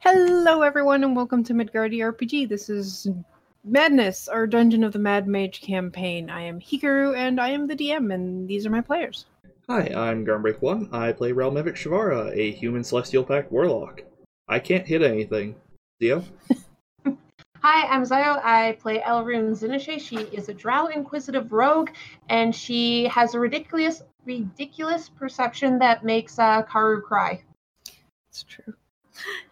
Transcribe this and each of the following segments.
Hello, everyone, and welcome to Midgardy RPG. This is Madness, our Dungeon of the Mad Mage campaign. I am Hikaru, and I am the DM, and these are my players. Hi, I'm Gunbreak1. I play Realmevic Shavara, a human celestial pack warlock. I can't hit anything. Dio? Hi, I'm Zayo. I play Elrune Zinishe. She is a drow inquisitive rogue, and she has a ridiculous, ridiculous perception that makes uh, Karu cry. It's true.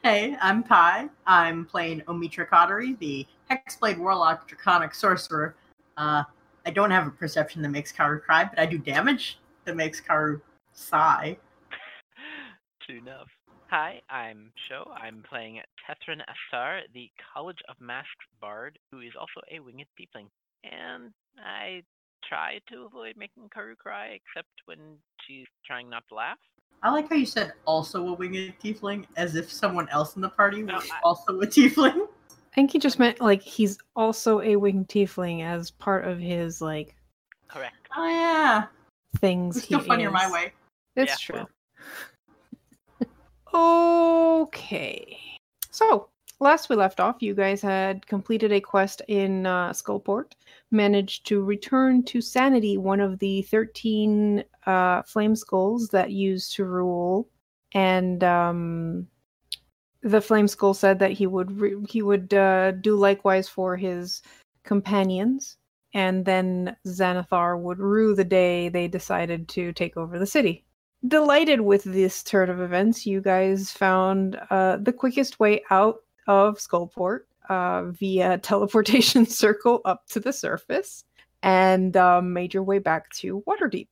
Hey, I'm Pi. I'm playing Omitra Cottery, the Hexblade Warlock Draconic Sorcerer. Uh, I don't have a perception that makes Karu cry, but I do damage that makes Karu sigh. Soon enough. Hi, I'm Sho. I'm playing Tethrin Astar, the College of Masked Bard, who is also a winged tiefling. And I try to avoid making Karu cry, except when she's trying not to laugh. I like how you said also a winged tiefling, as if someone else in the party No, was I- also a tiefling. I think he just meant like he's also a winged tiefling as part of his like Correct. Oh yeah, things. it's still he funnier my is. way. It's Yeah, true. okay. So, last we left off, you guys had completed a quest in uh, Skullport, managed to return to Sanity, one of the 13 uh, flame skulls that used to rule. And um, the flame skull said that he would re- he would uh, do likewise for his companions. And then Xanathar would rue the day they decided to take over the city delighted with this turn of events. You guys found uh, the quickest way out of Skullport uh, via teleportation circle up to the surface and um, made your way back to Waterdeep.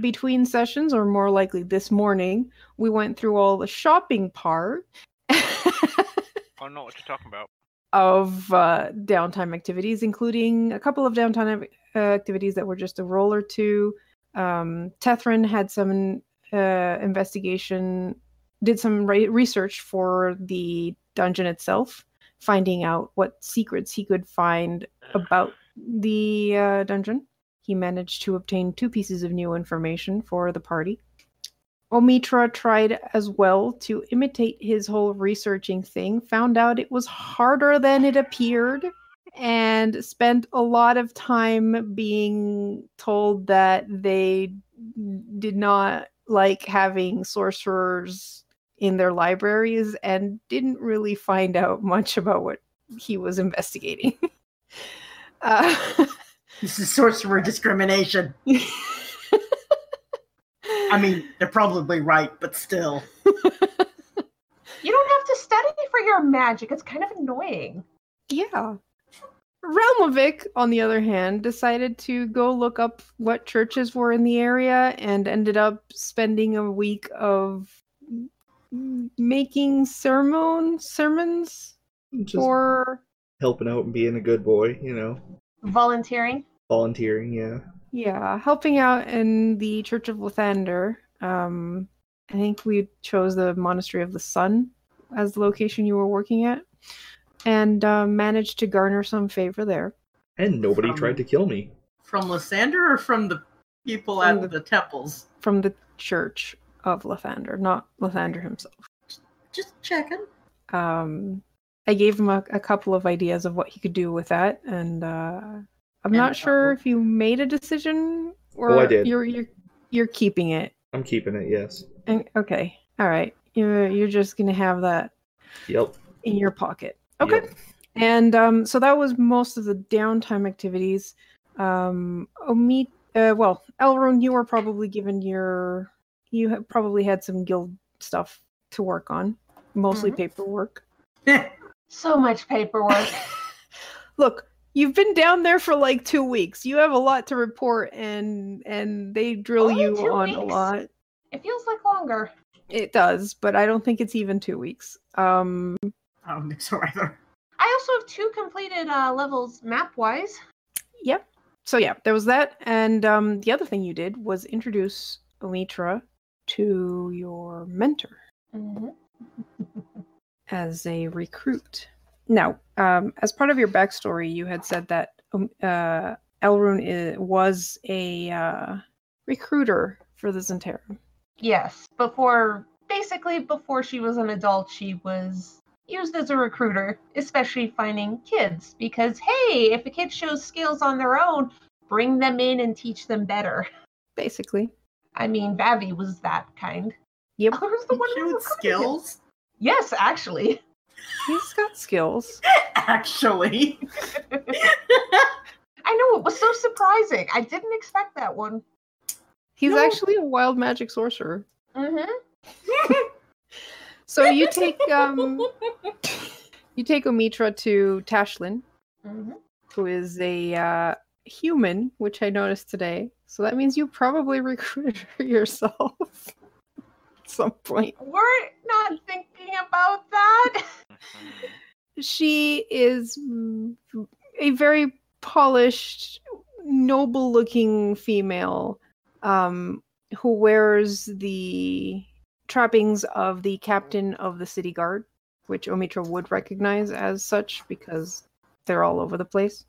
Between sessions, or more likely this morning, we went through all the shopping part. I don't know what you're talking about. of uh, downtime activities, including a couple of downtime ac- uh, activities that were just a roll or two. Um, Tethrin had some uh, investigation, did some re- research for the dungeon itself, finding out what secrets he could find about the uh, dungeon. He managed to obtain two pieces of new information for the party. Omitra tried as well to imitate his whole researching thing, found out it was harder than it appeared, and spent a lot of time being told that they did not like having sorcerers in their libraries and didn't really find out much about what he was investigating. uh, This is sorcerer discrimination. I mean, they're probably right, but still. You don't have to study for your magic. It's kind of annoying. Yeah. Realmovic, on the other hand, decided to go look up what churches were in the area and ended up spending a week of m- making sermon sermons Just or helping out and being a good boy, you know. Volunteering. Volunteering, yeah. yeah, helping out in the Church of Lathander. Um I think we chose the Monastery of the Sun as the location you were working at and uh, managed to garner some favor there. And nobody Um, tried to kill me. From Lysander or from the people From at the- the temples? from the church of Lathander, not Lathander himself. Just checking. Um, I gave him a, a couple of ideas of what he could do with that, and uh, I'm not And, sure uh, if you made a decision or Oh, I did. you're you're you're keeping it. I'm keeping it, yes. And, okay, all right, you're you're just gonna have that Yep. in your pocket. Okay. Yep. And um, so that was most of the downtime activities. Um, Omid, uh, well, Elrond, you were probably given your, you ha- probably had some guild stuff to work on, mostly Mhm. Mm-hmm. paperwork. So much paperwork. Look, you've been down there for like two weeks. You have a lot to report, and and they drill Only you two on a weeks? lot. it feels like longer. It does, but I don't think it's even two weeks. Um, I don't think so either. I also have two completed uh, levels map wise. Yep. So yeah, there was that, and um, the other thing you did was introduce Omitra to your mentor as a recruit. Now, um, as part of your backstory, you had said that um, uh, Elrune i- was a uh, recruiter for the Zentera. Yes, before basically before she was an adult, she was used as a recruiter, especially finding kids, because hey, if a kid shows skills on their own, bring them in and teach them better. basically. I mean, Vavi was that kind. Yep. I was the one who Showed recruited him. skills. Yes, actually. He's got skills. Actually, I know it was so surprising. I didn't expect that one. He's No. actually a wild magic sorcerer. Mm-hmm. So you take um you take Omitra to Tashlin, mm-hmm. who is a uh, human, which I noticed today. So that means you probably recruited her yourself at some point. We're not thinking about that. Mhm. She is mm, a very polished, noble looking female um, who wears the trappings of the captain of the city guard, which Omitra would recognize as such because they're all over the place.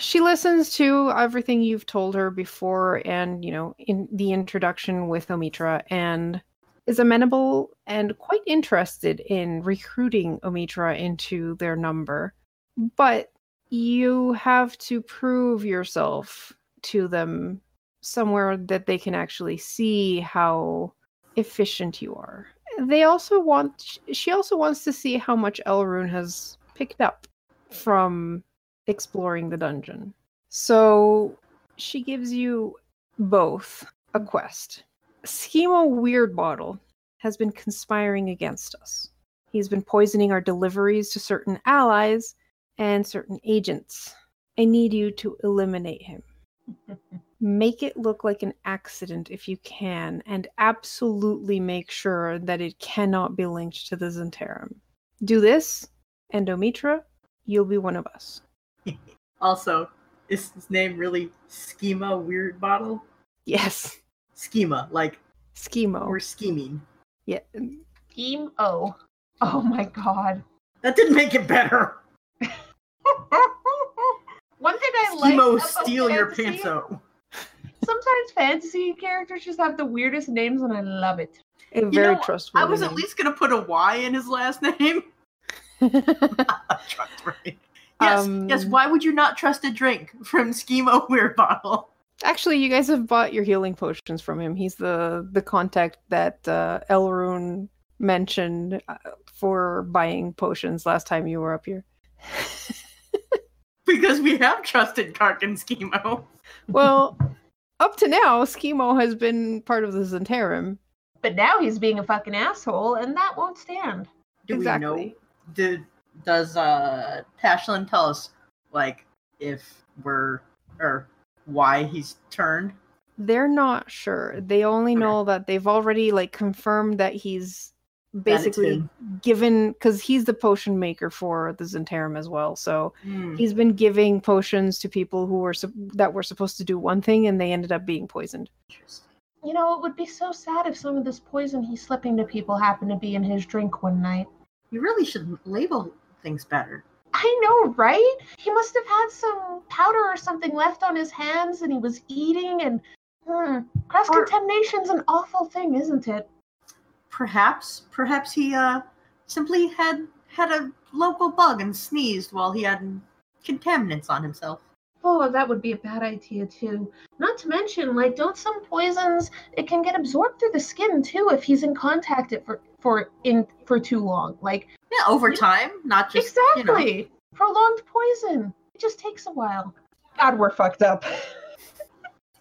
She listens to everything you've told her before and, you know, in the introduction with Omitra and is amenable and quite interested in recruiting Omitra into their number. But you have to prove yourself to them somewhere that they can actually see how efficient you are. They also want she also wants to see how much Elrune has picked up from exploring the dungeon. So she gives you both a quest. Schemo Weird Bottle has been conspiring against us. He's been poisoning our deliveries to certain allies and certain agents. I need you to eliminate him make it look like an accident if you can, and absolutely make sure that it cannot be linked to the Zentarum. Do this, and Omitra, you'll be one of us. also, is his name really Schema Weird Bottle? Yes, Schema, like we're Schemo. scheming. Yeah, Team O. Oh my god. That didn't make it better. one thing I like Schemo, about steal your fantasy- pantso. Sometimes fantasy characters just have the weirdest names, and I love it. a very know, I trustworthy. was at name. least gonna put a Y in his last name. I trust right. Yes, yes. Um, Why would you not trust a drink from Schemo Weird Bottle? Actually, you guys have bought your healing potions from him. He's the the contact that uh, Elrune mentioned uh, for buying potions last time you were up here. Because we have trusted Kark and Schemo. Well, up to now, Schemo has been part of the Zentarum. But now he's being a fucking asshole, and that won't stand. Do we know? Exactly. Do, does uh Tashlin tell us like if we're or why he's turned? They're not sure. They only Okay. know that they've already like confirmed that he's basically him. given because he's the potion maker for the Zentarum as well. So Hmm. he's been giving potions to people who were sup- that were supposed to do one thing and they ended up being poisoned. Interesting. You know, it would be so sad if some of this poison he's slipping to people happened to be in his drink one night. You really should label things better. I know, right? He must have had some powder or something left on his hands, and he was eating, and hmm, cross Or- contamination's an awful thing, isn't it? Perhaps, perhaps he uh simply had had a local bug and sneezed while he had contaminants on himself. Oh, that would be a bad idea too. Not to mention, like, don't some poisons it can get absorbed through the skin too if he's in contact it for for in for too long. Like, Yeah, over Yeah. time, not just you know. exactly prolonged poison. It just takes a while. God, we're fucked up.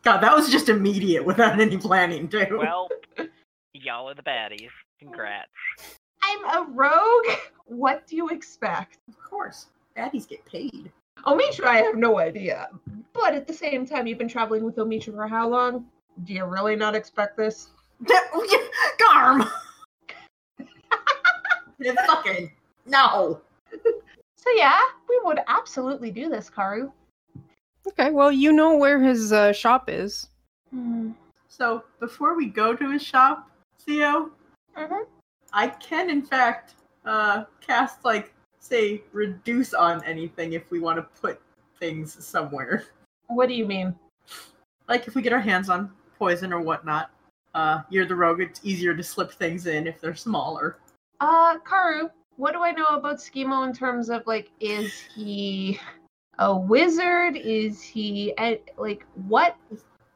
God, that was just immediate without any planning, too. Mm-hmm. Well, y'all are the baddies. Congrats. I'm a rogue. What do you expect? of course, baddies get paid. Omitra, I have no idea. But at the same time, you've been traveling with Omitra for how long? Do you really not expect this? Garm. fucking no. So yeah, we would absolutely do this, Karu. Okay, well, you know where his uh, shop is. Hmm. So before we go to his shop, Theo, Mm-hmm. Mhm. I can in fact uh, cast like say reduce on anything if we want to put things somewhere. What do you mean? Like if we get our hands on poison or whatnot. Uh, you're the rogue. It's easier to slip things in if they're smaller. Uh, Karu, what do I know about Schemo in terms of like, is he a wizard? Is he a- like, what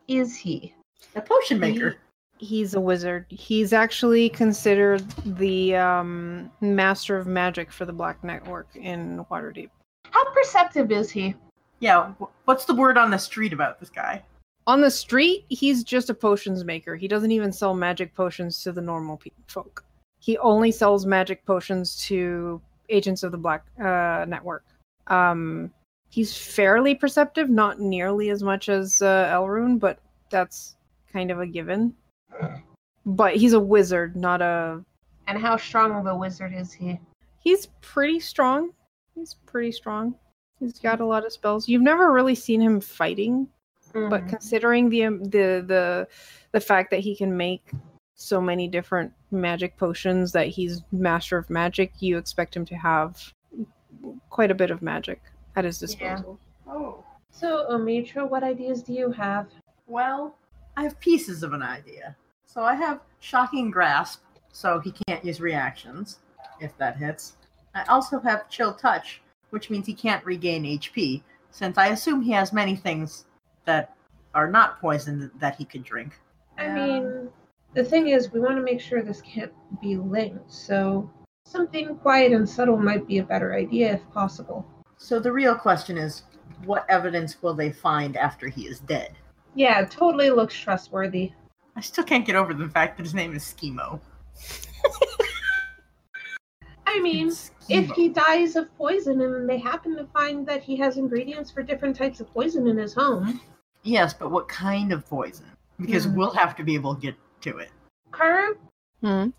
is he? A potion maker. He's a wizard. He's actually considered the um, master of magic for the Black Network in Waterdeep. How perceptive is he? Yeah. wh- What's the word on the street about this guy? On the street, he's just a potions maker. He doesn't even sell magic potions to the normal pe- folk. He only sells magic potions to agents of the Black uh, Network. Um, he's fairly perceptive, not nearly as much as uh, Elrune, but that's kind of a given. But he's a wizard, not a. And how strong of a wizard is he? He's pretty strong. He's pretty strong. He's got a lot of spells. You've never really seen him fighting but Mhm. considering the um, the the the fact that he can make so many different magic potions that he's master of magic you expect him to have quite a bit of magic at his disposal Oh. So, Omitra, what ideas do you have? Well, I have pieces of an idea. So I have Shocking Grasp, so he can't use reactions if that hits. I also have Chill Touch, which means he can't regain HP, since I assume he has many things that are not poisoned that he could drink. I Um, mean, the thing is, we want to make sure this can't be linked, so something quiet and subtle might be a better idea if possible. So the real question is what evidence will they find after he is dead? Yeah, it totally looks trustworthy. I still can't get over the fact that his name is Schemo. I mean, if he dies of poison and they happen to find that he has ingredients for different types of poison in his home, Yes, but what kind of poison? Because Yeah. we'll have to be able to get to it. Karu, Hmm.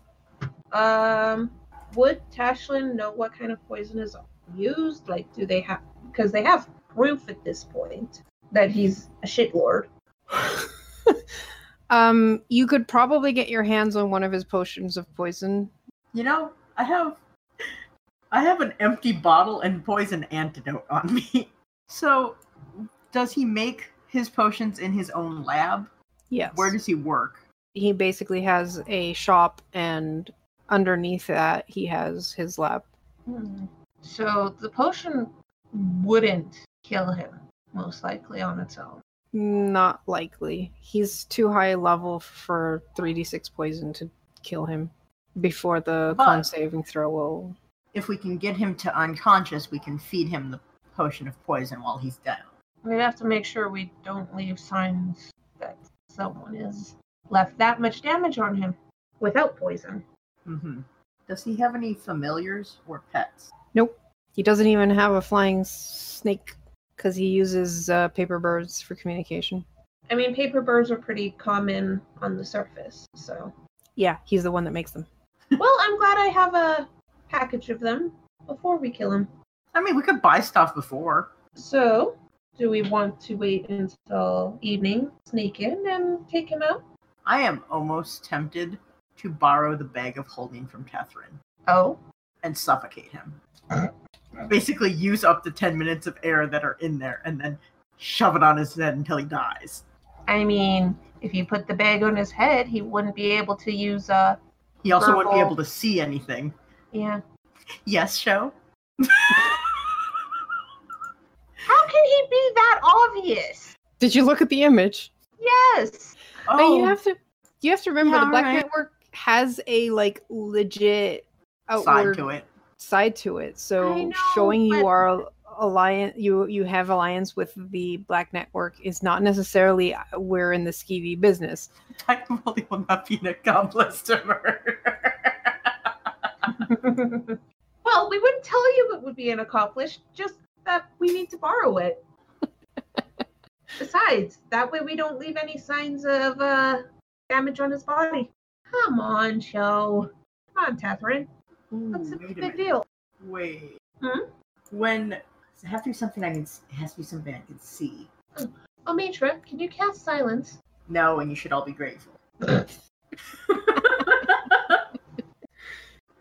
um, would Tashlin know what kind of poison is used? Like, do they have? Because they have proof at this point that he's a shitlord. um you could probably get your hands on one of his potions of poison You know, I have I have an empty bottle and poison antidote on me. So, does he make his potions in his own lab? yes Where does he work? he basically has a shop and underneath that he has his lab Hmm. So the potion wouldn't kill him, most likely on its own. Not likely. He's too high level for 3d6 poison to kill him before the But- con saving throw will. If we can get him to unconscious, we can feed him the potion of poison while he's down. We'd have to make sure we don't leave signs that someone has left that much damage on him without poison. hmm Does he have any familiars or pets? He doesn't even have a flying snake because he uses uh, paper birds for communication. I mean, paper birds are pretty common on the surface, so. Yeah, he's the one that makes them. well, I'm glad I have a package of them before we kill him. I mean, we could buy stuff before. So, do we want to wait until evening, sneak in, and take him out? I am almost tempted to borrow the bag of holding from Catherine. Oh, and suffocate him. Basically, use up the 10 minutes of air that are in there and then shove it on his head until he dies. I mean, if you put the bag on his head, he wouldn't be able to use uh He also won't be Purple. able to see anything. yeah. Yes, show? How can he be that obvious? Did you look at the image? Yes. But Oh, you have to. You have to remember Yeah, the Black alright. Network has a like legit side outward to it. side to it. So know, showing you but- are al- alliance, you you have alliance with the Black Network is not necessarily uh, we're in the skeevy business. I probably will not be an accomplice to murder. well, we wouldn't tell you it would be an accomplished, just that we need to borrow it. Besides, that way we don't leave any signs of uh damage on his body. Come on, show. Come on, Catherine. Ooh, What's the wait a big minute. deal? Wait. Hmm? When does it have to be something I can s- it has to be something I can see. Oh, Mitra, can you cast silence? No, and you should all be grateful. all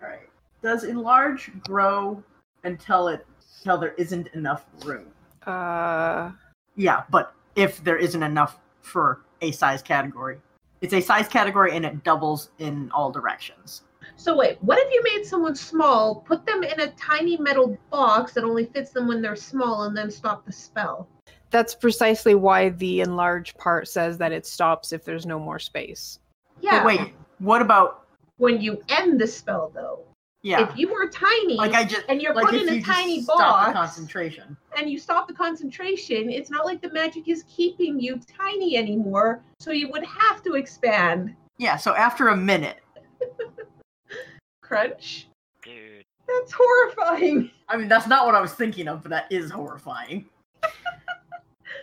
right. Does enlarge grow until it until there isn't enough room? Uh, Yeah, but if there isn't enough for a size category, It's a size category and it doubles in all directions. So wait, what if you made someone small, put them in a tiny metal box that only fits them when they're small, and then stop the spell? That's precisely why the enlarge part says that it stops if there's no more space. Yeah. But wait, what about When you end the spell, though, yeah? if you were tiny Like I just and you're like put if in a you just tiny stop the box concentration. and you stop the concentration, it's not like the magic is keeping you tiny anymore. So you would have to expand. Yeah, so after a minute, Crunch. Dude. That's horrifying. I mean that's not what I was thinking of, but that is horrifying.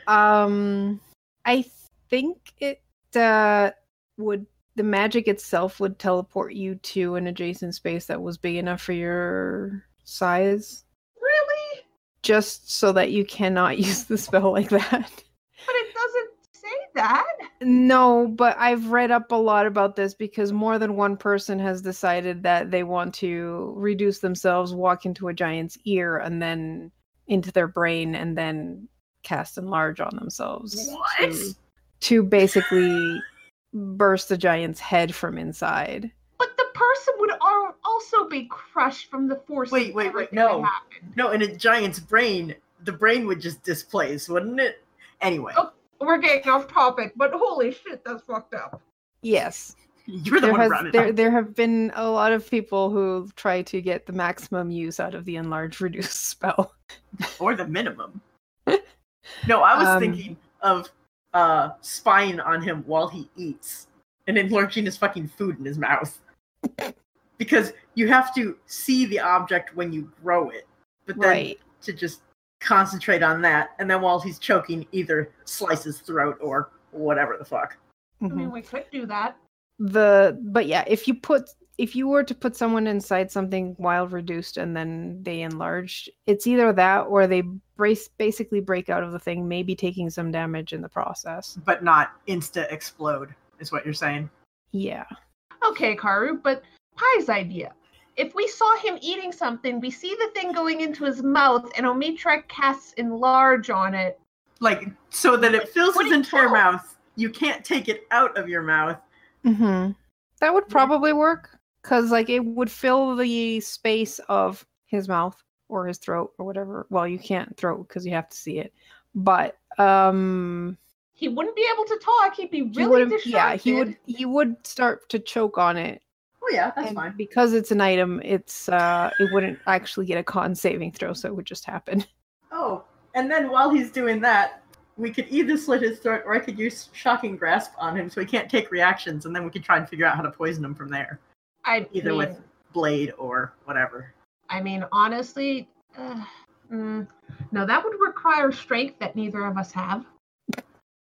Um, I think it uh, would the magic itself would teleport you to an adjacent space that was big enough for your size, Really? just so that you cannot use the spell like that. But it doesn't say that. No, but I've read up a lot about this because more than one person has decided that they want to reduce themselves, walk into a giant's ear, and then into their brain, and then cast enlarge on themselves. What? To, to basically burst the giant's head from inside. But the person would al- also be crushed from the force. of Wait, wait, wait, everything no. that happened. No, in a giant's brain, the brain would just displace, wouldn't it? Anyway, Oh. We're getting off topic, but holy shit, that's fucked up. Yes. you're the There, one has, running. there, there have been a lot of people who try to get the maximum use out of the enlarge reduce spell. or the minimum. no, I was Um, thinking of uh spying on him while he eats and then lurching his fucking food in his mouth. because you have to see the object when you grow it, but then Right. to just concentrate on that, and then while he's choking, either slice his throat or whatever the fuck. I Mm-hmm. Mhm. mean, we could do that. the but yeah if you put if you were to put someone inside something while reduced and then they enlarged it's either that or they brace basically break out of the thing maybe taking some damage in the process But not insta explode, is what you're saying. yeah Okay, Karu, but Pi's idea. If we saw him eating something, we see the thing going into his mouth, and Omitra casts enlarge on it. Like so that it fills What his do you entire know? mouth. You can't take it out of your mouth. mm-hmm. that would probably work because like it would fill the space of his mouth or his throat or whatever well you can't throat because you have to see it but um He wouldn't be able to talk. He'd be he really would distracted. yeah he would he would start to choke on it Oh yeah, that's and fine. because it's an item it's uh it wouldn't actually get a con saving throw so it would just happen Oh, and then while he's doing that, we could either slit his throat or I could use shocking grasp on him so he can't take reactions, and then we could try and figure out how to poison him from there. I Either mean, with- Blade or whatever. I mean, honestly, uh, mm, no, that would require strength that neither of us have.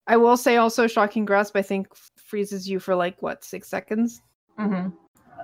i will say also shocking grasp i think freezes you for like what six seconds Mm-hmm.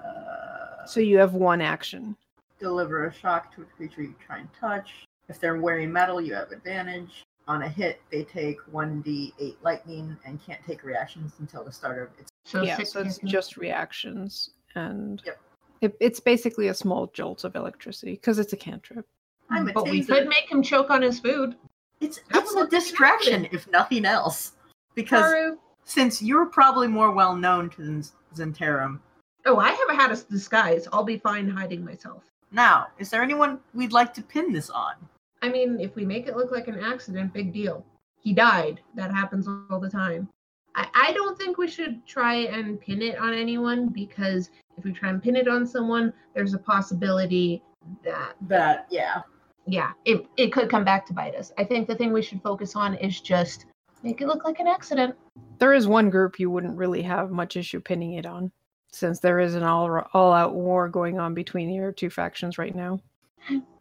Uh, so you have one action deliver a shock to a creature you try and touch. If they're wearing metal, you have advantage. On a hit, they take 1d8 lightning and can't take reactions until the start of its. So yeah six so it's seconds. just reactions and Yep. it, it's basically a small jolt of electricity because it's a cantrip I'm a But we taser. could make him choke on his food. It's, That it's would a be distraction, if nothing else. Because Karu. since you're probably more well known to Zen- Zentarum, Oh, I haven't had a s- disguise. I'll be fine hiding myself. now is there anyone we'd like to pin this on? I mean, if we make it look like an accident, big deal. He died. That happens all the time. I, I don't think we should try and pin it on anyone because if we try and pin it on someone, there's a possibility that That yeah, yeah, it, it could come back to bite us. I think the thing we should focus on is just make it look like an accident. there is one group you wouldn't really have much issue pinning it on since there is an all all out war going on between your two factions right now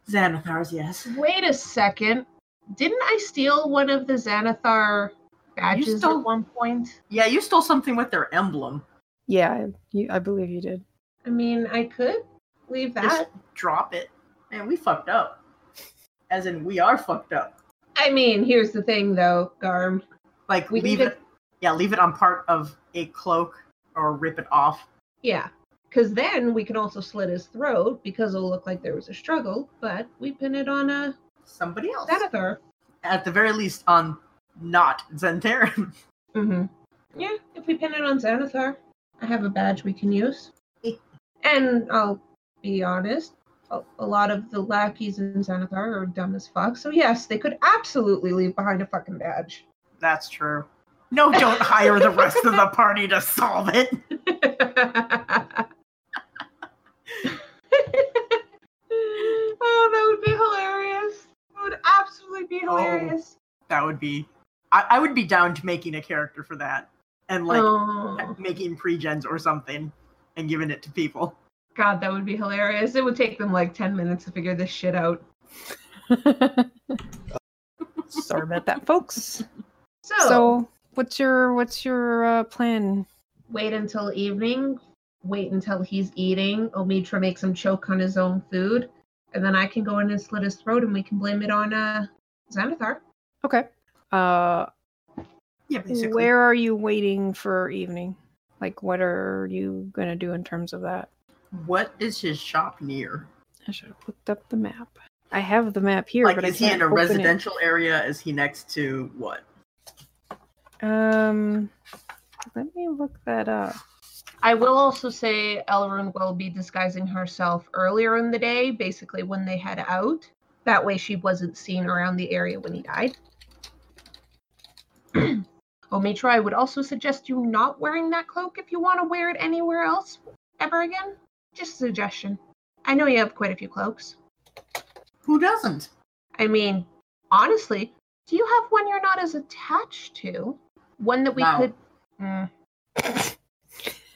Xanathars, yes. Wait a second. Didn't I steal one of the Xanathar badges stole- at one point? Yeah, you stole something with their emblem. yeah I- you, i believe you did I mean, I could leave that. Just drop it. Man, we fucked up. As in, we are fucked up. I mean, here's the thing though, Garm. Like We leave need it. Yeah, leave it on part of a cloak or rip it off. Yeah. Because then we can also slit his throat because it'll look like there was a struggle, but we pin it on uh, a Somebody else. senator. At the very least, on not Zentarum. Mm-hmm. Yeah, if we pin it on Xanathar, I have a badge we can use. and I'll be honest, a, a lot of the lackeys in Xanathar are dumb as fuck. So yes, they could absolutely leave behind a fucking badge. That's true. No, don't hire the rest of the party to solve it. oh, Oh, that would be hilarious. That would absolutely be Oh. hilarious. That would be. I, I would be down to making a character for that, and like oh. making pre-gens or something, and giving it to people. God, that would be hilarious. It would take them like 10 minutes to figure this shit out. Sorry about that, folks. So, So, what's your what's your uh, plan? wait until evening, wait until he's eating. Omitra makes him choke on his own food, and then I can go in and slit his throat and we can blame it on uh, Xanathar. Okay. Uh, Yeah, basically. where are you waiting for evening? Like, what are you gonna do in terms of that? What is his shop near? I should have looked up the map. I have the map here, Like, but is I he can't in a open it. residential area? Is he next to what? Um, let me look that up. I will also say Elrond will be disguising herself earlier in the day, basically when they head out. That way she wasn't seen around the area when he died. Omitra, I would also suggest you not wearing that cloak if you want to wear it anywhere else ever again. Just a suggestion. I know you have quite a few cloaks. Who doesn't? I mean, honestly, do you have one you're not as attached to? One that we No. could. Mm.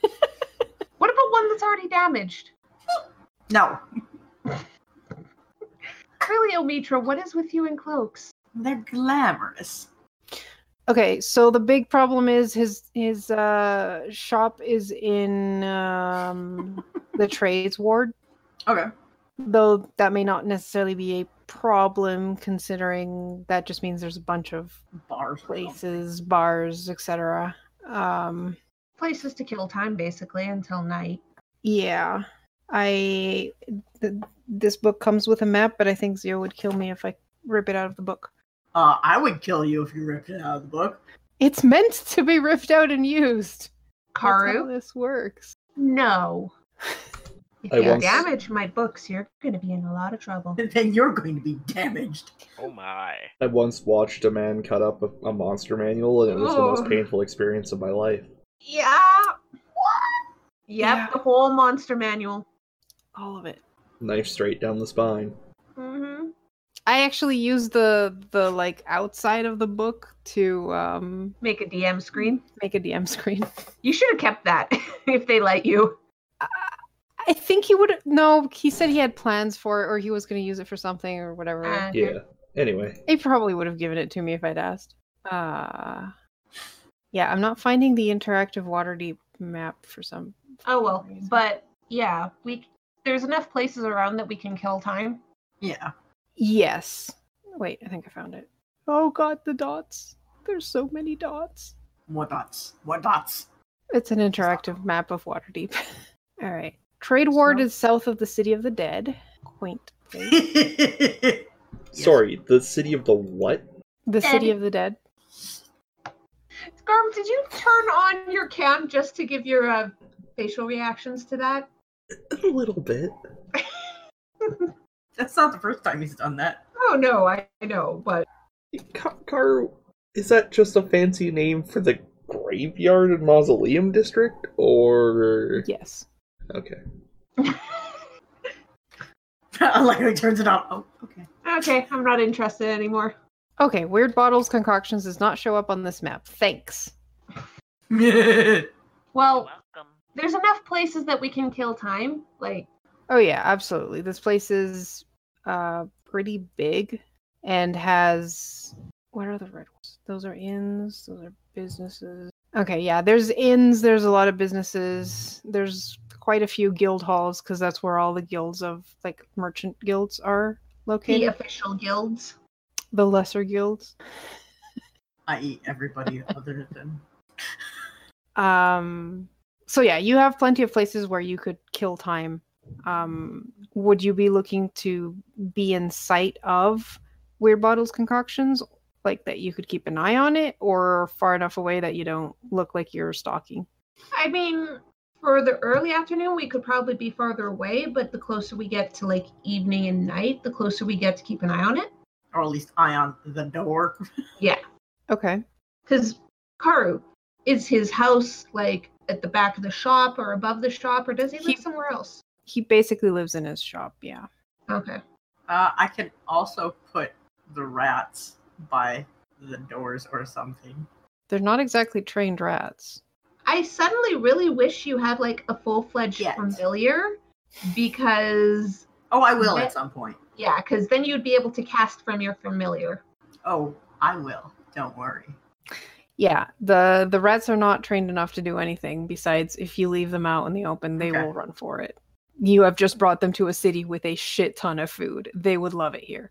what about one that's already damaged? No, Really, Omitra, what is with you and cloaks? they're glamorous. Okay, so the big problem is his his uh shop is in um the trades ward, Okay. though that may not necessarily be a problem considering that just means there's a bunch of Bar place. places, bars, etc. Um Places to kill time, basically, until night. yeah. I th- this book comes with a map, but I think Zio would kill me if I rip it out of the book. Uh, I would kill you if you ripped it out of the book. It's meant to be ripped out and used. That's how Karu? this works. No. If I you once- damage my books, you're going to be in a lot of trouble. then you're going to be damaged. Oh my. I once watched a man cut up a, a monster manual, and it was the most Ugh. painful experience of my life. Yeah. Yep, Yeah. the whole monster manual. All of it. Knife straight down the spine. hmm I actually used the the like outside of the book to um Make a DM screen. make a DM screen. You should have kept that if they let you. I think he would no, he said he had plans for it or he was going to use it for something or whatever. Uh, Yeah. Anyway, he probably would have given it to me if I'd asked. Uh Yeah, I'm not finding the interactive Waterdeep map for some Oh well, reason. but yeah, we c- there's enough places around that we can kill time. Yeah. Yes. Wait, I think I found it. Oh god, the dots. There's so many dots. What dots? What dots? It's an interactive map of Waterdeep. All right. Trade Ward So- is south of the City of the Dead. Quaint place. Yes. sorry, the city of the what? The City Dead. of the Dead. Garm, did you turn on your cam just to give your uh, facial reactions to that? A little bit. That's not the first time he's done that. Oh no, I, I know, but Ka- Karu, is that just a fancy name for the graveyard and mausoleum district, or Yes. okay? Mm-hmm. like he turns it on. Oh, okay. okay, I'm not interested anymore. Okay, Weird Bottles Concoctions does not show up on this map. Thanks. Well, Welcome. there's enough places that we can kill time. Like, Oh yeah, absolutely. This place is uh pretty big and has what are the red ones? Those are inns, those are businesses. Okay, yeah, there's inns, there's a lot of businesses. There's quite a few guild halls cuz that's where all the guilds of like merchant guilds are located. the official guilds. The lesser guilds. I eat everybody other than. Um so yeah, you have plenty of places where you could kill time. Um would you be looking to be in sight of Weird Bottles concoctions like that you could keep an eye on it or far enough away that you don't look like you're stalking? I mean, for the early afternoon, we could probably be farther away, but the closer we get to like evening and night, the closer we get to keep an eye on it. or at least eye on the door. Okay. Because Karu, is his house like at the back of the shop or above the shop, or does he live He- somewhere else? He basically lives in his shop, yeah. Okay. Uh, I can also put the rats by the doors or something. They're not exactly trained rats. I suddenly really wish you had like a full fledged Yes. familiar because, Oh, I will Okay. at some point. yeah, because then you'd be able to cast from your familiar. Oh, I will. Don't worry. Yeah, the the rats are not trained enough to do anything besides if you leave them out in the open, they Okay. will run for it. You have just brought them to a city with a shit ton of food. They would love it here.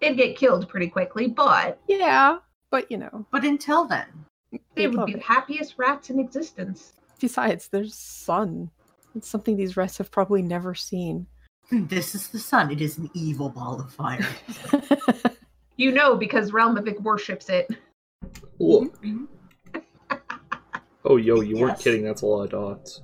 They'd get killed pretty quickly, but Yeah, but you know, But until then, they They'd would love be the it. happiest rats in existence. Besides, there's sun. It's something these rats have probably never seen. this is the sun. It is an evil ball of fire. You know, because Realmovic worships it. Look. Mhm. Oh, yo, you weren't Yes. kidding. That's a lot of dots.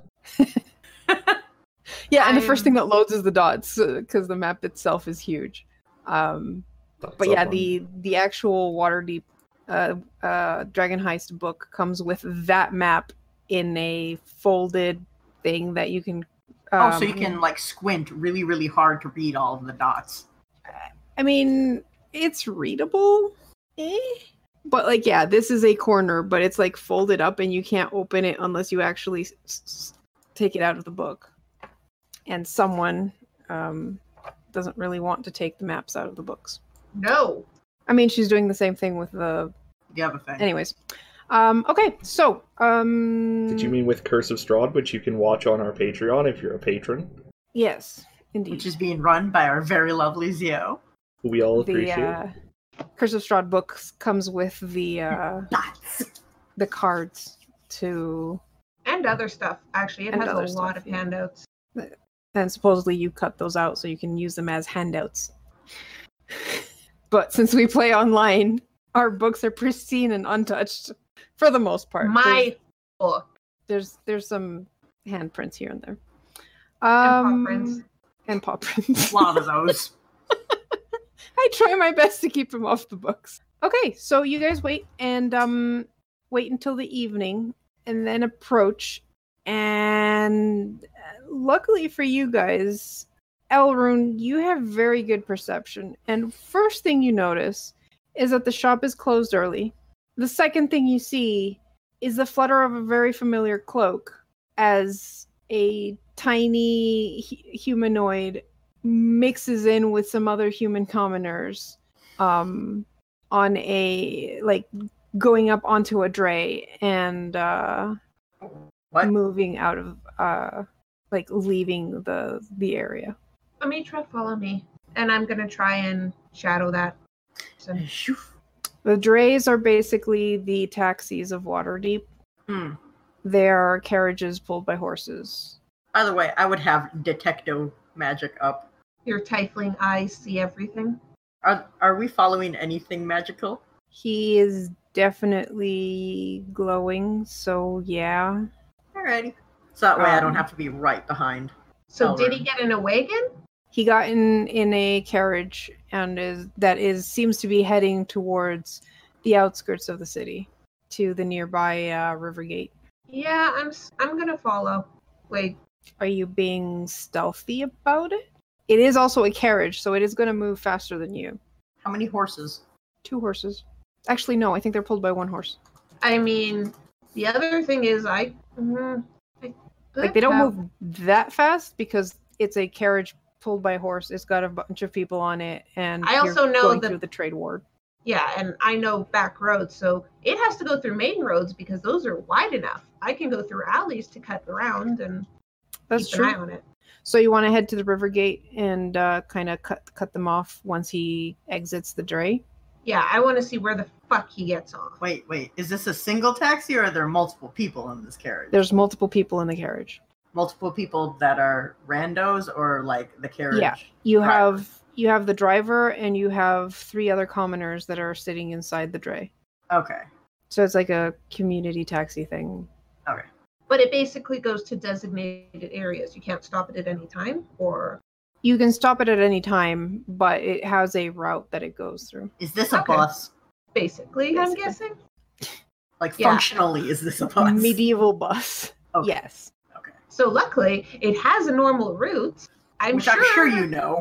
yeah, and the first thing I'm- that loads is the dots because the map itself is huge. Um, Dots but up yeah, on- the the actual Waterdeep uh, uh, Dragon Heist book comes with that map in a folded thing that you can. oh, so you um, can like squint really, really hard to read all of the dots. I mean, it's readable, eh? But like, yeah, this is a corner, but it's like folded up, and you can't open it unless you actually s- s- take it out of the book. And someone um, doesn't really want to take the maps out of the books. No. I mean, she's doing the same thing with the. The other thing. Anyways, um, okay, so um, Did you mean with Curse of Strahd, which you can watch on our Patreon if you're a patron? yes, indeed. Which is being run by our very lovely Zio. who We all appreciate. the uh, Curse of Strahd books comes with the uh, Dots. the cards to And other stuff, actually. It And has a other lot stuff, of yeah. handouts. and supposedly you cut those out so you can use them as handouts. but since we play online, our books are pristine and untouched for the most part. My book. there's there's, there's some handprints here and there. paw Um, prints. and paw prints. A lot of those. I try my best to keep them off the books. Okay, so you guys wait and um wait until the evening and then approach and uh, luckily for you guys, Elrune, you have very good perception. And first thing you notice is that the shop is closed early. The second thing you see is the flutter of a very familiar cloak as a tiny hu- humanoid mixes in with some other human commoners um on a like going up onto a dray and uh What? moving out of uh like leaving the the area Amitra, follow me. And I'm going to try and shadow that. So, Shoof. the drays are basically the taxis of waterdeep Hmm. they are carriages pulled by horses By the way, I would have Detecto magic up. your tifling eyes see everything. Are are we following anything magical? he is definitely glowing so yeah Alrighty. So that way I don't Um, have to be right behind. So, did Elrune. he get in a wagon? he got in in a carriage and is that is seems to be heading towards the outskirts of the city to the nearby uh, river gate Yeah, I'm s- I'm going to follow. Wait, are you being stealthy about it it is also a carriage so it is going to move faster than you How many horses? two horses actually no i think they're pulled by one horse I mean, the other thing is I, mm, I like they don't move that fast because it's a carriage pulled by a horse it's got a bunch of people on it and I you're also know going that- through the trade ward Yeah, and I know back roads, so it has to go through main roads because those are wide enough. I can go through alleys to cut around and that's keep true an eye on it. So you want to head to the river gate and uh, kind of cut cut them off once he exits the dray. Yeah, I want to see where the fuck he gets off. Wait, wait. Is this a single taxi or are there multiple people in this carriage? There's multiple people in the carriage. multiple people that are randos or like the carriage. You Right. have you have the driver and you have three other commoners that are sitting inside the dray. Okay. So it's like a community taxi thing. But it basically goes to designated areas. You can't stop it at any time, or You can stop it at any time, but it has a route that it goes through. Is this a Okay. bus? basically, I'm Basically. guessing. Like Yeah. functionally, is this a bus? Medieval bus. Okay. Yes. So luckily, it has a normal route. I'm Which sure. I'm sure you know.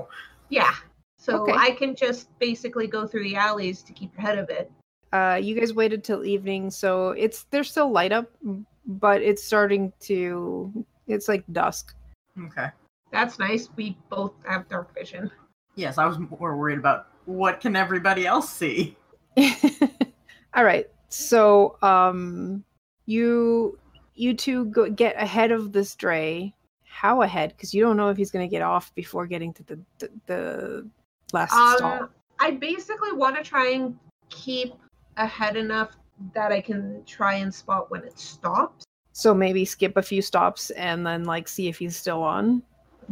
Yeah. So Okay. I can just basically go through the alleys to keep ahead of it. Uh, you guys waited till evening, so it's there's still light up, but it's starting to it's like dusk. Okay. That's nice. We both have dark vision. Yes, I was more worried about what can everybody else see. All right. So um you you two go, get ahead of this dray. How ahead? Because you don't know if he's going to get off before getting to the the, the last stall. Um, I basically want to try and keep ahead enough that I can try and spot when it stops. So maybe skip a few stops and then like see if he's still on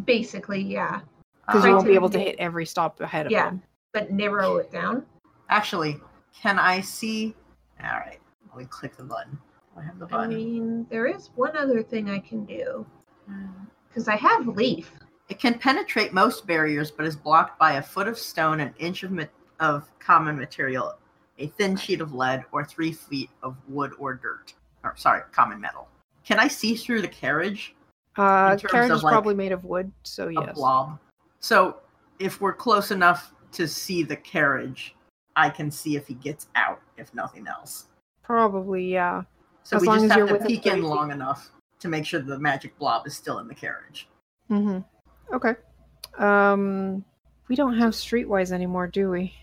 Basically, yeah, because Uh, Um, you won't be able to right. hit every stop ahead of Yeah. him. but narrow it down. Actually, can I see? All right. Let me click the button. Do I have the I button. mean, there is one other thing I can do because I have leaf. It can penetrate most barriers, but is blocked by a foot of stone, an inch of, ma- of common material, a thin sheet of lead, or three feet of wood or dirt. Or sorry, common metal. Can I see through the carriage? Uh, terms carriage of, is like, probably made of wood, so A yes. blob. So if we're close enough to see the carriage, I can see if he gets out, if nothing else. Probably, yeah. So As we long just as you're have to within peek 30 in long enough to make sure the magic blob is still in the carriage. hmm Okay. Um, we don't have streetwise anymore, do we?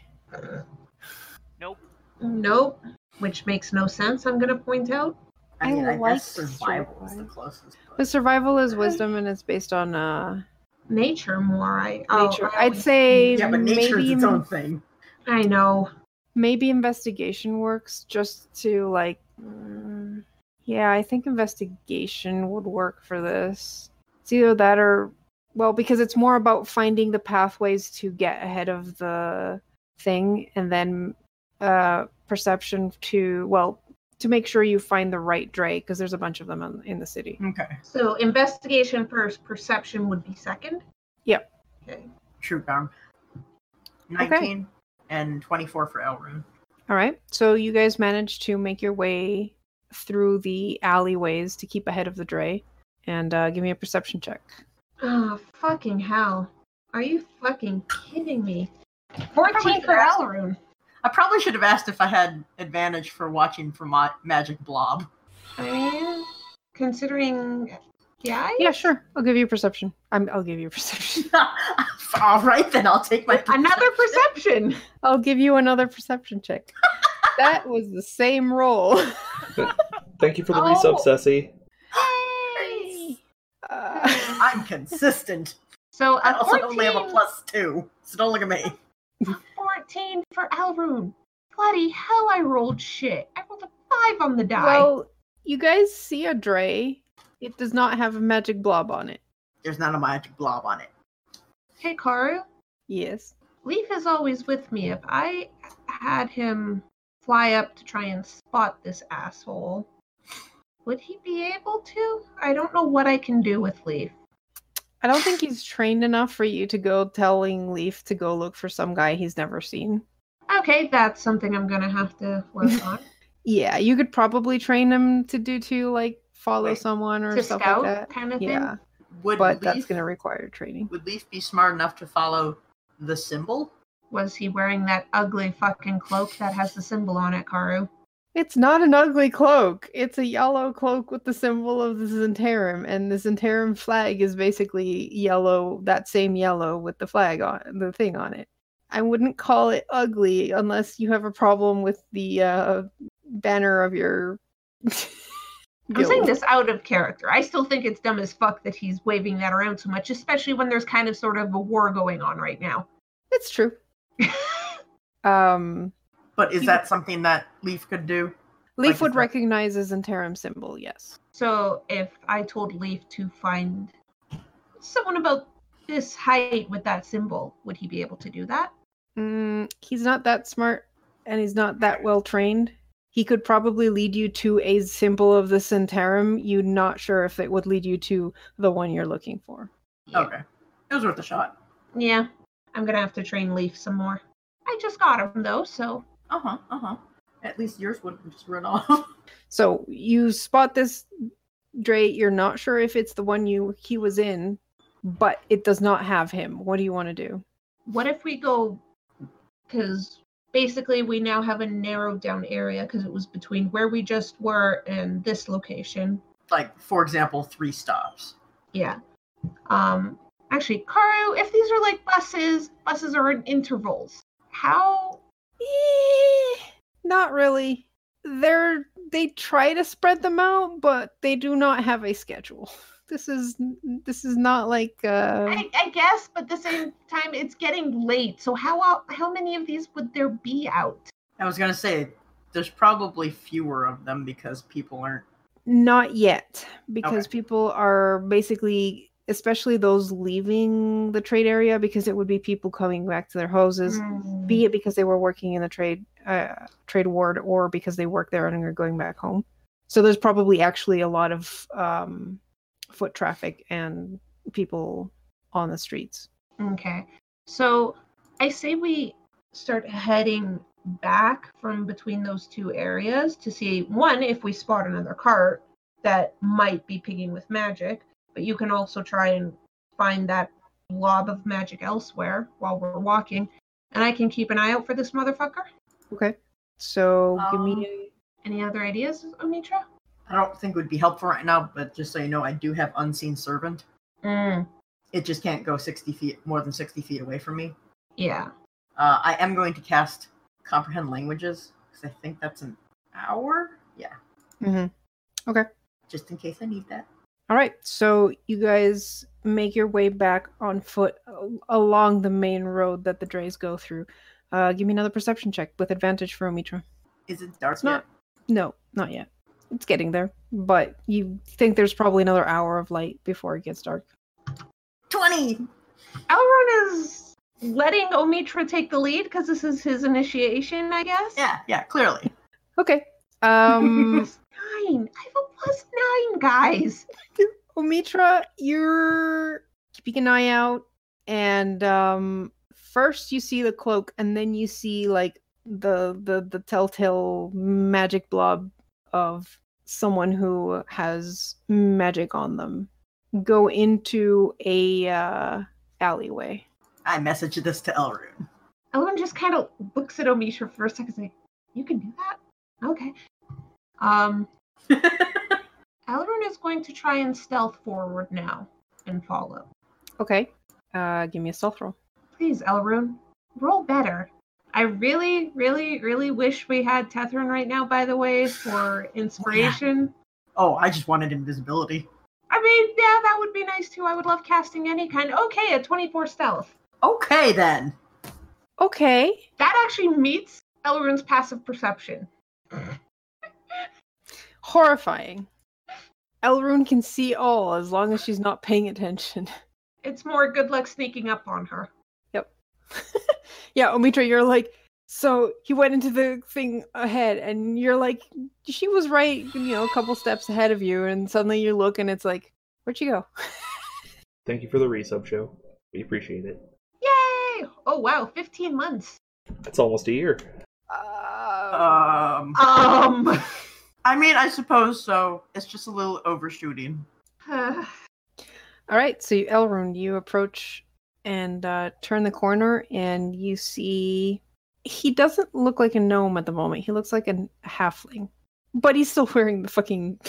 Nope. Nope, which makes no sense. I'm gonna point out. I, I mean, I like guess survival is the survival. closest. but- But survival is wisdom, and it's based on uh, nature more. I oh, nature. I, I'd say Yeah, but nature maybe is its own thing. I know. maybe investigation works just to like. mm, yeah, I think investigation would work for this. It's either that or well, because it's more about finding the pathways to get ahead of the thing, and then uh, perception to well to make sure you find the right dray because there's a bunch of them in, in the city. Okay. So investigation first, perception would be second. Yep. Okay. True Garm. 19 and 24 for Elrune. All right. So you guys managed to make your way through the alleyways to keep ahead of the dray. And uh, give me a perception check. Oh, fucking hell! Are you fucking kidding me? Fourteen Probably for asked- Elrune. I probably should have asked if I had advantage for watching for my magic blob. I considering. Yeah. Yeah, sure. I'll give you a perception. I'm, I'll give you a perception. All right, then I'll take my Another perception. I'll give you another perception check. that was the same roll. Thank you for the Oh. resub, Cessy. Yay! Uh, I'm consistent. So I a also only have a 14 plus two, so don't look at me. Fourteen for Elrune. Bloody hell! I rolled shit. I rolled a five on the die. well, you guys see a dray. It does not have a magic blob on it. There's not a magic blob on it. hey, Karu. Yes. Leaf is always with me. If I had him fly up to try and spot this asshole, would he be able to? I don't know what I can do with Leaf. I don't think he's trained enough for you to go telling Leaf to go look for some guy he's never seen. Okay, that's something I'm gonna have to work on. Yeah, you could probably train him to do to like follow Like, someone or to stuff scout like kind of that. thing. Yeah, Would but Leaf, that's going to require training. would Leaf be smart enough to follow the symbol? Was he wearing that ugly fucking cloak that has the symbol on it, Karu? It's not an ugly cloak. It's a yellow cloak with the symbol of the Zentarum, and the Zentarum flag is basically yellow, that same yellow with the flag on the thing on it. I wouldn't call it ugly unless you have a problem with the uh, banner of your. I'm saying guild. this out of character. I still think it's dumb as fuck that he's waving that around so much, especially when there's kind of sort of a war going on right now. It's true. Um, But is He- that something that Leaf could do? Leaf Like would it's a- recognize a Zentarum symbol, yes. So if I told Leaf to find someone about this height with that symbol? Would he be able to do that? Mm, he's not that smart and he's not that well trained. He could probably lead you to a symbol of the Centaurum. You're not sure if it would lead you to the one you're looking for. Yeah. Okay. It was worth a shot. Yeah. I'm gonna have to train Leaf some more. I just got him though, so Uh huh. Uh huh. At least yours wouldn't have just run off. So you spot this Dre. You're not sure if it's the one you he was in, but it does not have him. What do you want to do? what if we go because basically we now have a narrowed down area because it was between where we just were and this location like, for example, three stops. yeah um actually karu if these are like buses buses are in intervals how Eh, not really. They're they try to spread them out, but they do not have a schedule. This is this is not like uh I, I guess but at the same time it's getting late so how el- how many of these would there be out I was gonna say there's probably fewer of them because people aren't. not yet because people are basically especially those leaving the trade area because it would be people coming back to their houses be it because they were working in the trade uh, trade ward or because they work there and are going back home. So there's probably actually a lot of um, foot traffic and people on the streets. Okay. So I say we start heading back from between those two areas to see one, if we spot another cart that might be picking with magic, but you can also try and find that blob of magic elsewhere while we're walking. And I can keep an eye out for this motherfucker. Okay, so give Um, me Any other ideas, Omitra? I don't think it would be helpful right now, but just so you know, I do have unseen servant. Mm. It just can't go sixty feet more than sixty feet away from me. Yeah. Uh, I am going to cast comprehend languages because I think that's an hour. Yeah, Mhm. just in case I need that. All right, so you guys make your way back on foot a- along the main road that the drays go through. Uh, give me another perception check with advantage for Omitra. Is it dark It's not- No, not yet. It's getting there, but you think there's probably another hour of light before it gets dark. Twenty. Elrond is letting Omitra take the lead because this is his initiation, I guess. Yeah, yeah, clearly. Okay. Um, Plus nine. I have a plus nine, guys. Omitra, you're keeping an eye out, and um, first you see the cloak, and then you see like the the the telltale magic blob of someone who has magic on them go into a uh, alleyway. I messaged this to Elrune. Ellen just kind of looks at Omisha for a second, like, "You can do that, okay?" Um, Elrond is going to try and stealth forward now and follow. Okay. Uh, give me a stealth roll. Please, Elrond, roll better. I really, really, really wish we had Tethrin right now. By the way, for inspiration. oh, I just wanted invisibility. I mean, yeah, that would be nice too. I would love casting any kind. Okay, a twenty-four stealth. Okay then. Okay. That actually meets Elrond's passive perception. Horrifying. Elrune can see all as long as she's not paying attention. It's more good luck sneaking up on her. yeah, Omitra, you're like, so he went into the thing ahead, and you're like, she was right, you know, a couple steps ahead of you, and suddenly you look and it's like, where'd she go? Thank you for the resub show. We appreciate it. Yay! Oh wow, 15 months. That's almost a year. Uh, Um, Um I mean, I suppose so. It's just a little overshooting. all right, so you, Elrune, you approach and uh, turn the corner, and you see he doesn't look like a gnome at the moment. He looks like an- a halfling, but he's still wearing the fucking.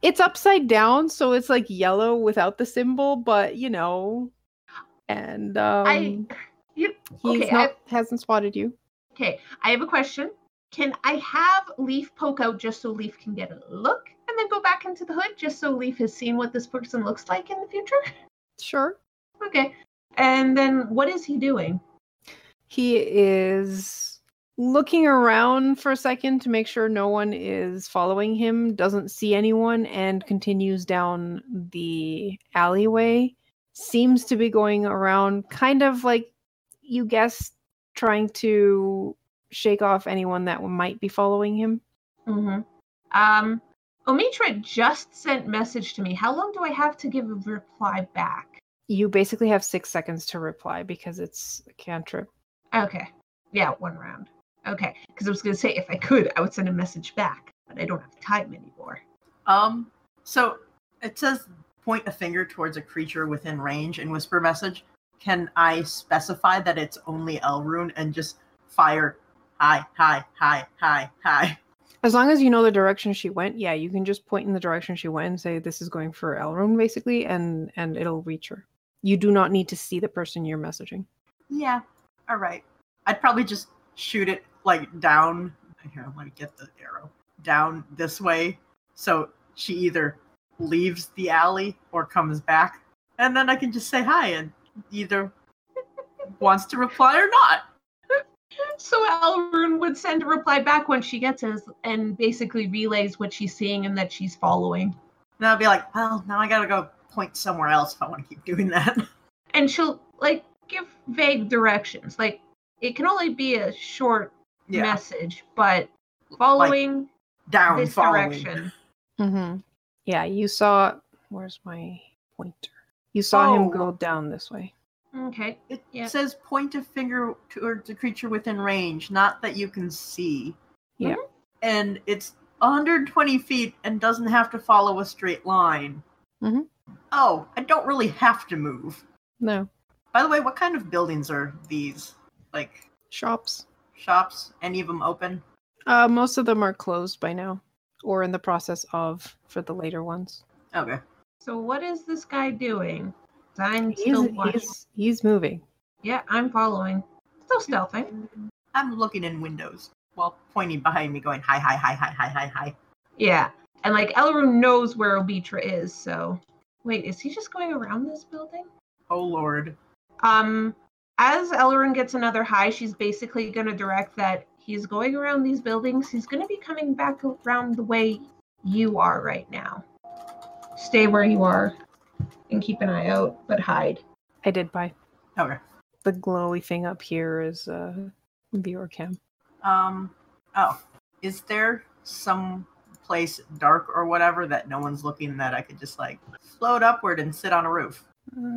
it's upside down, so it's like yellow without the symbol, but you know. And um, I you, he's okay, not hasn't spotted you. I, okay, I have a question. Can I have Leaf poke out just so Leaf can get a look and then go back into the hood just so Leaf has seen what this person looks like in the future? Sure, Okay. And then what is he doing? he is looking around for a second to make sure no one is following him, doesn't see anyone, and continues down the alleyway seems to be going around kind of like you guess trying to shake off anyone that might be following him. Mm-hmm. Um, Omitra just sent message to me. How long do I have to give a reply back? You basically have six seconds to reply because it's a cantrip. Okay. Yeah, one round. Okay. Because I was going to say, if I could, I would send a message back, but I don't have time anymore. Um, so it says point a finger towards a creature within range and whisper message. Can I specify that it's only Elrune and just fire hi, hi, hi, hi, hi? As long as you know the direction she went, yeah, you can just point in the direction she went and say this is going for Elrune, basically, and and it'll reach her. You do not need to see the person you're messaging. Yeah, all right. I'd probably just shoot it like down. Here, I want to get the arrow down this way. So she either leaves the alley or comes back, and then I can just say hi and either wants to reply or not. So Elrune would send a reply back when she gets it and basically relays what she's seeing and that she's following. And I'll be like, well, now I gotta go point somewhere else if I want to keep doing that. And she'll like give vague directions. Like it can only be a short Yeah, message, but following down this following. direction. Mm-hmm. Yeah, you saw. Where's my pointer? You saw Oh. him go down this way. Okay. It Yeah. says point a finger towards a creature within range, not that you can see. Yeah. And it's 120 feet and doesn't have to follow a straight line. Mhm. Oh, I don't really have to move. No By the way, what kind of buildings are these? Like shops. shops? Any of them open? Uh, most of them are closed by now, or in the process of for the later ones. Okay. So what is this guy doing? 'Cause I'm He's, still watching. he's he's moving. Yeah, I'm following. Still stealthing. I'm looking in windows while pointing behind me, going hi, hi, hi, hi, hi, hi, hi. Yeah. And like Elrune knows where Obitra is, so wait, is he just going around this building? Oh lord. Um as Elrune gets another high, she's basically gonna direct that he's going around these buildings. He's gonna be coming back around the way you are right now. Stay where you are and keep an eye out, but hide. I did buy Okay. the glowy thing up here is uh viewer cam. Um. Oh, is there some place dark or whatever that no one's looking that I could just like float upward and sit on a roof?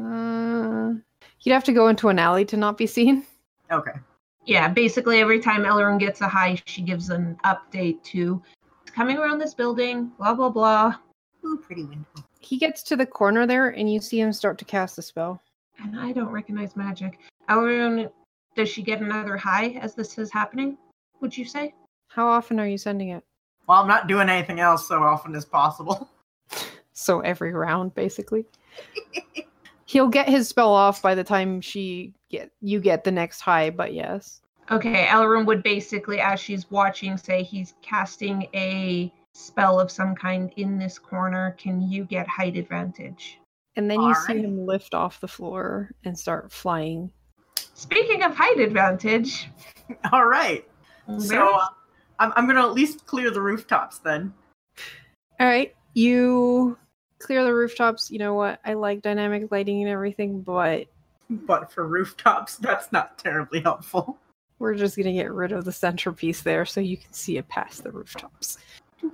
Uh, you'd have to go into an alley to not be seen. Okay. Yeah, basically every time Elrond gets a high, she gives an update to "It's coming around this building, blah blah blah. Ooh, pretty window. He gets to the corner there, and you see him start to cast the spell. And I don't recognize magic. Elrond, does she get another high as this is happening? Would you say? How often are you sending it? Well, I'm not doing anything else so often as possible. So every round, basically. He'll get his spell off by the time she get you get the next high, but yes. Okay, Elrond would basically, as she's watching, say he's casting a spell of some kind in this corner. Can you get height advantage? And then you see Alright. him lift off the floor and start flying. Speaking of height advantage, All right. where- So uh, I'm I'm gonna at least clear the rooftops then. All right, you clear the rooftops. You know what? I like dynamic lighting and everything, but But for rooftops, that's not terribly helpful. we're just gonna get rid of the centerpiece there so you can see it past the rooftops.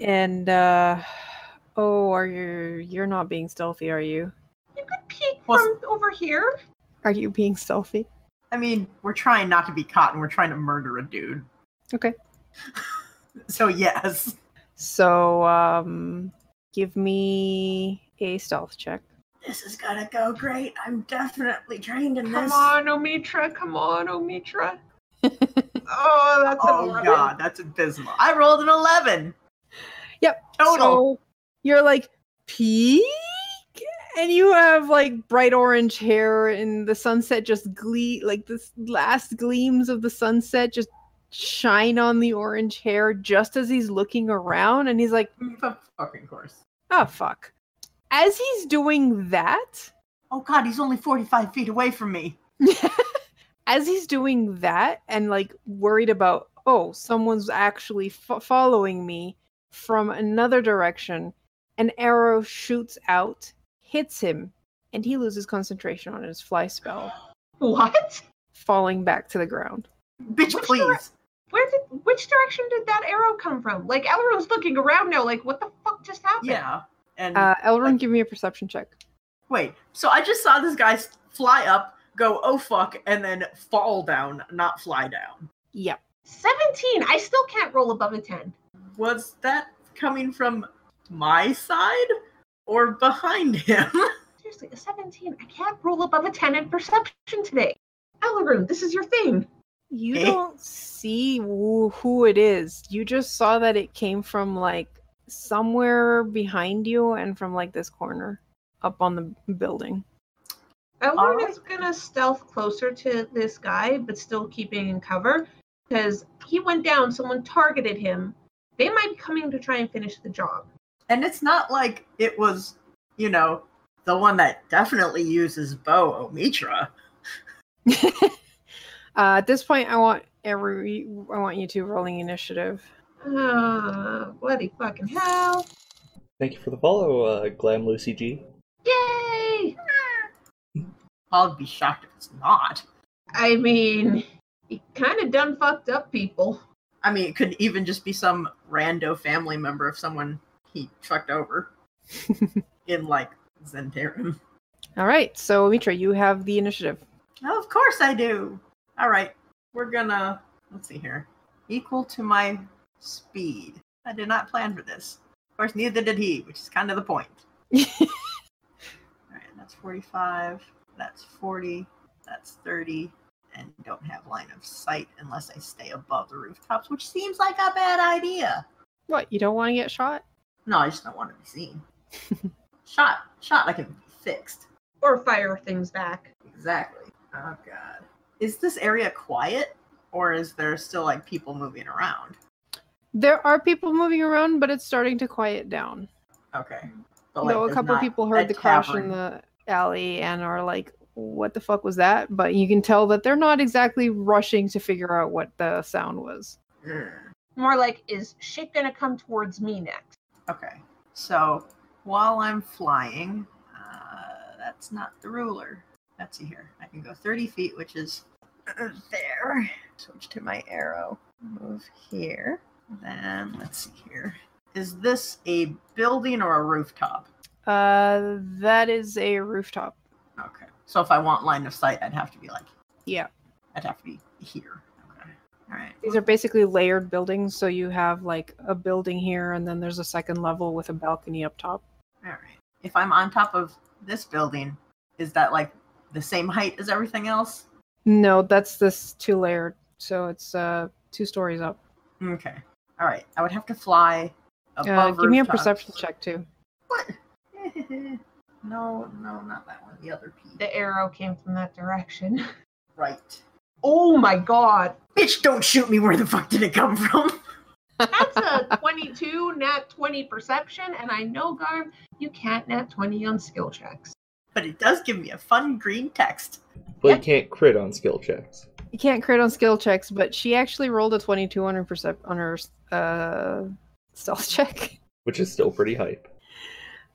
And uh oh, are you you're not being stealthy, are you? you could peek Well, from over here. Are you being stealthy? I mean, we're trying not to be caught and we're trying to murder a dude. Okay. So yes. So um give me a stealth check. This is gonna go great. I'm definitely trained in Come on, Omitra. Come on, Omitra. oh, that's an Oh 11. god, that's abysmal. I rolled an eleven. Yep, Total. So you're like peek and you have like bright orange hair and the sunset just glee like this last gleams of the sunset just shine on the orange hair just as he's looking around and he's like, Of fucking course. "Oh fuck." As he's doing that, Oh god, he's only forty-five feet away from me. as he's doing that and like worried about oh someone's actually fo- following me from another direction an arrow shoots out hits him and he loses concentration on his fly spell, What? falling back to the ground. Bitch, What's please. Where did which direction did that arrow come from? Like Elrond's looking around now, like what the fuck just happened? Yeah. And Uh, Elrond, give me a perception check. wait, so I just saw this guy s- fly up, go, oh fuck, and then fall down, not fly down. Yep. 17. I still can't roll above a 10. Was that coming from my side or behind him? Seriously, a 17. I can't roll above a 10 in perception today. Elrond, this is your thing. You Eh? don't see who, who it is. You just saw that it came from like somewhere behind you and from like this corner up on the building. Elrond Alright. is gonna stealth closer to this guy, but still keeping in cover because he went down. Someone targeted him. They might be coming to try and finish the job. And it's not like it was, you know, the one that definitely uses bow, Omitra. uh, at this point, I want every I want you two rolling initiative. Uh, bloody fucking hell! Thank you for the follow, uh, Glam Lucy G. Yay! I'll be shocked if it's not. I mean, he kind of done fucked up people. I mean, it could even just be some rando family member of someone he fucked over in like Zentarum. All right, so Mitra, you have the initiative. Oh, of course I do. All right, we're gonna let's see here. Equal to my speed. I did not plan for this. Of course, neither did he, which is kind of the point. All right, that's 45. That's 40. That's 30. And don't have line of sight unless I stay above the rooftops, which seems like a bad idea. what? You don't want to get shot? No, I just don't want to be seen. shot, shot, I can be fixed. Or fire things back. Exactly. Oh, God. Is this area quiet or is there still like people moving around? There are people moving around, but it's starting to quiet down. Okay. But, Though a there's couple not people a heard the crash in tavern. the alley and are like, "What the fuck was that?" But you can tell that they're not exactly rushing to figure out what the sound was. Mm. More like, is shit gonna come towards me next? Okay. So while I'm flying, uh, that's not the ruler. Let's see here. I can go 30 feet, which is there. Switch to my arrow. Move here. Then let's see here. Is this a building or a rooftop? Uh, that is a rooftop. Okay. So if I want line of sight, I'd have to be like, Yeah. I'd have to be here. Okay. All right. These are basically layered buildings, so you have like a building here, and then there's a second level with a balcony up top. All right. If I'm on top of this building, is that like the same height as everything else? No, that's this two layered, so it's uh two stories up. Okay. All right. I would have to fly Uh, above. give me a rooftops. perception check too. What? no, no, not that one. The other P. The arrow came from that direction. Right. Oh my god! Bitch, don't shoot me. Where the fuck did it come from? That's a 22 nat 20 perception, and I know, Garm, you can't nat 20 on skill checks. But it does give me a fun green text. But you can't crit on skill checks. You can't crit on skill checks, but she actually rolled a twenty-two on her percep- on her uh, stealth check, which is still pretty hype.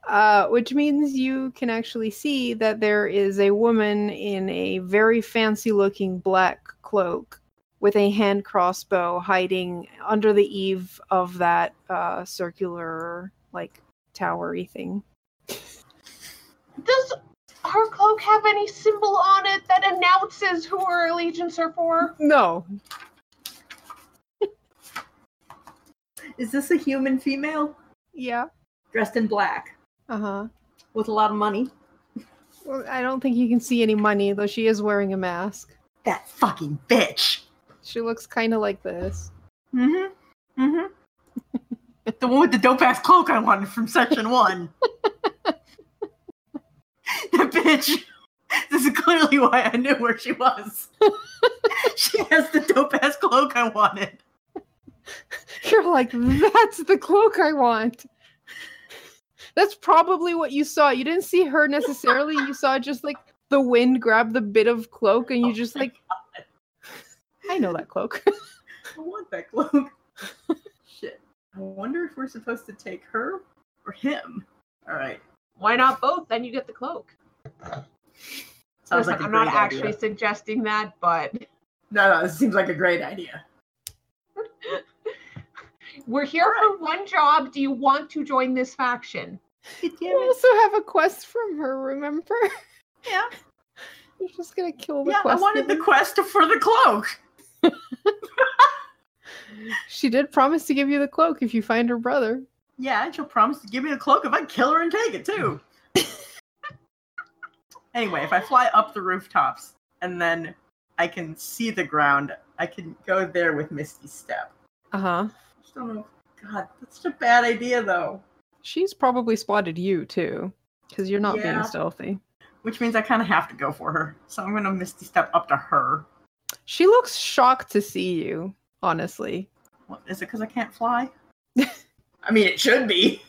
uh, which means you can actually see that there is a woman in a very fancy-looking black cloak with a hand crossbow hiding under the eave of that uh, circular, like towery thing. Does her cloak have any symbol on it that announces who her allegiance are for? No, Is this a human female yeah, dressed in black uh huh. with a lot of money? Well, I don't think you can see any money, though she is wearing a mask. That fucking bitch. She looks kind of like this. Mm-hmm. Mm-hmm. the one with the dope ass cloak I wanted from section one. that bitch. This is clearly why I knew where she was. she has the dope ass cloak I wanted. You're like, that's the cloak I want. That's probably what you saw. You didn't see her necessarily. You saw just like the wind grab the bit of cloak, and you just like, Oh I know that cloak. I want that cloak. Shit. I wonder if we're supposed to take her or him. All right. Why not both? Then you get the cloak. Sounds Listen, like a I'm great not actually idea. suggesting that, but No, no, this seems like a great idea. we're here for one job. Do you want to join this faction? We also have a quest from her, remember? Yeah. You're just gonna kill the Yeah, I quest. wanted the giver. quest for the cloak. She did promise to give you the cloak if you find her brother. Yeah, and she'll promise to give me the cloak if I kill her and take it too. anyway, if I fly up the rooftops and then I can see the ground, I can go there with Misty Step. Uh-huh. Just don't know. God, that's such a bad idea though. She's probably spotted you too. Because you're not Yeah. being stealthy. Which means I kind of have to go for her. So I'm gonna Misty Step up to her. She looks shocked to see you, honestly. What is it? Because I can't fly? I mean, it should be.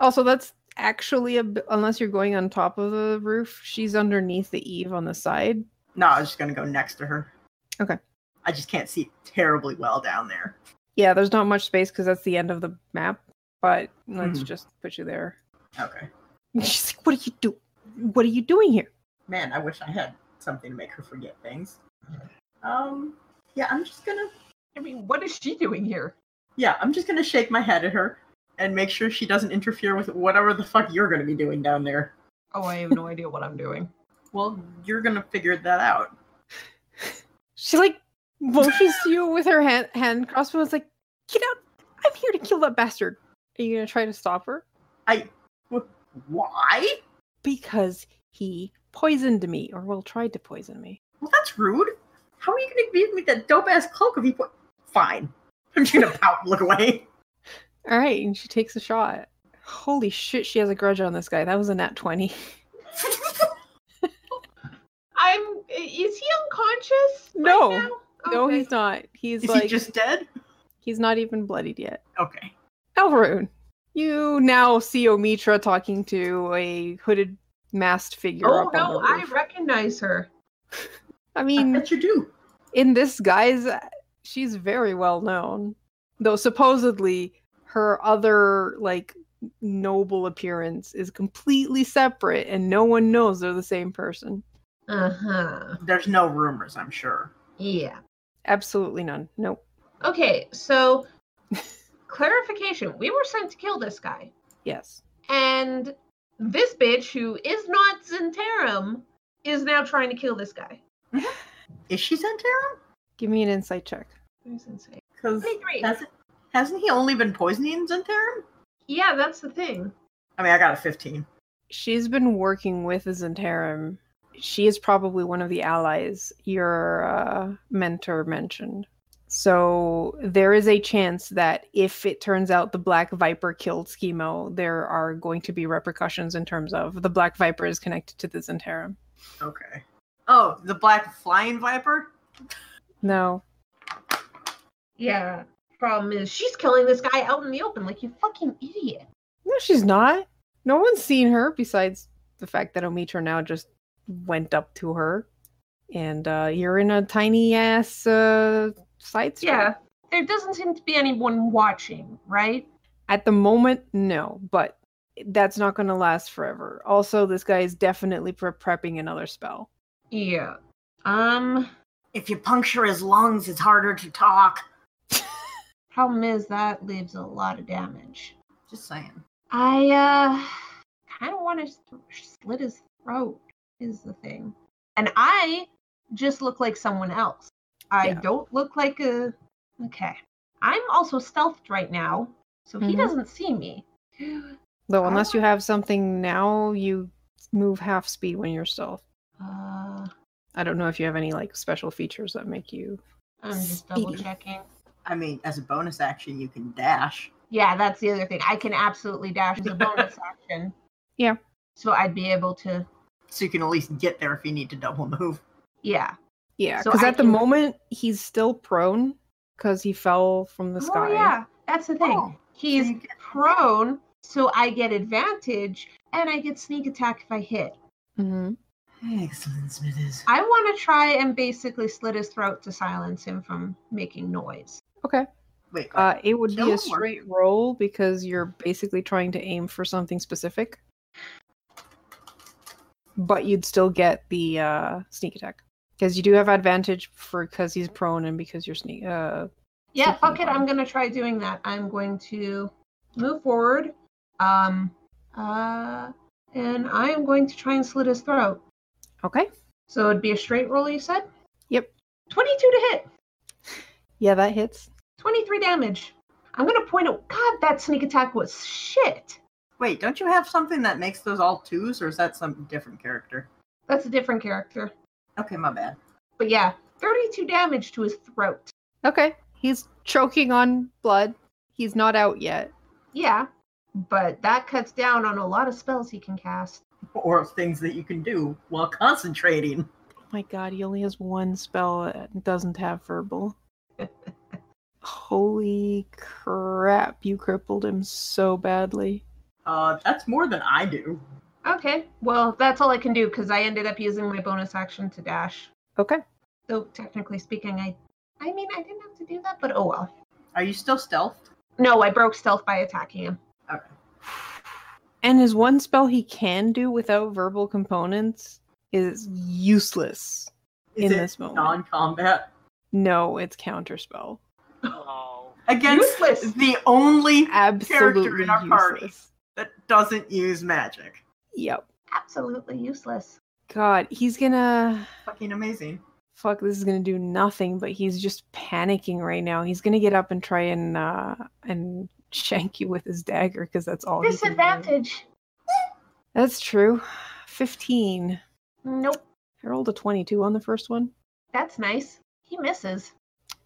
Also, that's actually a b- unless you're going on top of the roof, she's underneath the eave on the side. No, I was just gonna go next to her. Okay. I just can't see terribly well down there. Yeah, there's not much space because that's the end of the map, but let's Mhm. just put you there. Okay. And she's like, "What are you do? What are you doing here?" Man, I wish I had something to make her forget things. Um, yeah, I'm just gonna, I mean, what is she doing here? yeah, I'm just gonna shake my head at her and make sure she doesn't interfere with whatever the fuck you're gonna be doing down there. Oh, I have no idea what I'm doing. Well, you're gonna figure that out. She like motions to you with her hand hand crossbow. It's like, "Get out! I'm here to kill that bastard." Are you gonna try to stop her? I, wh- why? Because he poisoned me, or well, tried to poison me. Well, that's rude. How are you gonna give me that dope ass cloak if you put? Fine, I'm just gonna pout and look away. All right, and she takes a shot. Holy shit, she has a grudge on this guy. That was a nat twenty. I'm. Is he unconscious? right No. now? No, Okay. he's not. He's Is like he just dead? he's not even bloodied yet. Okay. Elrune, you now see Omitra talking to a hooded masked figure Oh up on the no, I roof. recognize her. I I mean, bet you do. in this guise, she's very well known. Though supposedly her other like noble appearance is completely separate and no one knows they're the same person. Uh huh. There's no rumors, I'm sure. Yeah. Absolutely none. Nope. Okay, so clarification: we were sent to kill this guy, Yes. and this bitch, who is not Zentarum, is now trying to kill this guy. Is she Zentera? Give me an insight check. That's insane. Because Twenty-three. hasn't, hasn't he only been poisoning Zentera? Yeah, that's the thing. I mean, I got a 15. she's been working with Zentarim. She is probably one of the allies your uh, mentor mentioned. So there is a chance that if it turns out the Black Viper killed Schemo, there are going to be repercussions in terms of the Black Viper is connected to the Zentarim. Okay. Oh, the black flying viper? No, Yeah. Problem is, she's killing this guy out in the open like you fucking idiot. no, she's not. No one's seen her besides the fact that Omitra now just went up to her, and uh, you're in a tiny ass uh, side street. Yeah. There doesn't seem to be anyone watching, right? At the moment, no, but that's not going to last forever. Also, this guy is definitely pre- prepping another spell. Yeah. Um. If you puncture his lungs, it's harder to talk. Problem is, that leaves a lot of damage. Just saying. I uh kind of want to slit his throat is the thing. And I just look like someone else. I Yeah. don't look like a okay. I'm also stealthed right now, so he Mhm. doesn't see me. Though, I unless you have something now, you move half speed when you're stealth. Uh I don't know if you have any like special features that make you. I'm just double Speedy. checking. I mean, as a bonus action, you can dash. Yeah, that's the other thing. I can absolutely dash as a bonus action. Yeah. So I'd be able to So you can at least get there if you need to double move. yeah. Yeah, So because I at the can- moment he's still prone because he fell from the sky. Oh yeah, that's the thing. Oh, He's you get- prone, so I get advantage and I get sneak attack if I hit. Mhm. Excellent, Smithers. I want to try and basically slit his throat to silence him from making noise. Okay. Wait, Uh, it would Kill be him a or- straight roll Mm. because you're basically trying to aim for something specific. but you'd still get the uh, sneak attack because you do have advantage for because he's prone and because you're sneak. Uh, Yeah, Something fuck it. about I'm it. gonna try doing that. I'm going to move forward, um, uh, and I'm going to try and slit his throat. okay. So it'd be a straight roll, you said. Yep. Twenty-two to hit. Yeah, that hits. Twenty-three damage. I'm gonna point out. God, that sneak attack was shit. Wait, don't you have something that makes those all twos, or is that some different character? That's a different character. Okay, my bad. But yeah, thirty-two damage to his throat. Okay. He's choking on blood. He's not out yet. Yeah, but that cuts down on a lot of spells he can cast. Or things that you can do while concentrating. Oh my god, he only has one spell that doesn't have verbal. Holy crap, you crippled him so badly. Uh, that's more than I do. Okay, well, that's all I can do because I ended up using my bonus action to dash. Okay. So technically speaking, I, I mean, I didn't have to do that, but oh well. Are you still stealthed? No, I broke stealth by attacking him. And his one spell he can do without verbal components is useless Is in it this moment. non-combat? no, it's counterspell. Oh. Against Useless. the only Absolutely in our party. useless. that doesn't use magic. Yep. Absolutely useless. God, he's gonna Fucking amazing. fuck this is gonna do nothing but he's just panicking right now he's gonna get up and try and uh and shank you with his dagger because that's all he can do. Disadvantage. that's true 15 Nope, i rolled a 22 on the first one. that's nice. He misses.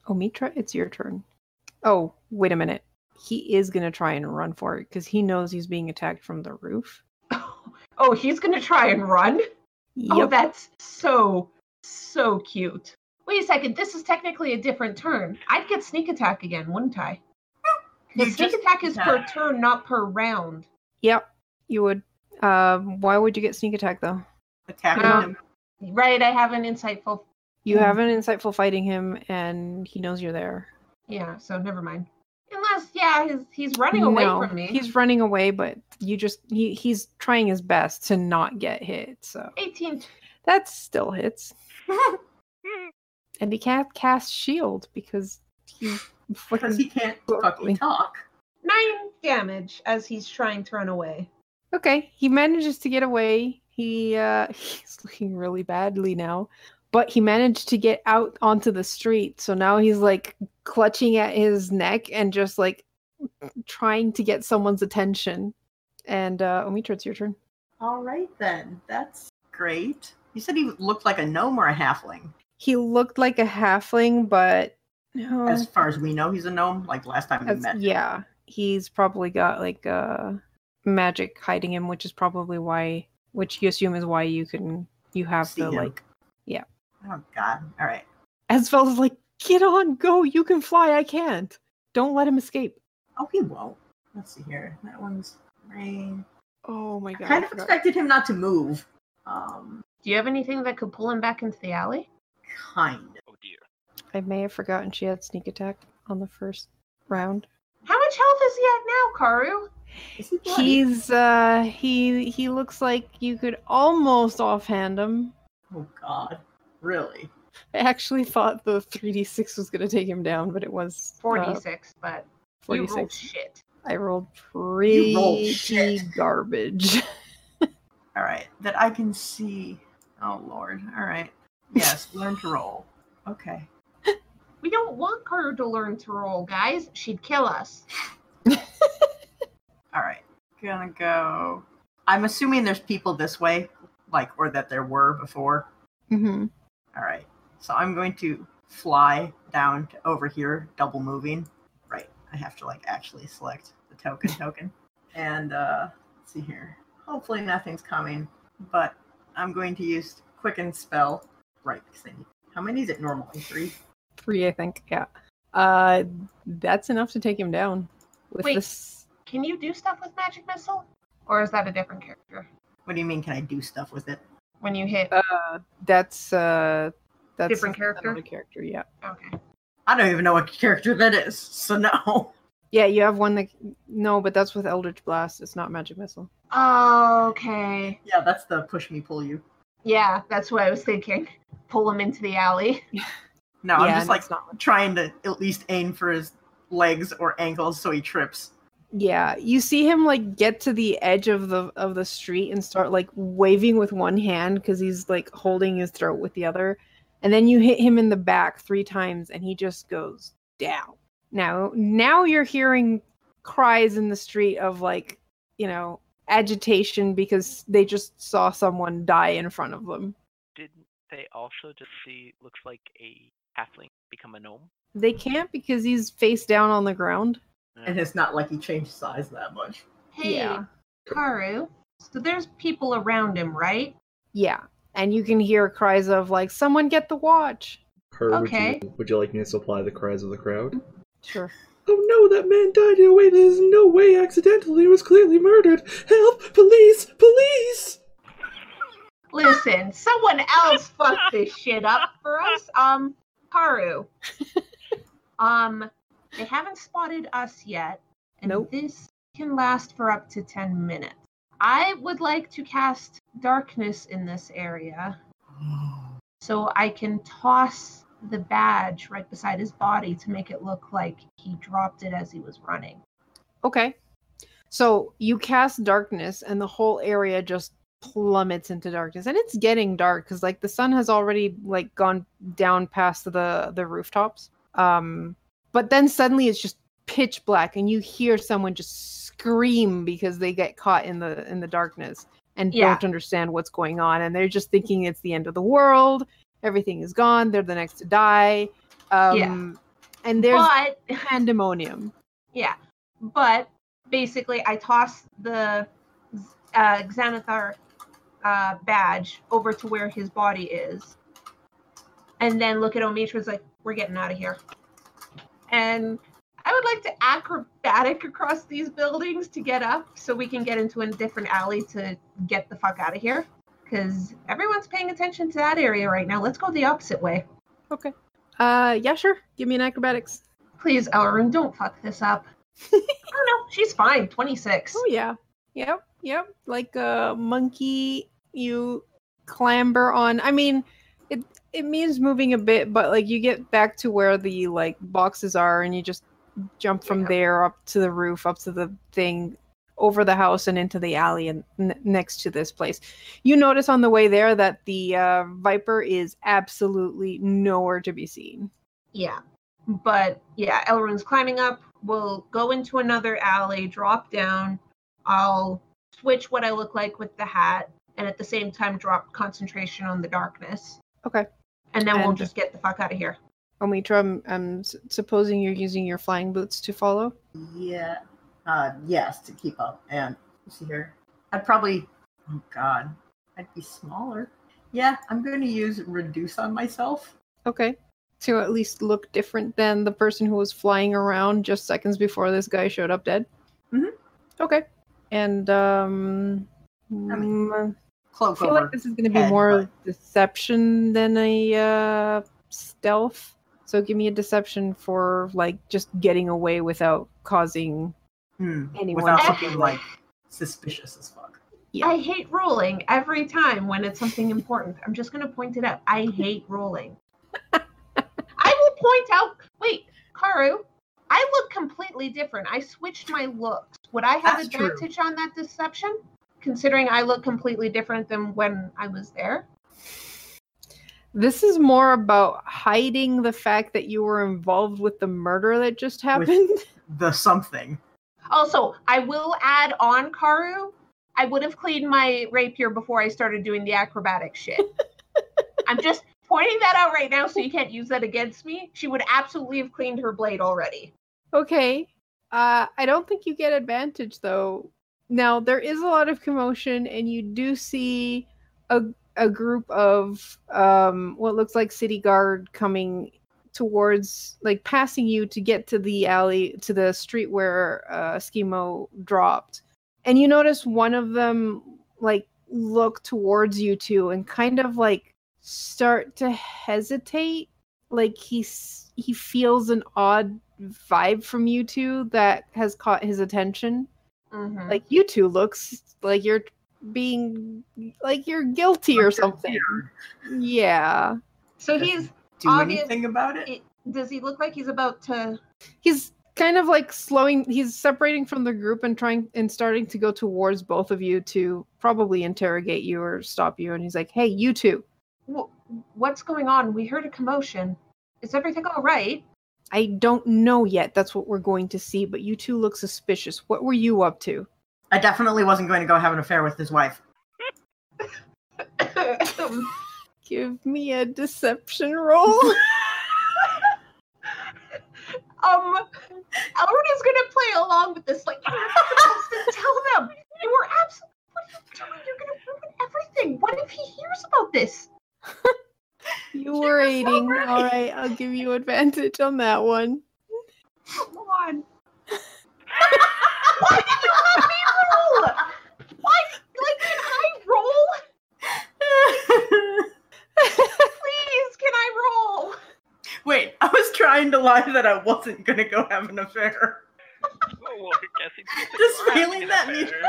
Oh, mitra it's your turn oh wait a minute he is gonna try and run for it because he knows he's being attacked from the roof Oh, he's gonna try and run. Oh, yep that's so so cute. Wait a second. This is technically a different turn. I'd get sneak attack again, wouldn't I? The You sneak just- attack is per turn, not per round. yep you would um why would you get sneak attack though Attacking No. him. Right, I have an insightful. you Mm. have an insightful fighting him and he knows you're there Yeah, so never mind. Unless, yeah, he's he's running away No, from me. He's running away, but you just he he's trying his best to not get hit. So 18. that still hits. and he can't cast shield because he Because he fucking can't fucking talk. Nine damage as he's trying to run away. Okay, he manages to get away. He uh he's looking really badly now. But he managed to get out onto the street. So now he's like clutching at his neck and just like trying to get someone's attention. And uh Omitra, it's your turn. All right then. That's great. You said he looked like a gnome or a halfling. he looked like a halfling, but no, As far as we know, he's a gnome. Like last time we as- met. Uh, yeah, he's probably got like uh, magic hiding him, which is probably why, which you assume is why you can you have See the him. like. yeah. Oh God. All right. Asvel is like, get on, go, you can fly, I can't. Don't let him escape. Oh, he won't. Let's see here. That one's rain. Oh my god! I kind of forgot. expected him not to move. Um, Do you have anything that could pull him back into the alley? kind of. Oh dear. I may have forgotten she had sneak attack on the first round. How much health is he at now, Karu? Is he bloody? He's uh he he looks like you could almost offhand him. Oh God. Really? I actually thought the 3d6 was going to take him down, but it was uh, 46, but you rolled 46. shit. I rolled pretty You rolled shit. garbage. All right. That I can see. Oh Lord. All right. Yes. learn to roll. Okay. We don't want Karu to learn to roll, guys. She'd kill us. All right. Gonna go. I'm assuming there's people this way, like, or that there were before. Mhm. All right. So I'm going to fly down to over here, double moving. Right. I have to, like, actually select the token token. And, uh, let's see here. Hopefully nothing's coming, but I'm going to use Quicken Spell. Right. 'cause I need- How many is it normally? Three? Three, I think. Yeah. Uh, that's enough to take him down. With Wait. this, Can you do stuff with magic missile? Or is that a different character? What do you mean? Can I do stuff with it? When you hit. uh, that's uh, that's Different character? Another character, yeah. Okay. I don't even know what character that is. So, no. Yeah, you have one that no, but that's with Eldritch Blast. It's not Magic Missile. Okay. Yeah, that's the push me, pull you. Yeah, that's what I was thinking. Pull him into the alley. No, I'm just like that's not trying to at least aim for his legs or ankles so he trips. Yeah, you see him like get to the edge of the of the street and start like waving with one hand because he's like holding his throat with the other, and then you hit him in the back three times and he just goes down. Now, now you're hearing cries in the street of like you know agitation because they just saw someone die in front of them. Didn't they also just see looks like a halfling become a gnome? They can't because he's face down on the ground. And it's not like he changed size that much. Hey, Yeah. Karu. So there's people around him, right? Yeah, and you can hear cries of like someone get the watch. Her, Okay. would, you, would you like me to supply the cries of the crowd? Sure. Oh no, that man died in a way that is in no way accidental. He was clearly murdered. Help! Police! Police! Listen, someone else fucked this shit up for us. Um, Karu. um, they haven't spotted us yet, and Nope. this can last for up to 10 minutes. I would like to cast darkness in this area so I can toss the badge right beside his body to make it look like he dropped it as he was running. Okay. So you cast darkness, and the whole area just plummets into darkness, and it's getting dark because like the sun has already like gone down past the the rooftops. Um, but then suddenly it's just pitch black, and you hear someone just scream because they get caught in the in the darkness and Yeah. don't understand what's going on, and they're just thinking it's the end of the world. Everything is gone. They're the next to die. Um, And there's but pandemonium. Yeah, but basically, I toss the uh, Xanathar uh, badge over to where his body is, and then look at Omitra's like, "We're getting out of here." And I would like to acrobatic across these buildings to get up, so we can get into a different alley to get the fuck out of here. Because everyone's paying attention to that area right now. Let's go the opposite way, Uh, yeah, sure. Give me an acrobatics. please, Elrond. Don't fuck this up. oh no, she's fine. Twenty six. Oh yeah. Yep, yep. Like a monkey, you clamber on. I mean, it it means moving a bit, but like you get back to where the like boxes are and you just jump from Yeah. there up to the roof, up to the thing over the house and into the alley and n- next to this place. You notice on the way there that the uh, viper is absolutely nowhere to be seen. Yeah. But yeah, Elrond's climbing up. We'll go into another alley, drop down. I'll switch what I look like with the hat and at the same time drop concentration on the darkness. Okay. And then we'll And- just get the fuck out of here. Omitra, I'm, I'm s- supposing you're using your flying boots to follow. Yeah. Uh, yes, to keep up. And you see here, I'd probably. Oh God, I'd be smaller. Yeah, I'm going to use reduce on myself. Okay. To at least look different than the person who was flying around just seconds before this guy showed up dead. Mhm. Okay. And um, mean, mm, I Cloak feel over. like this is going to be head, more but- deception than a uh, stealth. So give me a deception for like just getting away without causing Hmm, anyone. Without to- looking like suspicious as fuck. Yeah. I hate rolling every time when it's something important. I'm just gonna point it out. I hate rolling. I will point out wait, Karu, I look completely different. I switched my looks. Would I have That's true. advantage on that deception? Considering I look completely different than when I was there. This is more about hiding the fact that you were involved with the murder that just happened. The something. Also, I will add on Karu. I would have cleaned my rapier before I started doing the acrobatic shit. I'm just pointing that out right now so you can't use that against me. She would absolutely have cleaned her blade already. Okay. Uh, I don't think you get advantage though. Now there is a lot of commotion, and you do see a a group of um, what looks like city guard coming towards, like passing you to get to the alley to the street where uh, Schemo dropped, and you notice one of them like look towards you two and kind of like start to hesitate, like he's he feels an odd vibe from you two that has caught his attention Mhm. Like you two looks like you're being like you're guilty or something. Yeah. so he's Do Obvious- anything about it? it- does he look like he's about to He's kind of like slowing he's separating from the group and trying and starting to go towards both of you to probably interrogate you or stop you and he's like, "Hey, you two. wh- what's going on? We heard a commotion. Is everything all right? I don't know yet. That's what we're going to see, but you two look suspicious. What were you up to?" I definitely wasn't going to go have an affair with his wife. Give me a deception roll. Um, Elrond is gonna play along with this. Like, you're not supposed to tell them. You were absolutely. What are you doing? You're gonna ruin everything. What if he hears about this? You were was so aiding. right. All right, I'll give you advantage on that one. Come on. Why did you let me roll? Why? Like, can I roll? Please, can I roll? Wait, I was trying to lie that I wasn't going to go have an affair. Whoa, whoa, you're guessing things that Just you aren't failing gonna that means- bear.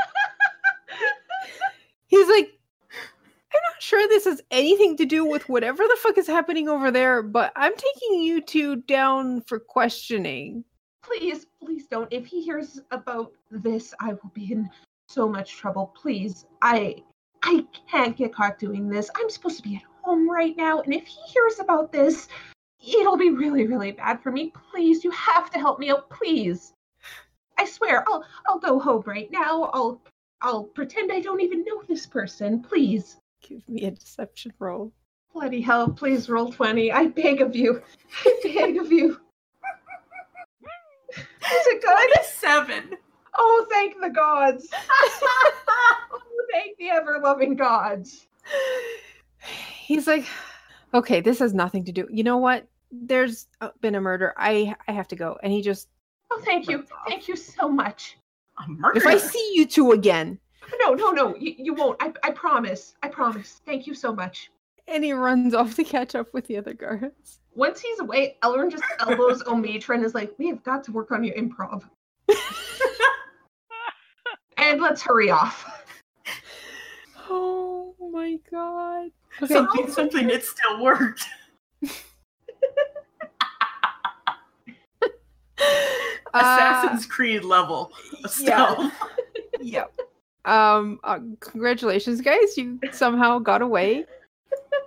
He's like, I'm not sure this has anything to do with whatever the fuck is happening over there, but I'm taking you two down for questioning. Please, please don't. If he hears about this, I will be in so much trouble. Please, I, I can't get caught doing this. I'm supposed to be at home right now, and if he hears about this, it'll be really, really bad for me. Please, you have to help me out. Please, I swear, I'll, I'll go home right now. I'll, I'll pretend I don't even know this person. Please, Give me a deception roll. bloody hell, please roll twenty. I beg of you. I beg of you. Is it good? Seven. Oh, thank the gods. oh, thank the ever loving gods. He's like, okay, this has nothing to do. You know what? There's uh, been a murder. I I have to go. And he just, Oh, thank you. Thank you so much. A murder. if I see you two again, No, no, no. You, you won't. I, I promise. I promise. Thank you so much. and he runs off to catch up with the other guards. Once he's away, Elrond just elbows Omitra and is like, We have got to work on your improv. and let's hurry off. Oh my god. Okay, So I did something, it still worked. Assassin's Creed level. Uh, of yeah. stealth. yep. Um, uh, congratulations, guys! You somehow got away,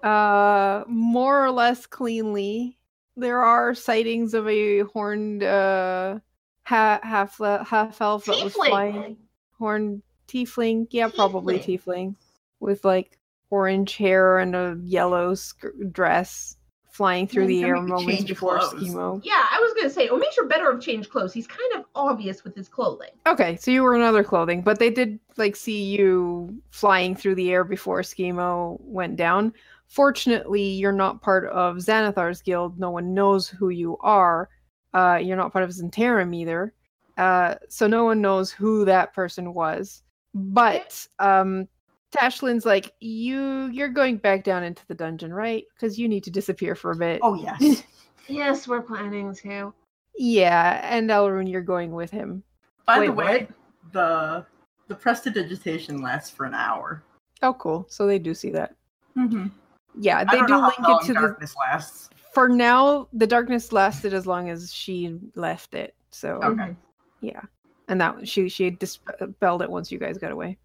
uh, more or less cleanly. There are sightings of a horned uh, ha- half uh, half elf that was Tiefling. flying horned tiefling. Yeah, probably tiefling with like orange hair and a yellow sk- dress flying through Yeah, the you air can make a moments change of before clothes. schemo. Yeah, I was going to say, Omitra better have changed clothes. He's kind of obvious with his clothing. Okay, so you were in other clothing, but they did like see you flying through the air before Schemo went down. Fortunately, you're not part of Xanathar's guild. No one knows who you are. Uh, you're not part of Zentarum either. Uh, so no one knows who that person was. But um, Tashlin's like, you you're going back down into the dungeon, right? Because you need to disappear for a bit. Oh, yes. Yes, we're planning to. Yeah, and Elrune, you're going with him. By Wait, the way, the the prestidigitation lasts for an hour. Oh, cool. So they do see that. Mm-hmm. Yeah, I they don't do know link how long it to the darkness lasts. for now the darkness lasted as long as she left it so Oh. Okay. Mm-hmm. and that she she dispelled it once you guys got away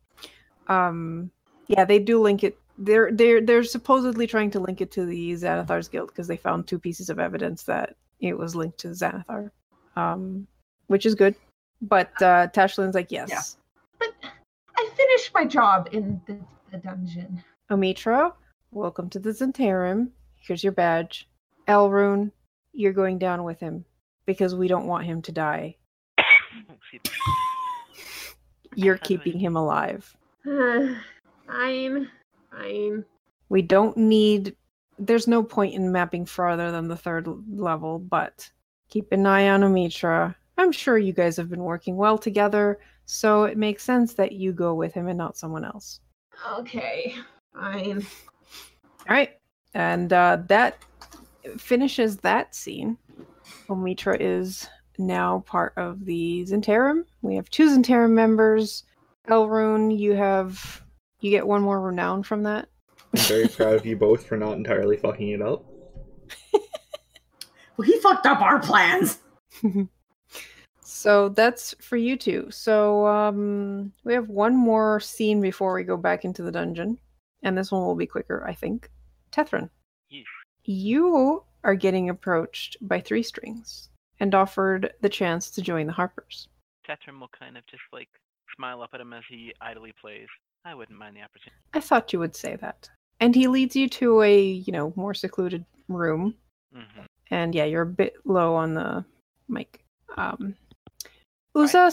um yeah they do link it they're they're they're supposedly trying to link it to the xanathar's guild because they found two pieces of evidence that it was linked to xanathar um which is good but uh tashlin's like yes But I finished my job in the, the dungeon. omitra welcome to the zentarim here's your badge elrune you're going down with him because we don't want him to die Excuse me. you're Definitely. keeping him alive. fine, fine. We don't need there's no point in mapping farther than the third l- level, but keep an eye on Omitra. I'm sure you guys have been working well together, so it makes sense that you go with him and not someone else. Okay, fine. All right. And uh, that finishes that scene. Omitra is now part of the Zentarum. We have two Zentarum members. Elrune, you have you get one more renown from that. I'm very proud of you both for not entirely fucking it up. Well, he fucked up our plans. so that's for you two. So um, we have one more scene before we go back into the dungeon, and this one will be quicker, I think. Tethrin, Yeesh. you are getting approached by three strings and offered the chance to join the Harpers. Tetram will kind of just like smile up at him as he idly plays. I wouldn't mind the opportunity. I thought you would say that. And he leads you to a you know more secluded room hmm and yeah, you're a bit low on the mic. Um, Uza,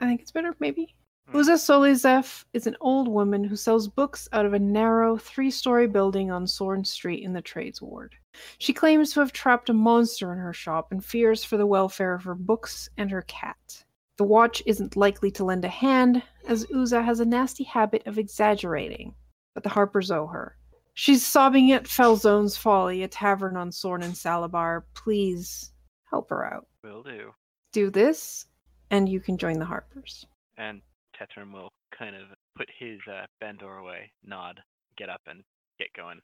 I think it's better, maybe. Hmm. Uza Solizef is an old woman who sells books out of a narrow three story building on Sorn Street in the Trades Ward. She claims to have trapped a monster in her shop and fears for the welfare of her books and her cat. The watch isn't likely to lend a hand, as Uza has a nasty habit of exaggerating, but the Harpers owe her. She's sobbing at Felzone's Folly, a tavern on Sorn and Salabar. Please help her out. Will do. Do this, and you can join the Harpers. And Tetram will kind of put his uh, bandor away, nod, get up, and get going.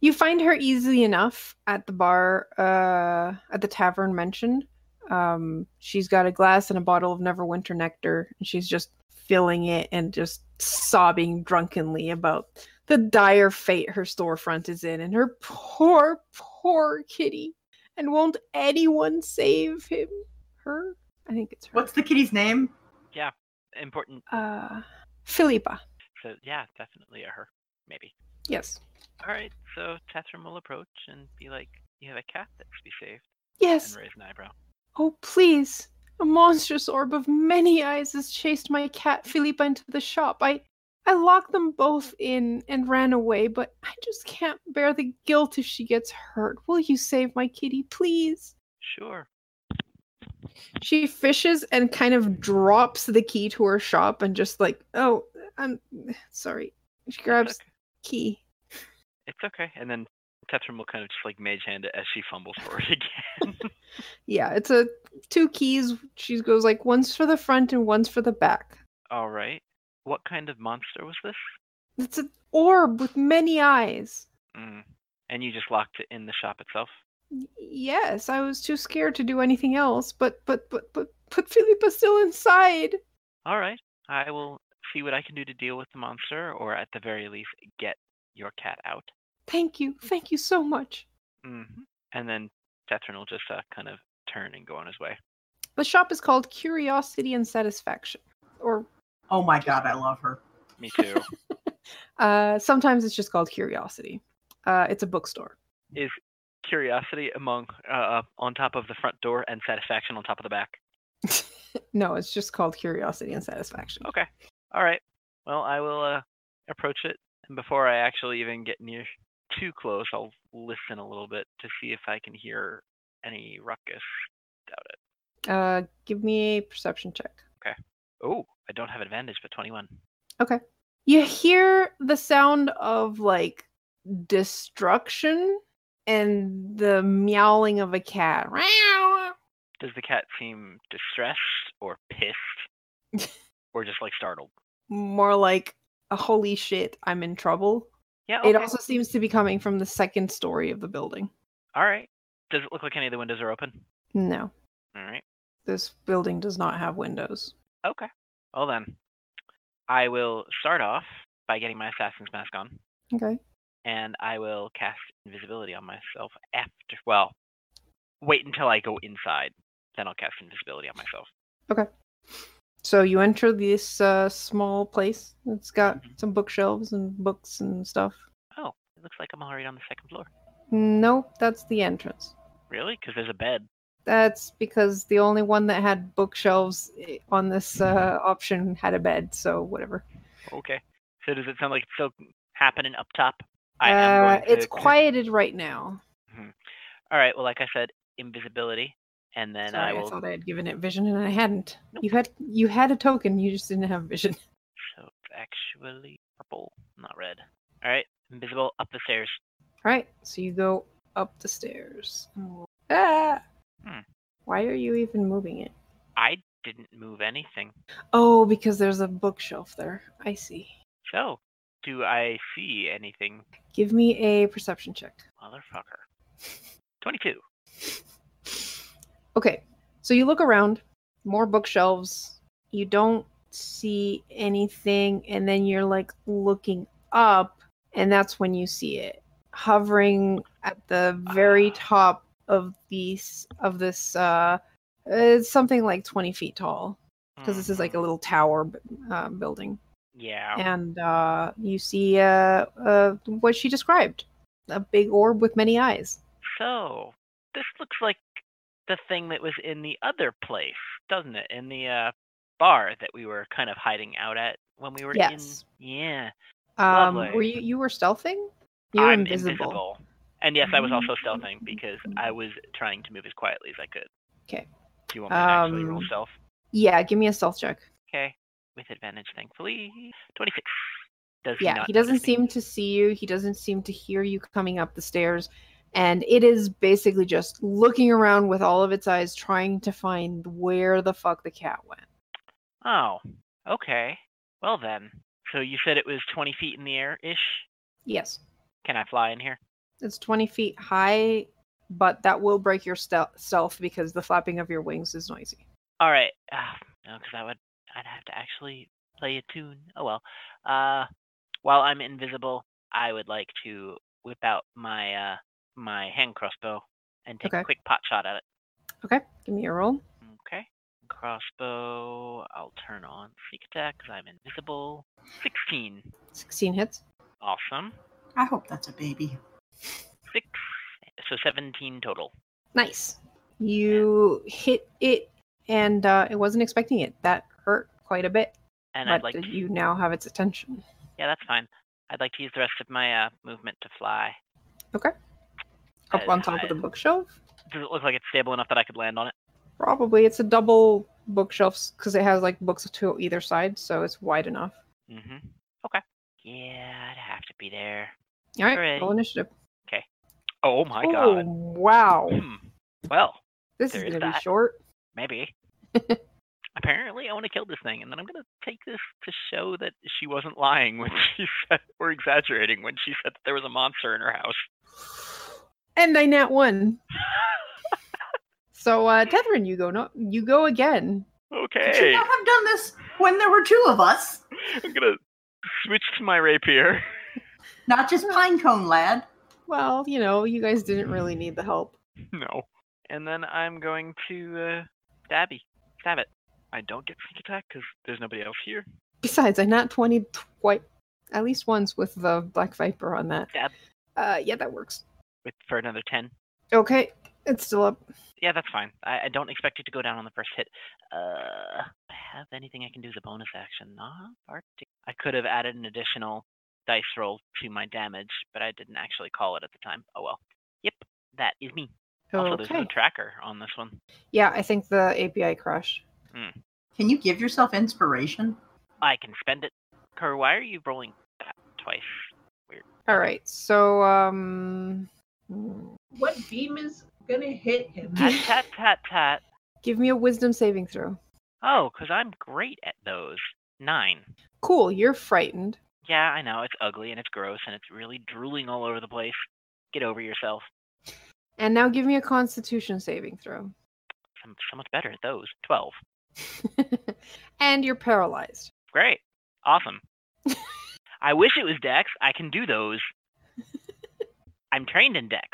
You find her easily enough at the bar, uh, at the tavern mentioned. Um, she's got a glass and a bottle of Neverwinter nectar, and she's just filling it and just sobbing drunkenly about the dire fate her storefront is in and her poor, poor kitty. And won't anyone save him? Her? I think it's her. What's the kitty's name? Important. uh Philippa. So yeah, definitely a her, maybe. Yes. All right. So Tetram will approach and be like, "You have a cat that should be saved," Yes. and raise an eyebrow. Oh please. A monstrous orb of many eyes has chased my cat Philippa into the shop. I I locked them both in and ran away, but I just can't bear the guilt if she gets hurt. Will you save my kitty, please? Sure. She fishes and kind of drops the key to her shop and just like, "Oh, I'm sorry." She grabs It's okay. key. It's okay. And then Tetram will kind of just like mage hand it as she fumbles for it again. Yeah, it's a two keys. She goes like one's for the front and one's for the back. All right. What kind of monster was this? It's an orb with many eyes. Mm. And you just locked it in the shop itself. Y- Yes, I was too scared to do anything else, but but but but but Philippa's still inside. All right. I will see what I can do to deal with the monster, or at the very least, get your cat out. Thank you, thank you so much. hmm And then Tetran will just uh, kind of turn and go on his way. The shop is called Curiosity and Satisfaction, or Oh my god, I love her. Me too. uh, sometimes it's just called Curiosity. Uh, it's a bookstore. Is curiosity among uh, uh, on top of the front door and satisfaction on top of the back? No, it's just called Curiosity and Satisfaction. Okay. All right. Well, I will uh, approach it, and before I actually even get near too close, I'll listen a little bit to see if I can hear any ruckus. Doubt it. Uh, give me a perception check. Oh, I don't have advantage, but 21. you hear the sound of like destruction and the meowling of a cat. Does the cat seem distressed or pissed, or just like startled? More like a holy shit, I'm in trouble. Yeah. It Okay. also seems to be coming from the second story of the building. All right. Does it look like any of the windows are open? No, All right. this building does not have windows. Okay. Well then, I will start off by getting my assassin's mask on. Okay. and I will cast invisibility on myself after. Well, wait until I go inside, then I'll cast invisibility on myself. So you enter this uh, small place. It's got Mhm. some bookshelves and books and stuff. Oh, it looks like I'm already on the second floor. Nope, that's the entrance. Really? Because there's a bed. That's because the only one that had bookshelves eh, on this uh, option had a bed, so whatever. Okay. So does it sound like it's still happening up top? uh, going to it's con- quieted right now. All right. Well, like I said, invisibility, and then Sorry, I I, will. thought I had given it vision, and I hadn't. Nope. You had you had a token, you just didn't have vision. So it's actually purple, not red. All right. Invisible up the stairs. All right, so you go up the stairs. Ah! Hmm. Why are you even moving it? I didn't move anything. Oh, because there's a bookshelf there. I see. So, do I see anything? Give me a perception check. Motherfucker. 22. Okay, so you look around, more bookshelves. You don't see anything, and then you're like looking up, and that's when you see it hovering at the very Ah. top of these of this. Uh, it's something like 20 feet tall because this is like a Mhm. little tower b- uh, building, Yeah. and uh, you see uh, uh, what she described: a big orb with many eyes. So, this looks like the thing that was in the other place, doesn't it? In the uh, bar that we were kind of hiding out at when we were Yes. in. Yeah. Um, Lovely. were you you were stealthing? You were I'm invisible. Mm-hmm. And yes, I was also stealthing because I was trying to move as quietly as I could. 'Kay. Do you want me to actually roll Um, stealth? Yeah, give me a stealth check. Okay. With advantage, thankfully. 26. Does he Yeah, not he doesn't notice me? seem to see you. He doesn't seem to hear you coming up the stairs, and it is basically just looking around with all of its eyes, trying to find where the fuck the cat went. Oh, okay. Well then. So you said it was 20 feet in the air ish? Yes, Can I fly in here? it's twenty feet high, but that will break your stealth, stealth because the flapping of your wings is noisy. All right. Ah, no, because I would. I'd have to actually play a tune. Oh well. Uh, while I'm invisible, I would like to whip out my uh my hand crossbow and take Okay. a quick pot shot at it. Okay, give me a roll. Okay. Crossbow. I'll turn on sneak attack because I'm invisible. Sixteen. Sixteen hits. Awesome. I hope that's a baby. Six. So seventeen total. Nice. You hit it, and uh, it wasn't expecting it. That hurt quite a bit. And I'd but like. To, you now have its attention. yeah, that's fine. I'd like to use the rest of my uh movement to fly. Okay. That Up is on top high. of the bookshelf. Does it look like it's stable enough that I could land on it? Probably it's a double bookshelf because it has like books to either side, so it's wide enough. Mm-hmm. Okay. Yeah, I'd have to be there. All right, Alrighty. roll initiative. Oh my oh god. wow, Hmm. Well, this is There is gonna be that. short. maybe. Apparently, I want to kill this thing, and then I'm gonna take this to show that she wasn't lying when she said, or exaggerating when she said that there was a monster in her house. And I nat one. So uh Tethrin, you go no, you go again. Should Should Okay, not have done this when there were two of us. I'm gonna switch to my rapier. Not just pinecone lad. Well, you know, you guys didn't really need the help. No. And then I'm going to uh, stabby, stab it. I don't get sneak attack because there's nobody else here. Besides, I nat twenty twice, at least once with the black viper on that. Yep. Uh, yeah, that works. With for another ten. Okay, it's still up. Yeah, that's fine. I, I don't expect it to go down on the first hit. Uh, I have anything I can do as a bonus action? Not partic- I could have added an additional dice roll to my damage, but I didn't actually call it at the time. Oh well. Yep, that is me. Also, there's no Okay. tracker on this one. Yeah, I think the API crashed. Can you give yourself inspiration? I can spend it. Kerr, why are you rolling that twice? All right. So um mm, What beam is gonna hit him? Tat, tat, tat, tat. give me a wisdom saving throw. Oh, 'cause I'm great at those. Nine. Cool, you're frightened. Yeah, I know. It's ugly and it's gross and it's really drooling all over the place. Get over yourself. And now give me a constitution saving throw. I'm so much better at those. Twelve. and you're paralyzed. Great. Awesome. I wish it was Dex. I can do those. I'm trained in Dex.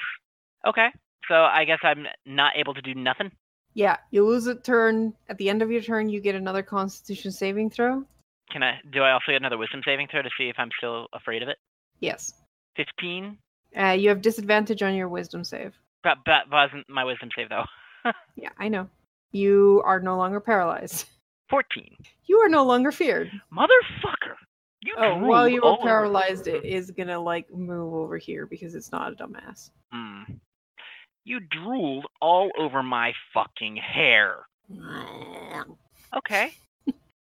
Okay. So I guess I'm not able to do nothing. Yeah, you lose a turn. At the end of your turn, you get another constitution saving throw. Can I do I also get another wisdom saving throw to see if I'm still afraid of it? Yes. Fifteen? Uh, you have disadvantage on your wisdom save. But that wasn't my wisdom save though. Yeah, I know. You are no longer paralyzed. Fourteen. You are no longer feared. Motherfucker. You Oh, drooled while you all were over- paralyzed, it is gonna like move over here because it's not a dumbass. Hmm. You drooled all over my fucking hair. Okay.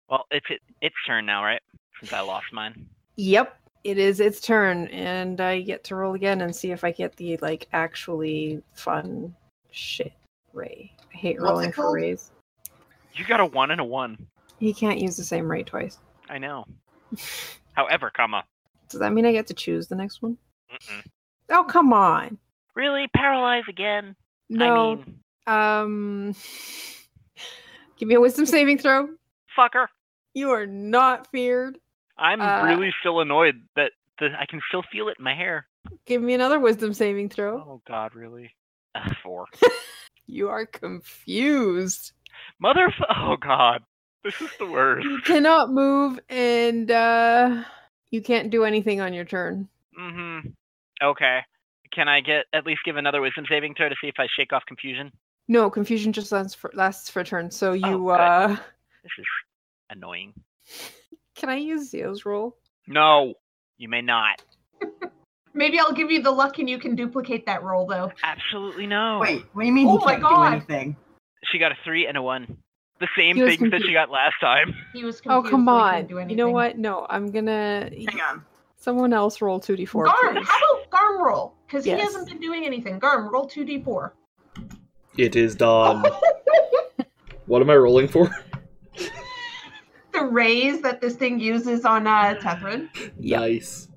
well, it's it, its turn now, right? Since I lost mine. Yep, it is its turn, and I get to roll again and see if I get the like actually fun shit ray. I hate What's it rolling for called? rays. You got a one and a one. He can't use the same ray twice. I know. However, comma. Does that mean I get to choose the next one? Mm-mm. Oh come on. Really? Paralyze again? No. I mean, Um Give me a wisdom saving throw. fucker. You are not feared. I'm Uh, really still annoyed that the, I can still feel it in my hair. Give me another wisdom saving throw. Oh, God, really? Ugh, four. You are confused. Motherf. Oh, God. This is the worst. You cannot move and uh you can't do anything on your turn. Mm hmm. Okay. Can I get at least give another wisdom saving throw to see if I shake off confusion? No, confusion just lasts for, lasts for turn. So you good. uh This is annoying. can I use Zeo's roll? No, you may not. Maybe I'll give you the luck and you can duplicate that roll though. Absolutely no. Wait, what do you mean Oh he my can't God. do anything? She got a three and a one. The same He was things that she confused. got last time. He was Oh confused. come so he on. couldn't do you know anything. what? No, I'm gonna Hang on. someone else roll two D four. Garm, how about Garm roll? Because Yes. he hasn't been doing anything. Garm, roll 2d4. It is Um. done. what am I rolling for? the rays that this thing uses on uh, Tethrin. Yep. Nice.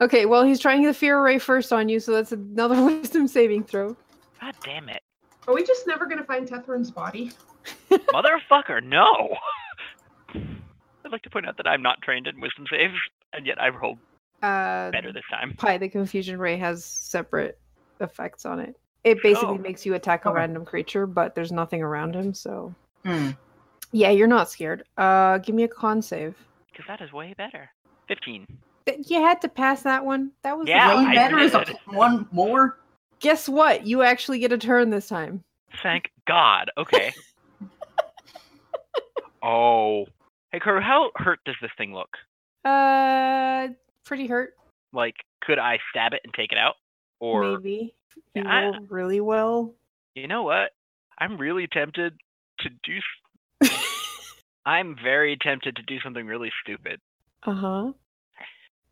Okay, well he's trying the fear ray first on you, so that's another wisdom saving throw. God damn it. Are we just never going to find Tethrin's body? Motherfucker, no! I'd like to point out that I'm not trained in wisdom saves, and yet I rolled Uh better this time. Pi, the confusion ray has separate effects on it. It basically Oh. makes you attack a Okay. random creature, but there's nothing around him, so Hmm. yeah, you're not scared. Uh give me a con save. Because that is way better. 15. Th- You had to pass that one. That was the Yeah, one- Way I better is a did. one more. Guess what? You actually get a turn this time. Thank God. Okay. oh. Hey, Karu, how hurt does this thing look? Uh, pretty hurt. Like, could I stab it and take it out? Or, maybe if you Yeah, I- roll really well. you know what? I'm really tempted to do. I'm very tempted to do something really stupid. Uh huh.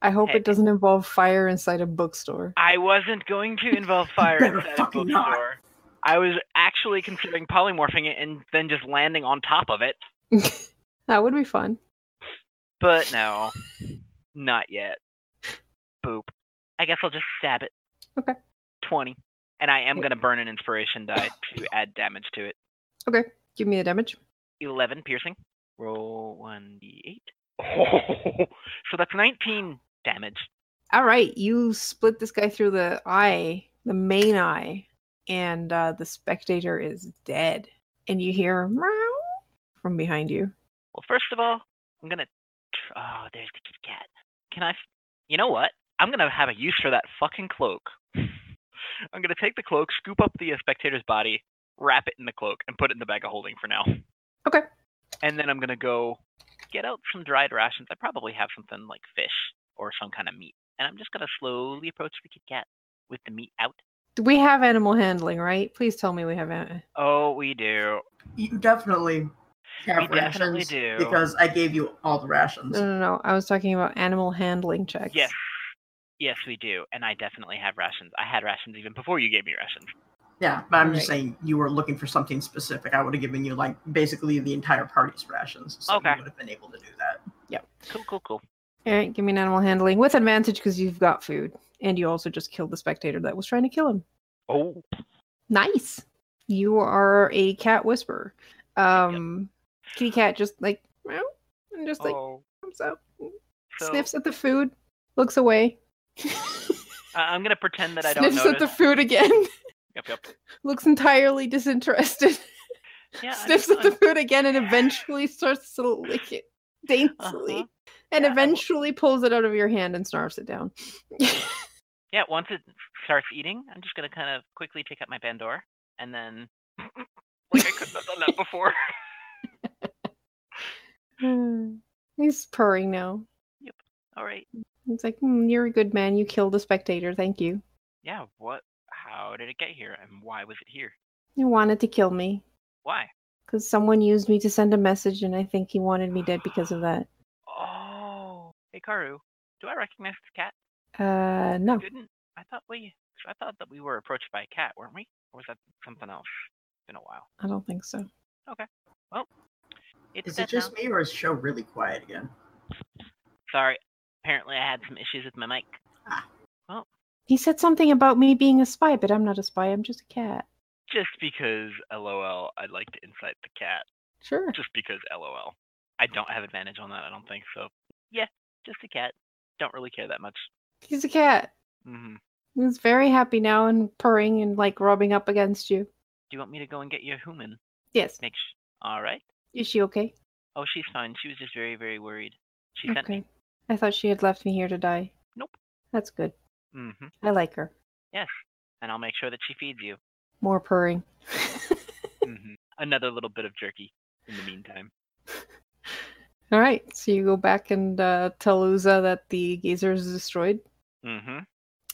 I hope Hey. it doesn't involve fire inside a bookstore. I wasn't going to involve fire Better inside a fucking not. bookstore. I was actually considering polymorphing it and then just landing on top of it, That would be fun. but no, not yet. Boop. I guess I'll just stab it. Okay. Twenty, and I am Yeah. gonna burn an inspiration die to add damage to it. Okay, give me a damage. Eleven piercing. Roll one d eight. Oh, so that's nineteen damage. All right, you split this guy through the eye, the main eye, and uh, the spectator is dead. And you hear meow from behind you. Well, first of all, I'm gonna. Tr- oh, there's the kitty cat. Can I? F- you know what? I'm gonna have a use for that fucking cloak. I'm gonna take the cloak, scoop up the uh, spectator's body, wrap it in the cloak, and put it in the bag of holding for now. Okay. And then I'm gonna go get out some dried rations. I probably have something like fish or some kind of meat, and I'm just gonna slowly approach the kitty cat with the meat out. Do we have animal handling, right? Please tell me we have. An- Oh, we do. You definitely have We definitely rations do. because I gave you all the rations. no, no, no. I was talking about animal handling checks. Yes. Yes, we do. And I definitely have rations. I had rations even before you gave me rations. Yeah, but I'm just Right. saying you were looking for something specific. I would have given you like basically the entire party's rations, so Okay. you would have been able to do that. Cool, cool, cool. All right, give me an animal handling with advantage because you've got food, and you also just killed the spectator that was trying to kill him. Oh, Nice. You are a cat whisperer. Um, kitty cat just like meow, and just like oh. comes out, So, sniffs at the food, looks away, I- I'm gonna pretend that I don't sniffs notice. at the food again, Yep, yep. looks entirely disinterested, Yeah, I'm sniffs just- at the I'm- food again, and eventually starts to lick it daintily, Uh-huh. and Yeah, I will- eventually pulls it out of your hand and snarfs it down. Yeah, once it starts eating, I'm just gonna kind of quickly pick up my bandor and then, like I couldn't have done that before. He's purring now. All right. It's like, "Hmm, you're a good man. You killed a spectator. Thank you. Yeah. What? How did it get here? And why was it here? You wanted to kill me Why? because someone used me to send a message, and I think he wanted me dead because of that. Oh. Hey, Karu. Do I recognize this cat? Uh, no. Didn't I thought we? 'cause I thought that we were approached by a cat, weren't we? Or was that something else? been a while. I don't think so. It's Is dead it just now. me or is show really quiet again? Sorry. Apparently, I had some issues with my mic. He said something about me being a spy, but I'm not a spy. I'm just a cat. Just because, lol, I'd like to incite the cat. Sure. Just because, lol. I don't have advantage on that, I don't think. So, yeah, just a cat. Don't really care that much. He's a cat. hmm He's very happy now and purring and like rubbing up against you. Do you want me to go and get your human? Yes. Make sh- All right. Is she okay? Oh, she's fine. She was just very, very worried. She sent me. okay. I thought she had left me here to die. Nope. That's good. hmm I like her. And I'll make sure that she feeds you. More purring. hmm Another little bit of jerky in the meantime. All right. So you go back and uh, tell Uza that the geyser is destroyed. hmm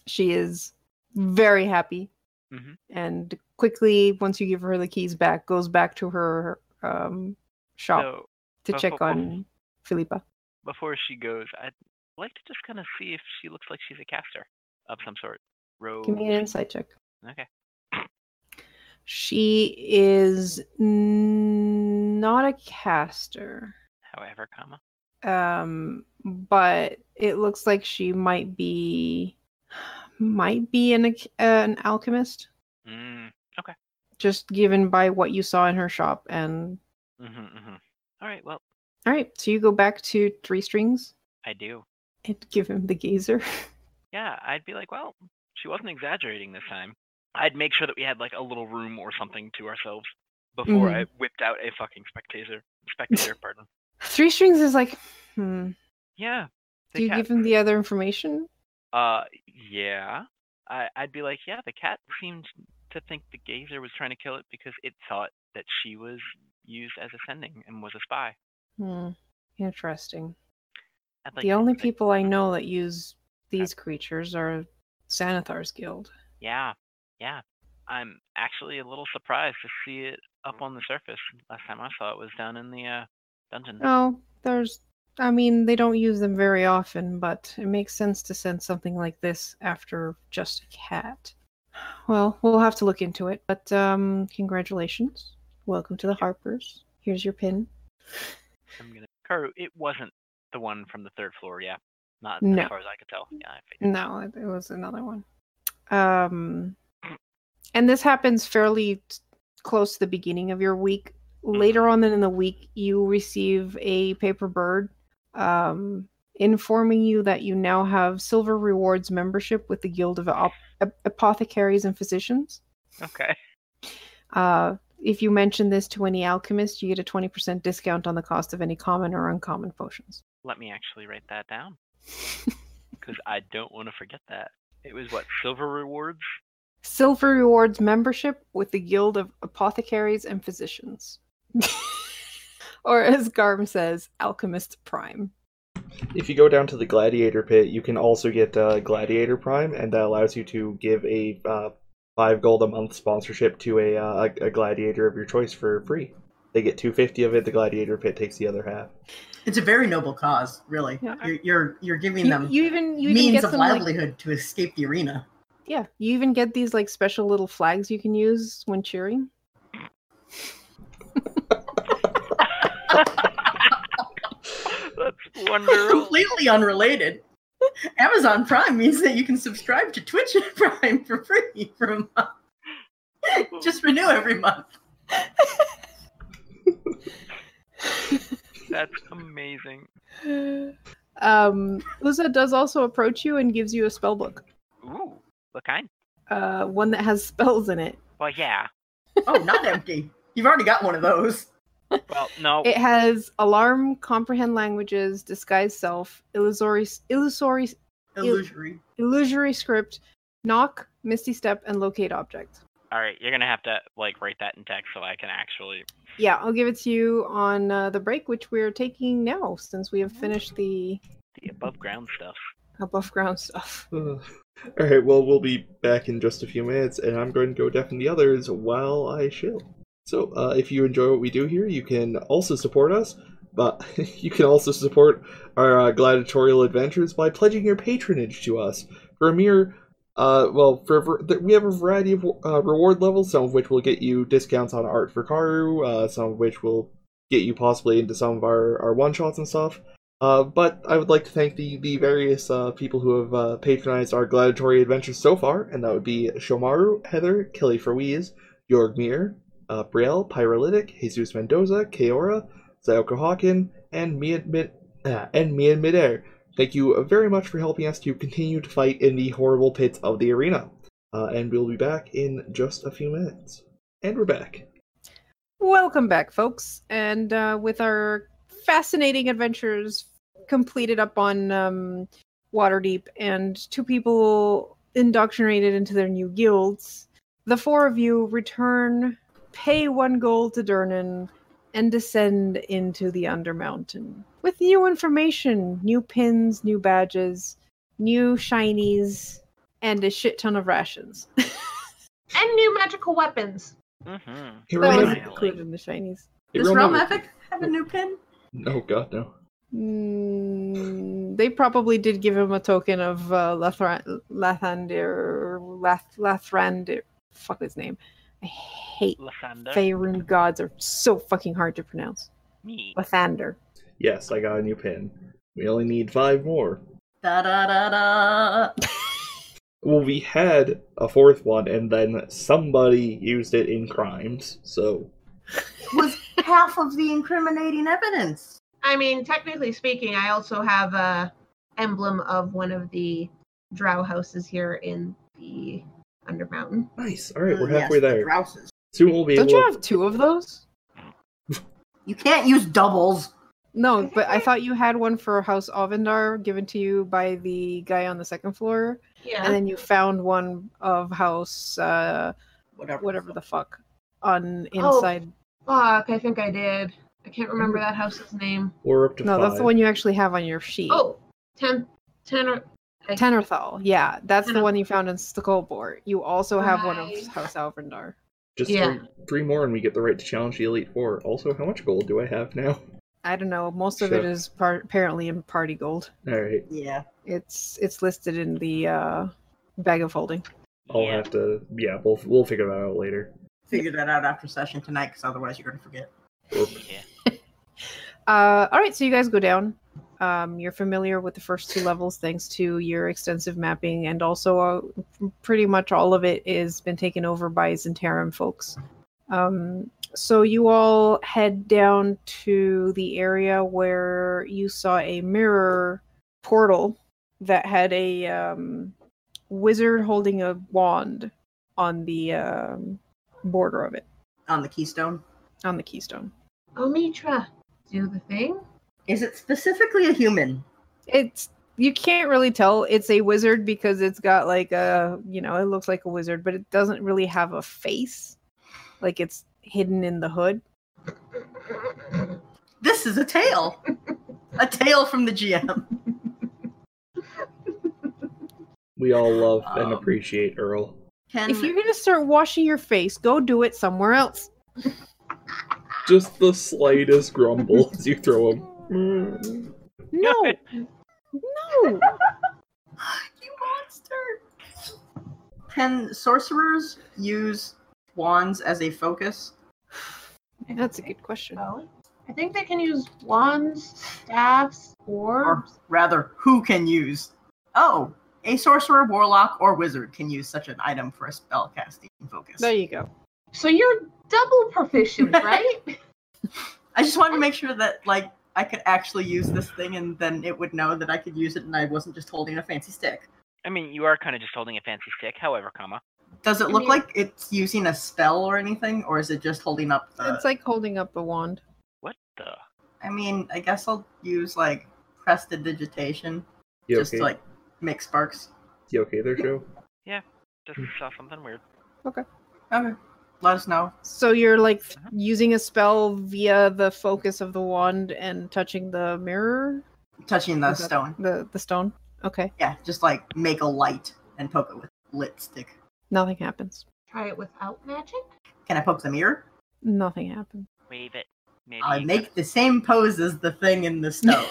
She is very happy. Mhm. And quickly, once you give her the keys back, goes back to her um, shop So, to check befo- on Philippa. before she goes, I'd like to just kind of see if she looks like she's a caster of some sort. Rogue. Give me an insight check. Okay. She is n- not a caster, However, comma. um, but it looks like she might be might be an ac- an alchemist, Mm. just given by what you saw in her shop. And hmm hmm All right. Well, all right, so you go back to three strings I do. and give him the gazer. Yeah, I'd be like, well, she wasn't exaggerating this time. I'd make sure that we had like a little room or something to ourselves before I Mm-hmm. whipped out a fucking spectator. Spectator, pardon. three strings is like, hmm. Yeah. the Do you cat. give him the other information? Uh, yeah. I, I'd be like, yeah, the cat seemed to think the gazer was trying to kill it because it thought that she was used as a sending and was a spy. Hmm. Interesting. I'd like the to only think- people I know that use these creatures are Xanathar's guild. Yeah, yeah. I'm actually a little surprised to see it up on the surface. Last time I saw it was down in the uh, dungeon. No, Oh, there's. I mean, they don't use them very often, but it makes sense to send something like this after just a cat. Well, we'll have to look into it, but um, congratulations. Welcome to the Harpers. Here's your pin. I'm gonna. Karu, it wasn't the one from the third floor, yeah. Not No. as far as I could tell. Yeah, I figured. No, it it was another one. Um, and this happens fairly t- close to the beginning of your week. Later on in the week, you receive a paper bird um, informing you that you now have silver rewards membership with the Guild of Op- Ap- Apothecaries and Physicians. Okay. Uh, if you mention this to any alchemist, you get a 20% discount on the cost of any common or uncommon potions. Let me actually write that down because I don't want to forget that. It was what silver rewards. Silver rewards membership with the Guild of Apothecaries and Physicians. or as Garm says, Alchemist Prime. If you go down to the Gladiator Pit, you can also get uh, Gladiator Prime, and that allows you to give a uh, five gold a month sponsorship to a, uh, a a Gladiator of your choice for free. They get two fifty of it. The Gladiator Pit takes the other half. It's a very noble cause, really. Yeah. You're, you're you're giving You, them you even you even means get of some like, livelihood to escape the arena. yeah you even get these like special little flags you can use when cheering. That's wonderful. Completely unrelated. Amazon Prime means that you can subscribe to Twitch Prime for free for a month. Just renew every month. That's amazing. um, Uza does also approach you and gives you a spell book, Ooh, what kind? uh, one that has spells in it. Well, yeah. Oh, not empty. You've already got one of those. Well, Oh. no. It has alarm, comprehend languages, disguise self, illusory illusory Illusory. illusory script, knock, misty step, and locate object. All right, you're gonna have to like write that in text so I can actually. Yeah, I'll give it to you on uh, the break, which we're taking now since we have finished the The above ground stuff. above ground stuff. All right. Well, we'll be back in just a few minutes, and I'm going to go deafen the others while I chill. So, uh, if you enjoy what we do here, you can also support us. But you can also support our uh, gladiatorial adventures by pledging your patronage to us for a mere Uh, well, for, for th- we have a variety of uh, reward levels, some of which will get you discounts on art for Karu, uh, some of which will get you possibly into some of our, our one shots and stuff. Uh, but I would like to thank the the various uh, people who have uh, patronized our gladiatory adventures so far, and that would be Shomaru, Heather, Kelly Ferwiz, Jorg Mir, uh, Brielle, Pyrolytic, Jesus Mendoza, Kaora, Sayoko Hawken, and me in mid uh, and me in midair. Thank you very much for helping us to continue to fight in the horrible pits of the arena. Uh, and we'll be back in just a few minutes. And we're back. Welcome back, folks. And uh, with our fascinating adventures completed up on um, Waterdeep and two people indoctrinated into their new guilds, the four of you return, pay one gold to Durnan, and descend into the Undermountain with new information, new pins, new badges, new shinies, and a shit ton of rations. And new magical weapons. Mm-hmm. Hey, That Really? was remember, Finally. included in the shinies. hey, Does Realm remember- Epic have a new pin? No, God, no. Mm, they probably did give him a token of uh, Lathran- Lathandir, Lath- Lathrandir. Fuck his name. I hate Lysander. Faerun gods are so fucking hard to pronounce. Me. Lathander. Yes, I got a new pin. We only need five more. Da da da da. Well, we had a fourth one, and then somebody used it in crimes, so. Was half of the incriminating evidence. I mean, technically speaking, I also have a emblem of one of the drow houses here in the Undermountain. Nice. Alright, we're Mm, yes, halfway the there. Drowses. Soon we'll be Don't able you have two of those? You can't use doubles. No, but I thought you had one for House Ovendar given to you by the guy on the second floor, and Yeah. then you found one of House uh, Whatever. whatever the fuck on Oh, inside. Fuck, I think I did. I can't remember that house's name. We're up to no, five. that's the one you actually have on your sheet. Oh, ten, ten or I- Tenorthal, yeah, that's the Tenorthal. one you found in Stokolbor. You also have one Right. of House Alvendar. Just Yeah. three, three more, and we get the right to challenge the Elite Four. Also, how much gold do I have now? I don't know. Most of it Sure. is par- apparently in party gold. Alright, Yeah. It's it's listed in the uh, bag of holding. I'll yeah. have to. Yeah, we'll, we'll figure that out later. Figure that out after session tonight, because otherwise you're gonna forget. yeah. Uh, all right, so you guys go down. Um, you're familiar with the first two levels thanks to your extensive mapping, and also uh, pretty much all of it is been taken over by Zentarum folks. Um, so you all head down to the area where you saw a mirror portal that had a um, wizard holding a wand on the um, border of it, On the keystone. on the keystone. Oh, Mitra, do the thing. Is it specifically a human? it's you can't really tell it's a wizard because it's got like a you know it looks like a wizard but it doesn't really have a face like it's hidden in the hood This is a tale. a tale from the GM. We all love and Um, appreciate Earl. Can if you're gonna start washing your face go do it somewhere else Just the slightest grumble as you throw him. Mm. no no you monster? Can sorcerers use wands as a focus? that's a good question So, I think they can use wands, staffs, Or orbs. rather, who can use? Oh, a sorcerer, warlock, or wizard can use such an item for a spell casting focus. there you go So you're double proficient, right? I just wanted to make sure that like I could actually use this thing and then it would know that I could use it and I wasn't just holding a fancy stick. I mean, you are kind of just holding a fancy stick, however, comma. Does it I look mean- like it's using a spell or anything, or is it just holding up the it's like holding up a wand What the? I mean, I guess I'll use like prestidigitation You just okay? to like make sparks. You okay there, Joe? Just saw something weird. Okay. Let us know. so you're like using a spell via the focus of the wand and touching the mirror Touching the Is that- stone. the the stone okay Yeah, just like make a light and poke it with lit stick. nothing happens Try it without magic. Can I poke the mirror? nothing happens Wave it. Maybe. I you make the same pose as the thing in the snow.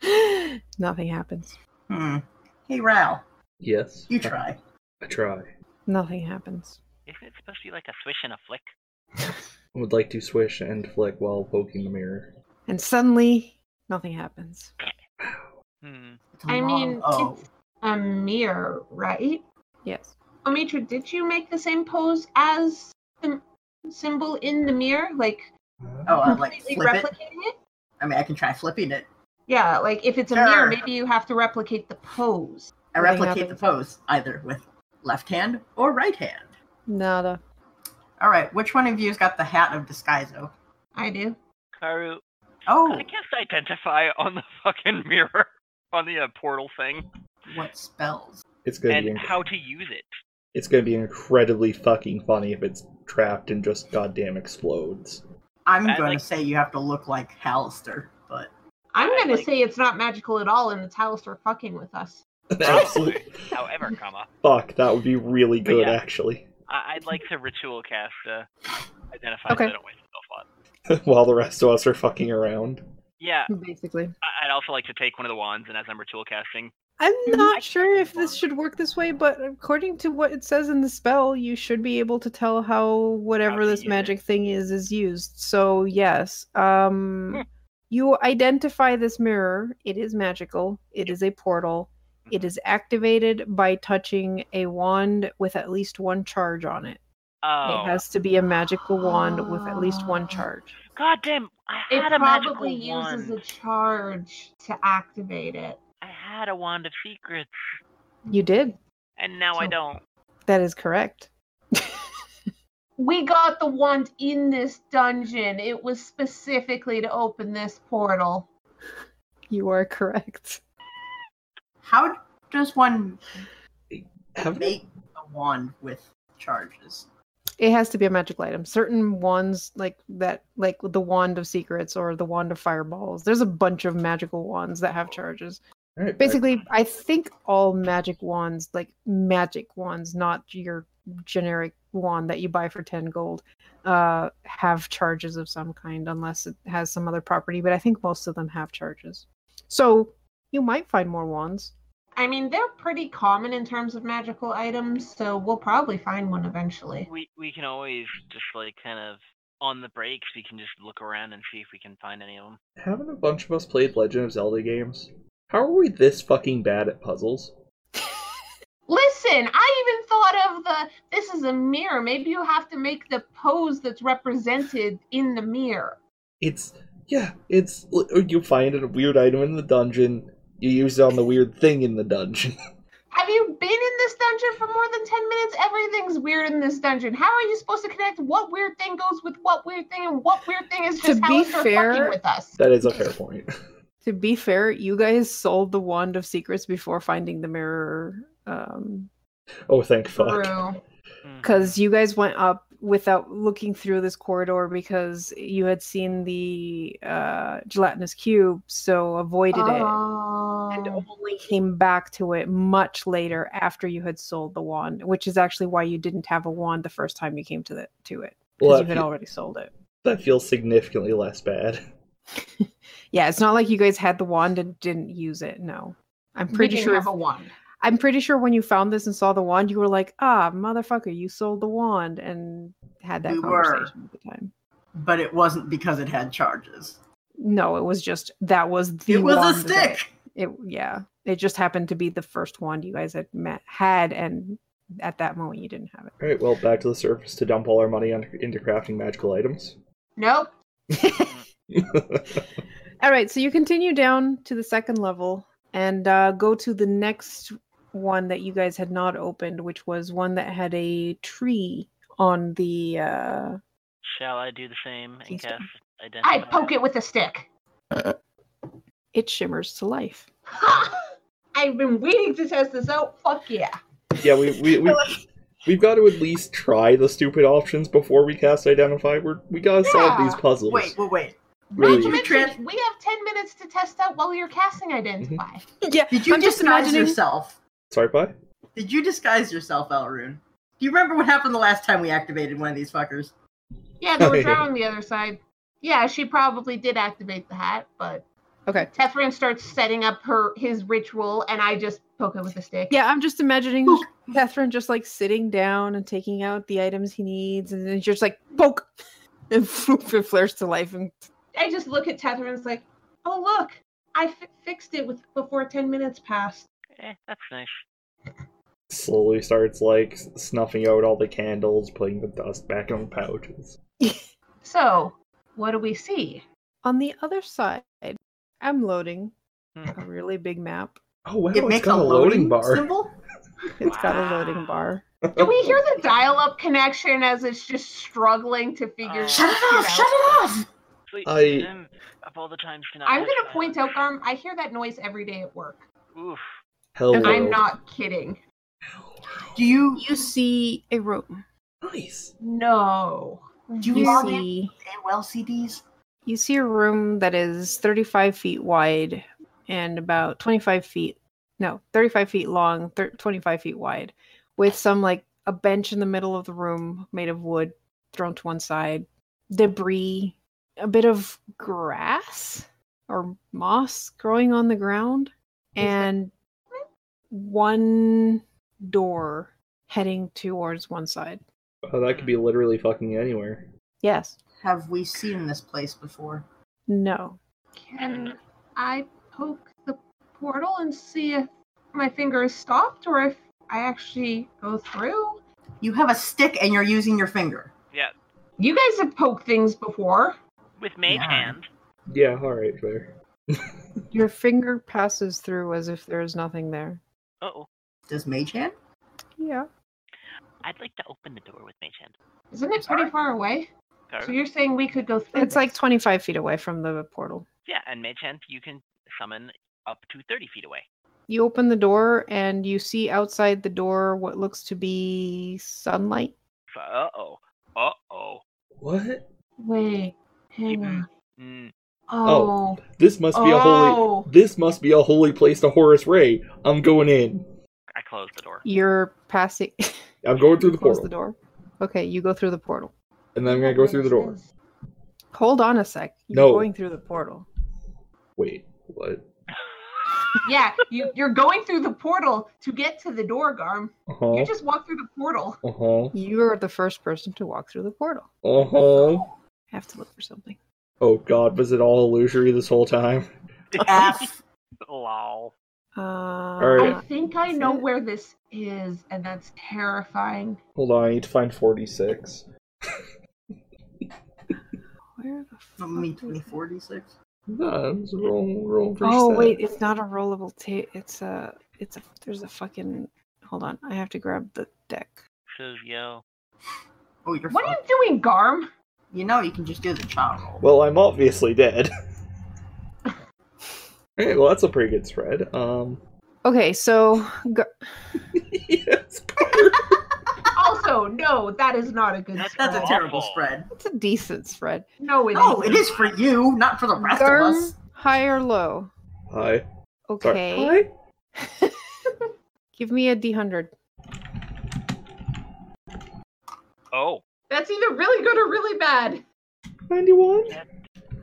nothing happens hmm. Hey Ral, Yes. you try. I try. Nothing happens. Isn't it supposed to be like a swish and a flick? I would like to swish and flick while poking the mirror. And suddenly, nothing happens. Hmm. It's a I long Oh. mean, Oh. O. it's a mirror, right? Yes. Omitra, did you make the same pose as the symbol in the mirror? Like Oh, uh, like completely flip it. replicating it? I mean, I can try flipping it. Yeah, like if it's a Sure. mirror, maybe you have to replicate the pose. I Nothing replicate the pose either with left hand or right hand. Nada. All right, which one of you's got the hat of disguiso? I do. Karu, Oh, I can't identify on the fucking mirror on the uh, portal thing what spells? It's gonna be and inc- how to use it. it's gonna be incredibly fucking funny if it's trapped and just goddamn explodes. I'm I going like- to say you have to look like Hallister, but I'm I gonna like- say it's not magical at all, and it's Hallister fucking with us. Absolute However, comma, fuck. That would be really But good, yeah. actually. I- I'd like to ritual cast uh, identify Okay. so I don't waste a slot. while the rest of us are fucking around. Yeah, Basically. I- I'd also like to take one of the wands and as I'm ritual casting, I'm Mm-hmm. Mhm. not sure if this should work this way, but according to what it says in the spell, you should be able to tell how whatever to this use it. magic thing is is used. So yes, Hmm. um, you identify this mirror. It is magical. It is a portal. It Mm-hmm. is activated by touching a wand with at least one charge on it. oh, It has to be a magical wand with at least one charge. God damn, I It had a magical probably uses wand. a charge to activate it. I had a wand of secrets, You Mm. did. and now I So- don't. That is correct. We got the wand in this dungeon. It was specifically to open this portal. You are correct. how does one Have make a wand with charges? It has to be a magical item. Certain wands, like that, like the wand of secrets or the wand of fireballs. There's a bunch of magical wands that have charges. All right, Basically, I think all magic wands, like magic wands, not your generic wand that you buy for ten gold, uh, have charges of some kind, unless it has some other property. But I think most of them have charges. So you might find more wands. I mean, they're pretty common in terms of magical items, so we'll probably find one eventually. We we can always just like kind of on the breaks we can just look around and see if we can find any of them. haven't a bunch of us played Legend of Zelda games? How are we this fucking bad at puzzles? Listen, I even thought of the this is a mirror. Maybe you have to make the pose that's represented in the mirror. It's yeah, it's you find a weird item in the dungeon, you use it on the weird thing in the dungeon. Have you been in this dungeon for more than 10 minutes? Everything's weird in this dungeon. How are you supposed to connect what weird thing goes with what weird thing and what weird thing is To just be how they're fair- fucking with us? that is a fair point. To be fair, you guys sold the wand of secrets before finding the mirror um, Oh, thank fuck. True. Hmm. Mm-hmm. because you guys went up without looking through this corridor because you had seen the uh, gelatinous cube, so avoided it and Oh. only came back to it much later after you had sold the wand, which is actually why you didn't have a wand the first time you came to the to it because Well, you had that, already sold it. that feels significantly less bad. Yeah, it's not like you guys had the wand and didn't use it. No, I'm We pretty didn't sure. have a one. I'm pretty sure when you found this and saw the wand, you were like, "Ah, motherfucker, you sold the wand," and had that We were. conversation at the time. But it wasn't because it had charges. No, it was just that was the it was wand a of stick. It. It- yeah, it just happened to be the first wand you guys had met, had, and at that moment you didn't have All right, well, back to the surface to dump all our money on, into crafting magical items. Nope. it. All right, so you continue down to the second level and uh, go to the next one that you guys had not opened, which was one that had a tree on the. Uh, Shall I do the same and Please cast don't. identify? I poke it with a stick. it shimmers to life. Ha! I've been waiting to test this out. Fuck yeah. Yeah, we we we we've got to at least try the stupid options before we cast identify. We're we gotta solve Yeah. these puzzles. Wait, wait, wait. Really? Did you, trans- We have 10 minutes to test out while you're casting Mm-hmm. Identify. Yeah, did you I'm just disguise imagining- yourself? Sorry, bye. Did you disguise yourself, Elrune? Do you remember what happened the last time we activated one of these fuckers? Yeah, they were drawing the other side. Yeah, she probably did activate the hat, but Okay. Tethran starts setting up her his ritual, and I just poke it with a stick. Yeah, I'm just imagining Look, Catherine just like sitting down and taking out the items he needs, and then just like poke, and poof, it flares to life. And I just look at Tetherin's like, oh look, I fi- fixed it with before ten minutes passed. Eh, that's nice. Slowly starts like snuffing out all the candles, putting the dust back on pouches. So, what do we see? on the other side, I'm loading a really big map. Oh wow, it it's makes got a loading, symbol. It's got a loading Wow. bar. Do we hear the dial-up connection as it's just struggling to figure Oh. Shut it off! shit Shut it off! Sleep I- Susan, of all the times to not I'm have gonna that. point out, Garm, I hear that noise every day at work. Oof. Hello. I'm not kidding. Do you You see a room. Nice. No. do You you all see see AOL CDs? You see a room that is 35 feet wide and about 25 feet, no, 35 feet long, thir- 25 feet wide, with some like a bench in the middle of the room made of wood thrown to one side, debris, a bit of grass or moss growing on the ground, and one door heading towards one side. Oh, that could be literally fucking anywhere. Yes. Have we seen this place before? No. Can I poke the portal and see if my finger is stopped or if I actually go through? You have a stick and you're using your finger. Yeah. You guys have poked things before. With mage Yeah. hand. Yeah, alright, fair. Your finger passes through as if there is nothing there. Uh oh. Does Mage Hand? Yeah. I'd like to open the door with mage hand. Isn't it pretty far away? Gar- So you're saying we could go through? It's like this? 25 feet away from the portal. yeah, and mage hand you can summon up to 30 feet away. You open the door and you see outside the door what looks to be sunlight. Uh oh. Uh oh. What? Wait, hang on. Mm. Oh, This must be a holy Oh. This must be a holy place to Horace Ray. I'm going in. I closed the door. You're passing. I'm going through the Close portal. the door. Okay, you go through the portal. And then I'm Oh. gonna go through the door. Hold on a sec. You're No. going through the portal. Wait, what? Yeah, you, you're going through the portal to get to the door, Garm. Uh-huh. You just walk through the portal. Uh-huh. You're the first person to walk through the portal. Uh-huh. I have to look for something. Oh god, was it all illusory this whole time? F. Lol. Uh, I right. think I know Is it? where this is, and that's terrifying. Hold on, I need to find forty six. Where the I fuck mean, is it? 2046. That's wrong wrong for Oh stat. wait, it's not a rollable tape. It's a it's a there's a fucking hold on. I have to grab the deck. Says yo. Oh, you're What fine. are you doing, Garm? You know you can just do the child roll. Well, I'm obviously dead. Okay, well that's a pretty good spread. Um Okay, so g- yes. Also, no, that is not a good That's- spell. That's a terrible Awful. spread. it's a decent spread. No, it isn't. No, Oh, it is for you, not for the rest of Garm, us. high or low? Hi. Sorry. Okay, Hi. give me a d hundred. Oh. That's either really good or really bad. Ninety one?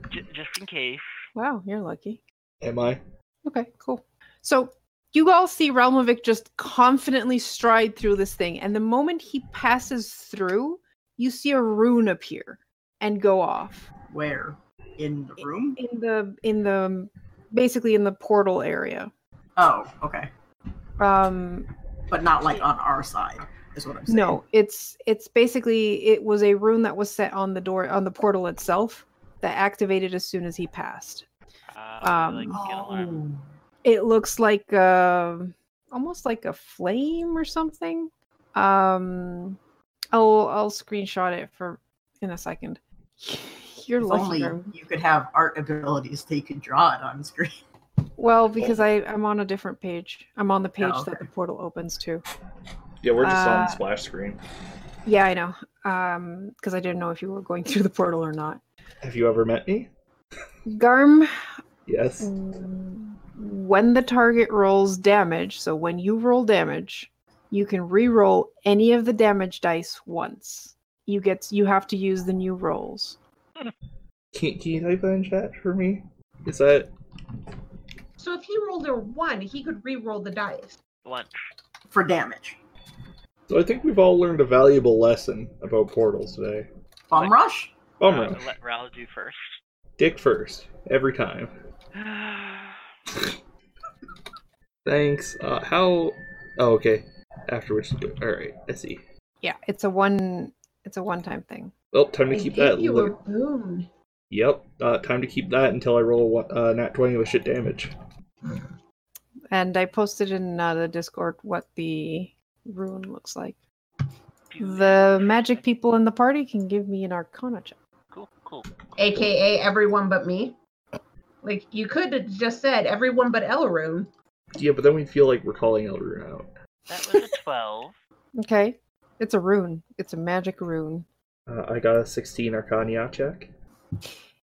J- just in case. Wow, you're lucky. Am I? Okay, cool. So you all see Realmovic just confidently stride through this thing, and the moment he passes through, you see a rune appear and go off. Where? In the room? in the in the basically in the portal area Oh, okay. um But not like on our side, is what I'm saying. no it's it's basically it was a rune that was set on the door on the portal itself that activated as soon as he passed Uh, Um, like, get alarm. Oh. it looks like uh almost like a flame or something um i'll i'll screenshot it for in a second you're If lucky only Grim. you could have art abilities that you could draw it on screen. well because i i'm on a different page i'm on the page that Oh, okay. the portal opens to Yeah, we're just on Uh, the splash screen. Yeah, I know. Um, because I didn't know if you were going through the portal or not. Have you ever met me? Garm, Yes. Mm. when the target rolls damage, so when you roll damage, you can re-roll any of the damage dice once. You get you have to use the new rolls. Can, can you type that in chat for me? Is that oh. So if he rolled a one, he could re-roll the dice. Once. For damage. So I think we've all learned a valuable lesson about portals today. Bomb Like- rush? Bum Uh, rush. Let Ral do first. Dick first. Every time. Thanks. Uh, how. Oh, okay. After which. Alright, I see. Yeah, it's a one. It's a one-time thing. Well, time to I keep gave that. you Li- a boon. yep. Uh, time to keep that until I roll a wa- uh, nat 20 with shit damage. And I posted in uh, the Discord what the rune looks like. The magic people in the party can give me an Arcana check. Cool, cool. cool. AKA everyone but me. Like you could have just said everyone but Elrune. Yeah, but then we feel like we're calling Elder out. That was a 12. Okay, it's a rune. It's a magic rune. Uh, I got a 16 Arcania check.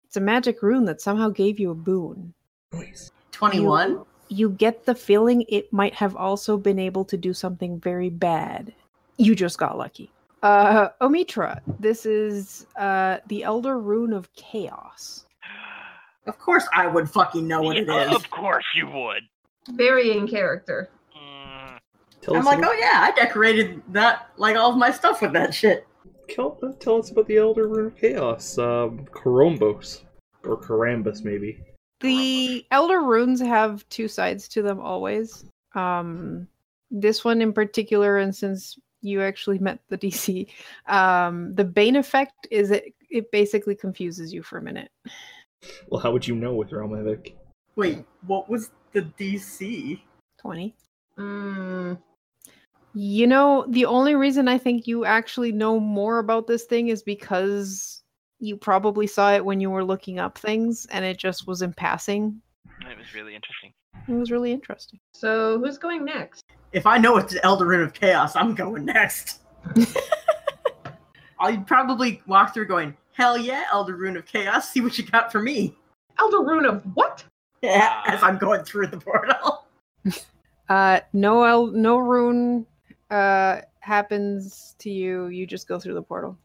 It's a magic rune that somehow gave you a boon. Nice. 21? You get the feeling it might have also been able to do something very bad. You just got lucky. Uh, Omitra, this is uh, the Elder Rune of Chaos. Of course I would fucking know what it Yeah, is. Of course you would. Very in character. Mm, Tell I'm us like, about- oh yeah, I decorated that, like all of my stuff with that shit. Tell, uh, tell us about the Elder Rune of Chaos, um, Corombos. Or Carambus, maybe. the elder runes have two sides to them always um this one in particular and since you actually met the dc um the bane effect is it it basically confuses you for a minute Well, how would you know with Romavic? Wait, what was the DC? 20 Mm, you know the only reason i think you actually know more about this thing is because you probably saw it when you were looking up things and it just was in passing it was really interesting. it was really interesting so who's going next? If I know it's Elder Rune of Chaos, I'm going next. I'd probably walk through going, hell yeah, Elder Rune of Chaos, see what you got for me. Elderune of what? Yeah, as I'm going through the portal. Uh, no, el- no rune uh, happens to you. You just go through the portal.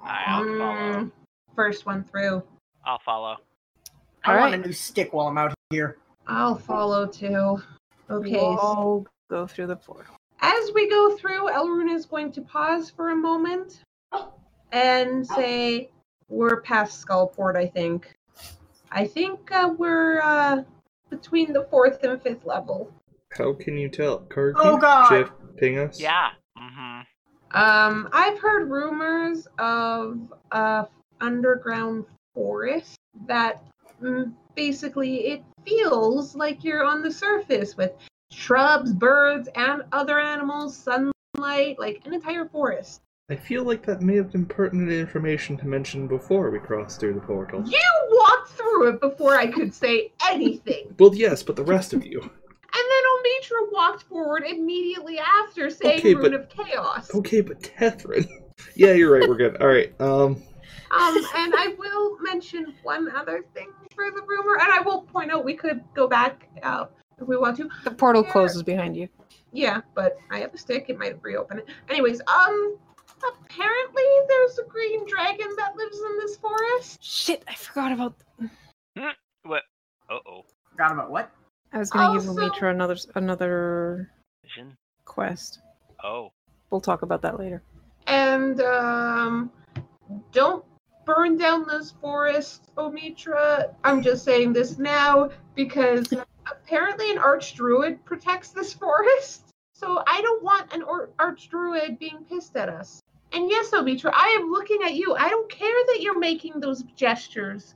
I'll follow. Mm, first one through. I'll follow. I All want right. a new stick while I'm out here. I'll follow too. Okay. You all go through the portal. As we go through, Elrune is going to pause for a moment and say, "We're past Skullport, I think. I think uh, we're uh, between the fourth and fifth level. How can you tell? Card Oh, God. Shift, ping us? Yeah. Mm-hmm. Um, I've heard rumors of a underground forest that mm, basically it feels like you're on the surface with shrubs, birds, and other animals, sunlight, like an entire forest. I feel like that may have been pertinent information to mention before we crossed through the portal. You walked through it before I could say anything. Well, yes, but the rest of you. And then Omitra walked forward immediately after saying Okay, Rune but- of Chaos. Okay, but Tethrin. yeah, you're right, we're good. Alright, um, Um, and I will mention one other thing for the rumor, and I will point out we could go back uh, if we want to. The portal There- closes behind you. Yeah, but I have a stick; it might reopen it. Anyways, um, apparently there's a green dragon that lives in this forest. Shit, I forgot about. Uh oh. Forgot about what? I was gonna give Also- Omitra another another Vision. quest. Oh. We'll talk about that later. And um, don't burn down those forests, Omitra. I'm just saying this now because apparently an archdruid protects this forest. So I don't want an or- archdruid being pissed at us. And yes, Omitra, I am looking at you. I don't care that you're making those gestures.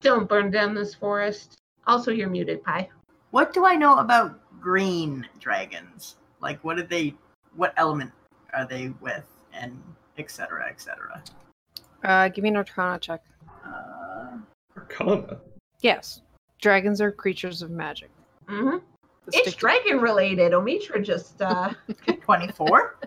Don't burn down this forest. Also, you're muted, Pi. What do I know about green dragons? Like, what are they? What element are they with? And etc. Cetera, etc. Uh, give me an Arcana check. Uh, Arcana. Yes, dragons are creatures of magic. Mm-hmm. The It's stick- dragon related. Omitra just uh, Twenty-four.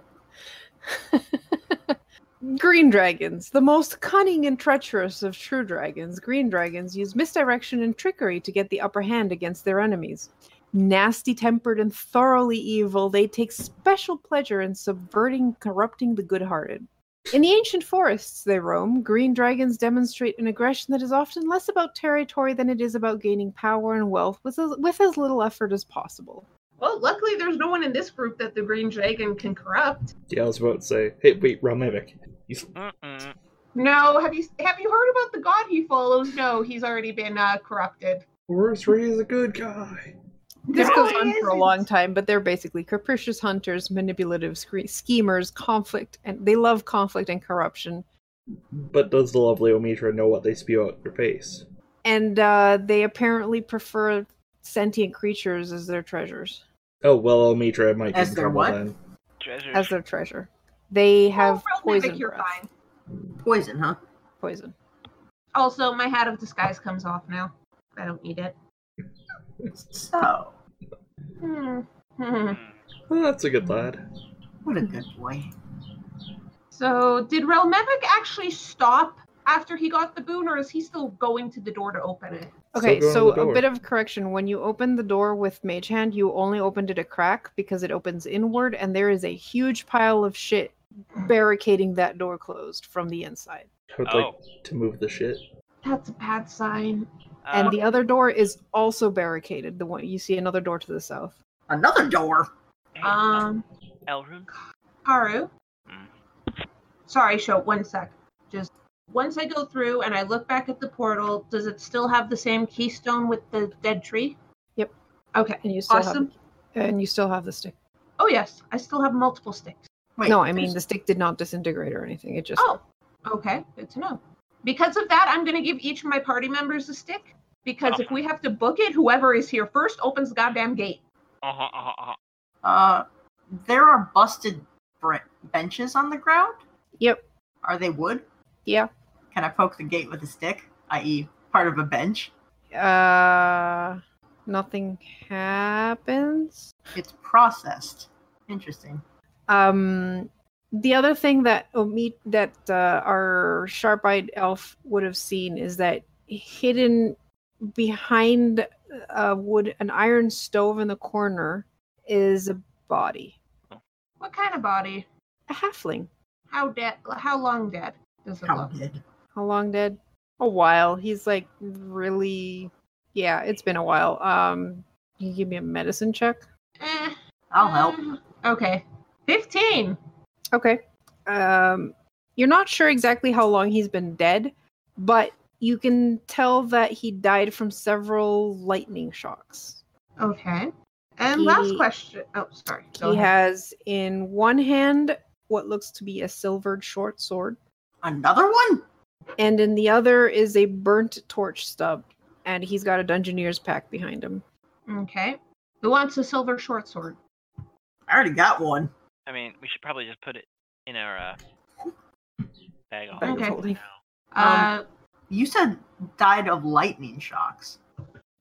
Green dragons, the most cunning and treacherous of true dragons, green dragons use misdirection and trickery to get the upper hand against their enemies. Nasty tempered and thoroughly evil, they take special pleasure in subverting, corrupting the good hearted. In the ancient forests they roam, green dragons demonstrate an aggression that is often less about territory than it is about gaining power and wealth with as, with as little effort as possible. Well, luckily there's no one in this group that the Green Dragon can corrupt. Yeah, I was about to say, hey, wait, Ramivik. He's Mm-mm. No, have you have you heard about the god he follows? No, he's already been uh, corrupted. Horus Ray is a good guy. This No, goes he on for a long isn't. time, but they're basically capricious hunters, manipulative scre- schemers, conflict, and they love conflict and corruption. But does the lovely Omitra know what they spew out their face? And uh, they apparently prefer sentient creatures as their treasures. Oh well, Omitra might be As in their trouble what? then. Treasures. As their treasure, they have Oh, Realm Mythic, poison. you're breath. fine. Poison, huh? Poison. Also, my hat of disguise comes off now. I don't need it. So, Hmm. Hmm. Mm. Oh, that's a good lad. what a good boy. So, did Relmevic actually stop after he got the boon, or is he still going to the door to open it? Okay, Still so going to the a door. bit of correction. When you open the door with Mage Hand, you only opened it a crack because it opens inward, and there is a huge pile of shit barricading that door closed from the inside. I would Oh, like to move the shit. That's a bad sign. and um, the other door is also barricaded. The one you see another door to the south. Another door. hey, uh, Um, Elrune. Haru. Mm. Sorry, show one sec. Just once I go through and I look back at the portal, does it still have the same keystone with the dead tree? Yep. Okay. And you still Awesome. have and you still have the stick. Oh yes, I still have multiple sticks. Wait, no, I mean the there's- stick did not disintegrate or anything. It just Oh, okay. Good to know. Because of that, I'm going to give each of my party members a stick. Because if we have to book it, whoever is here first opens the goddamn gate. Uh-huh, uh-huh, uh-huh. uh, there are busted bre- benches on the ground. Yep. Are they wood? Yeah. Can I poke the gate with a stick, i.e., part of a bench? uh nothing happens. It's processed. Interesting. Um the other thing that omit that uh, our sharp-eyed elf would have seen is that hidden behind a wood an iron stove in the corner is a body. What kind of body? A halfling. How dead? How long dead does it How look? did? How long dead? A while. He's like really yeah, it's been a while. Um can you give me a medicine check? Eh, I'll help. mm, Okay. 15. Okay. Um you're not sure exactly how long he's been dead, but you can tell that he died from several lightning shocks. Okay. And last He- question. Oh, sorry. Go He ahead. has in one hand what looks to be a silvered short sword, Another one? and in the other is a burnt torch stub, and he's got a dungeoneer's pack behind him. Okay. Who wants a silver short sword? I already got one. I mean, we should probably just put it in our uh, bag of Bag of holding holding. now. Um, Uh, You said died of lightning shocks.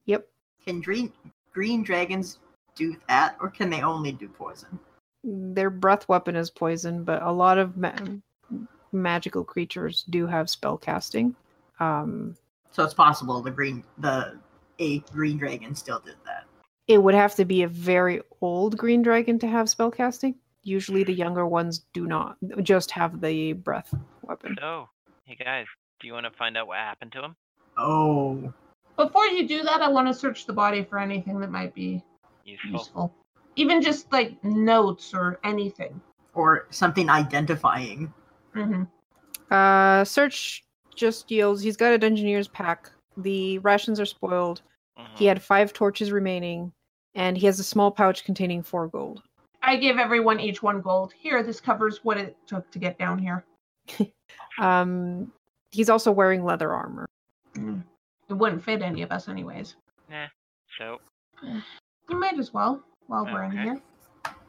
Yep. Can green, green dragons do that, or can they only do poison? their breath weapon is poison, but a lot of ma- magical creatures do have spell casting. Um, So it's possible the green the a green dragon still did that. it would have to be a very old green dragon to have spell casting. Usually, the younger ones do not just have the breath weapon. So, hey guys, do you want to find out what happened to him? Oh, before you do that, I want to search the body for anything that might be Useful. useful. Even just like notes or anything. or something identifying. Mm-hmm. hmm Uh, search just yields. He's got a dungeoneer's pack. The rations are spoiled. Mhm. He had five torches remaining, and he has a small pouch containing four gold. I give everyone each one gold. Here, this covers what it took to get down here. Um, he's also wearing leather armor. It wouldn't fit any of us, anyways. So, You might as well while we're in Okay. here.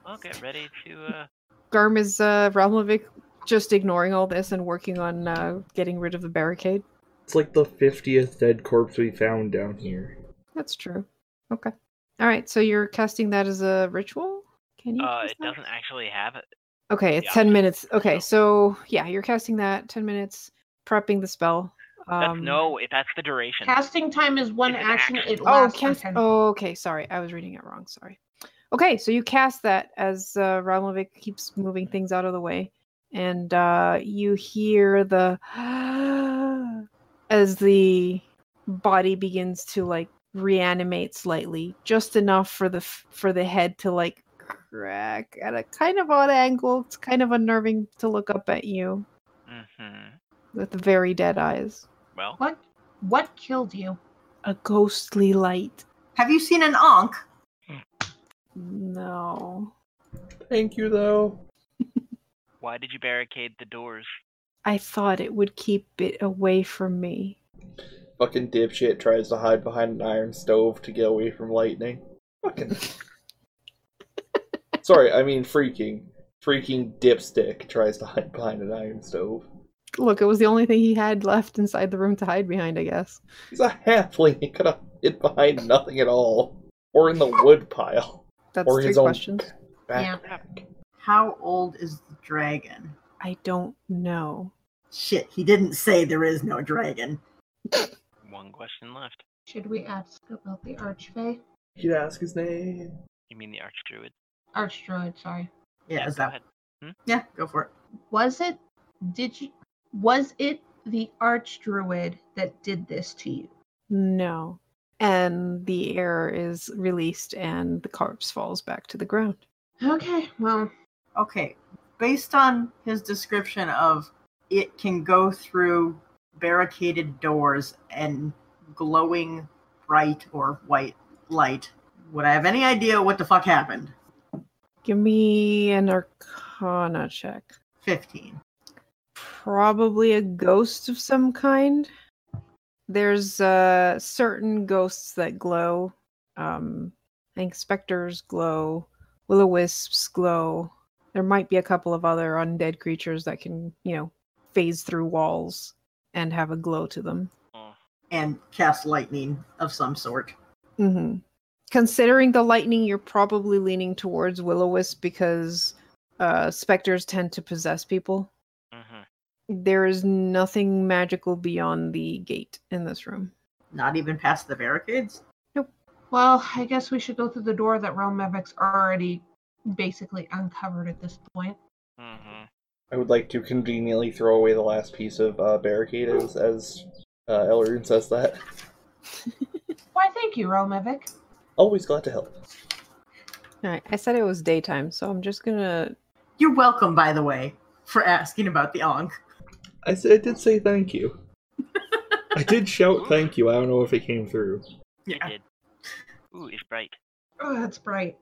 we'll get ready to. Uh, Garm is uh, Ravlovic just ignoring all this and working on uh, getting rid of the barricade. It's like the fiftieth dead corpse we found down here. That's true. Okay. All right. So you're casting that as a ritual. Can you? uh, cast it that? doesn't actually have it. Okay, it's yeah. ten minutes. Okay, so yeah, you're casting that ten minutes, prepping the spell. That's Um, no, it, that's the duration. Casting time is one It's an action. action. It Oh, lasts for cast. 10 Oh, okay. Sorry, I was reading it wrong. Sorry. Okay, so you cast that as uh, Ravlovic keeps moving things out of the way, and uh, you hear the as the body begins to like reanimate slightly, just enough for the f- for the head to like crack at a kind of odd angle. It's kind of unnerving to look up at you Mm-hmm. with very dead eyes. Well, What? What killed you? A ghostly light. Have you seen an onk? No. Thank you, though. why did you barricade the doors? I thought it would keep it away from me. Fucking dipshit tries to hide behind an iron stove to get away from lightning. Fucking. Sorry, I mean freaking. Freaking dipstick tries to hide behind an iron stove. Look, it was the only thing he had left inside the room to hide behind, I guess. He's a halfling. He could have hid behind nothing at all, or in the wood pile, That's or three his own questions. back. How old is the dragon? I don't know. Shit, he didn't say there is no dragon. One question left. Should we ask about the archfey? He'd ask his name. You mean the archdruid? Archdruid, sorry. Yeah, is go that? ahead. Yeah, go for it. Was it? Did you? Was it the archdruid that did this to you? No. And the air is released and the corpse falls back to the ground. Okay. Well, Okay, based on his description of it can go through barricaded doors and glowing bright or white light, would I have any idea what the fuck happened? Give me an arcana check. 15. Probably a ghost of some kind. There's uh, certain ghosts that glow. Um, I think specters glow, will o wisps glow. There might be a couple of other undead creatures that can, you know, phase through walls and have a glow to them. Oh, And cast lightning of some sort. hmm Considering the lightning, you're probably leaning towards will o wisp because uh, specters tend to possess people. mhm. There is nothing magical beyond the gate in this room. Not even past the barricades? well, I guess we should go through the door that Realm Mavic's already basically uncovered at this point. Mhm. I would like to conveniently throw away the last piece of uh, barricade as, as uh, Elrune says that. Why? Thank you, Realm Mavic. Always glad to help. All right, I said it was daytime, so I'm just gonna. You're welcome, by the way, for asking about the Ankh. I, s- I did say thank you. I did shout thank you. I don't know if it came through. You did. Ooh, it's bright. Oh, that's bright.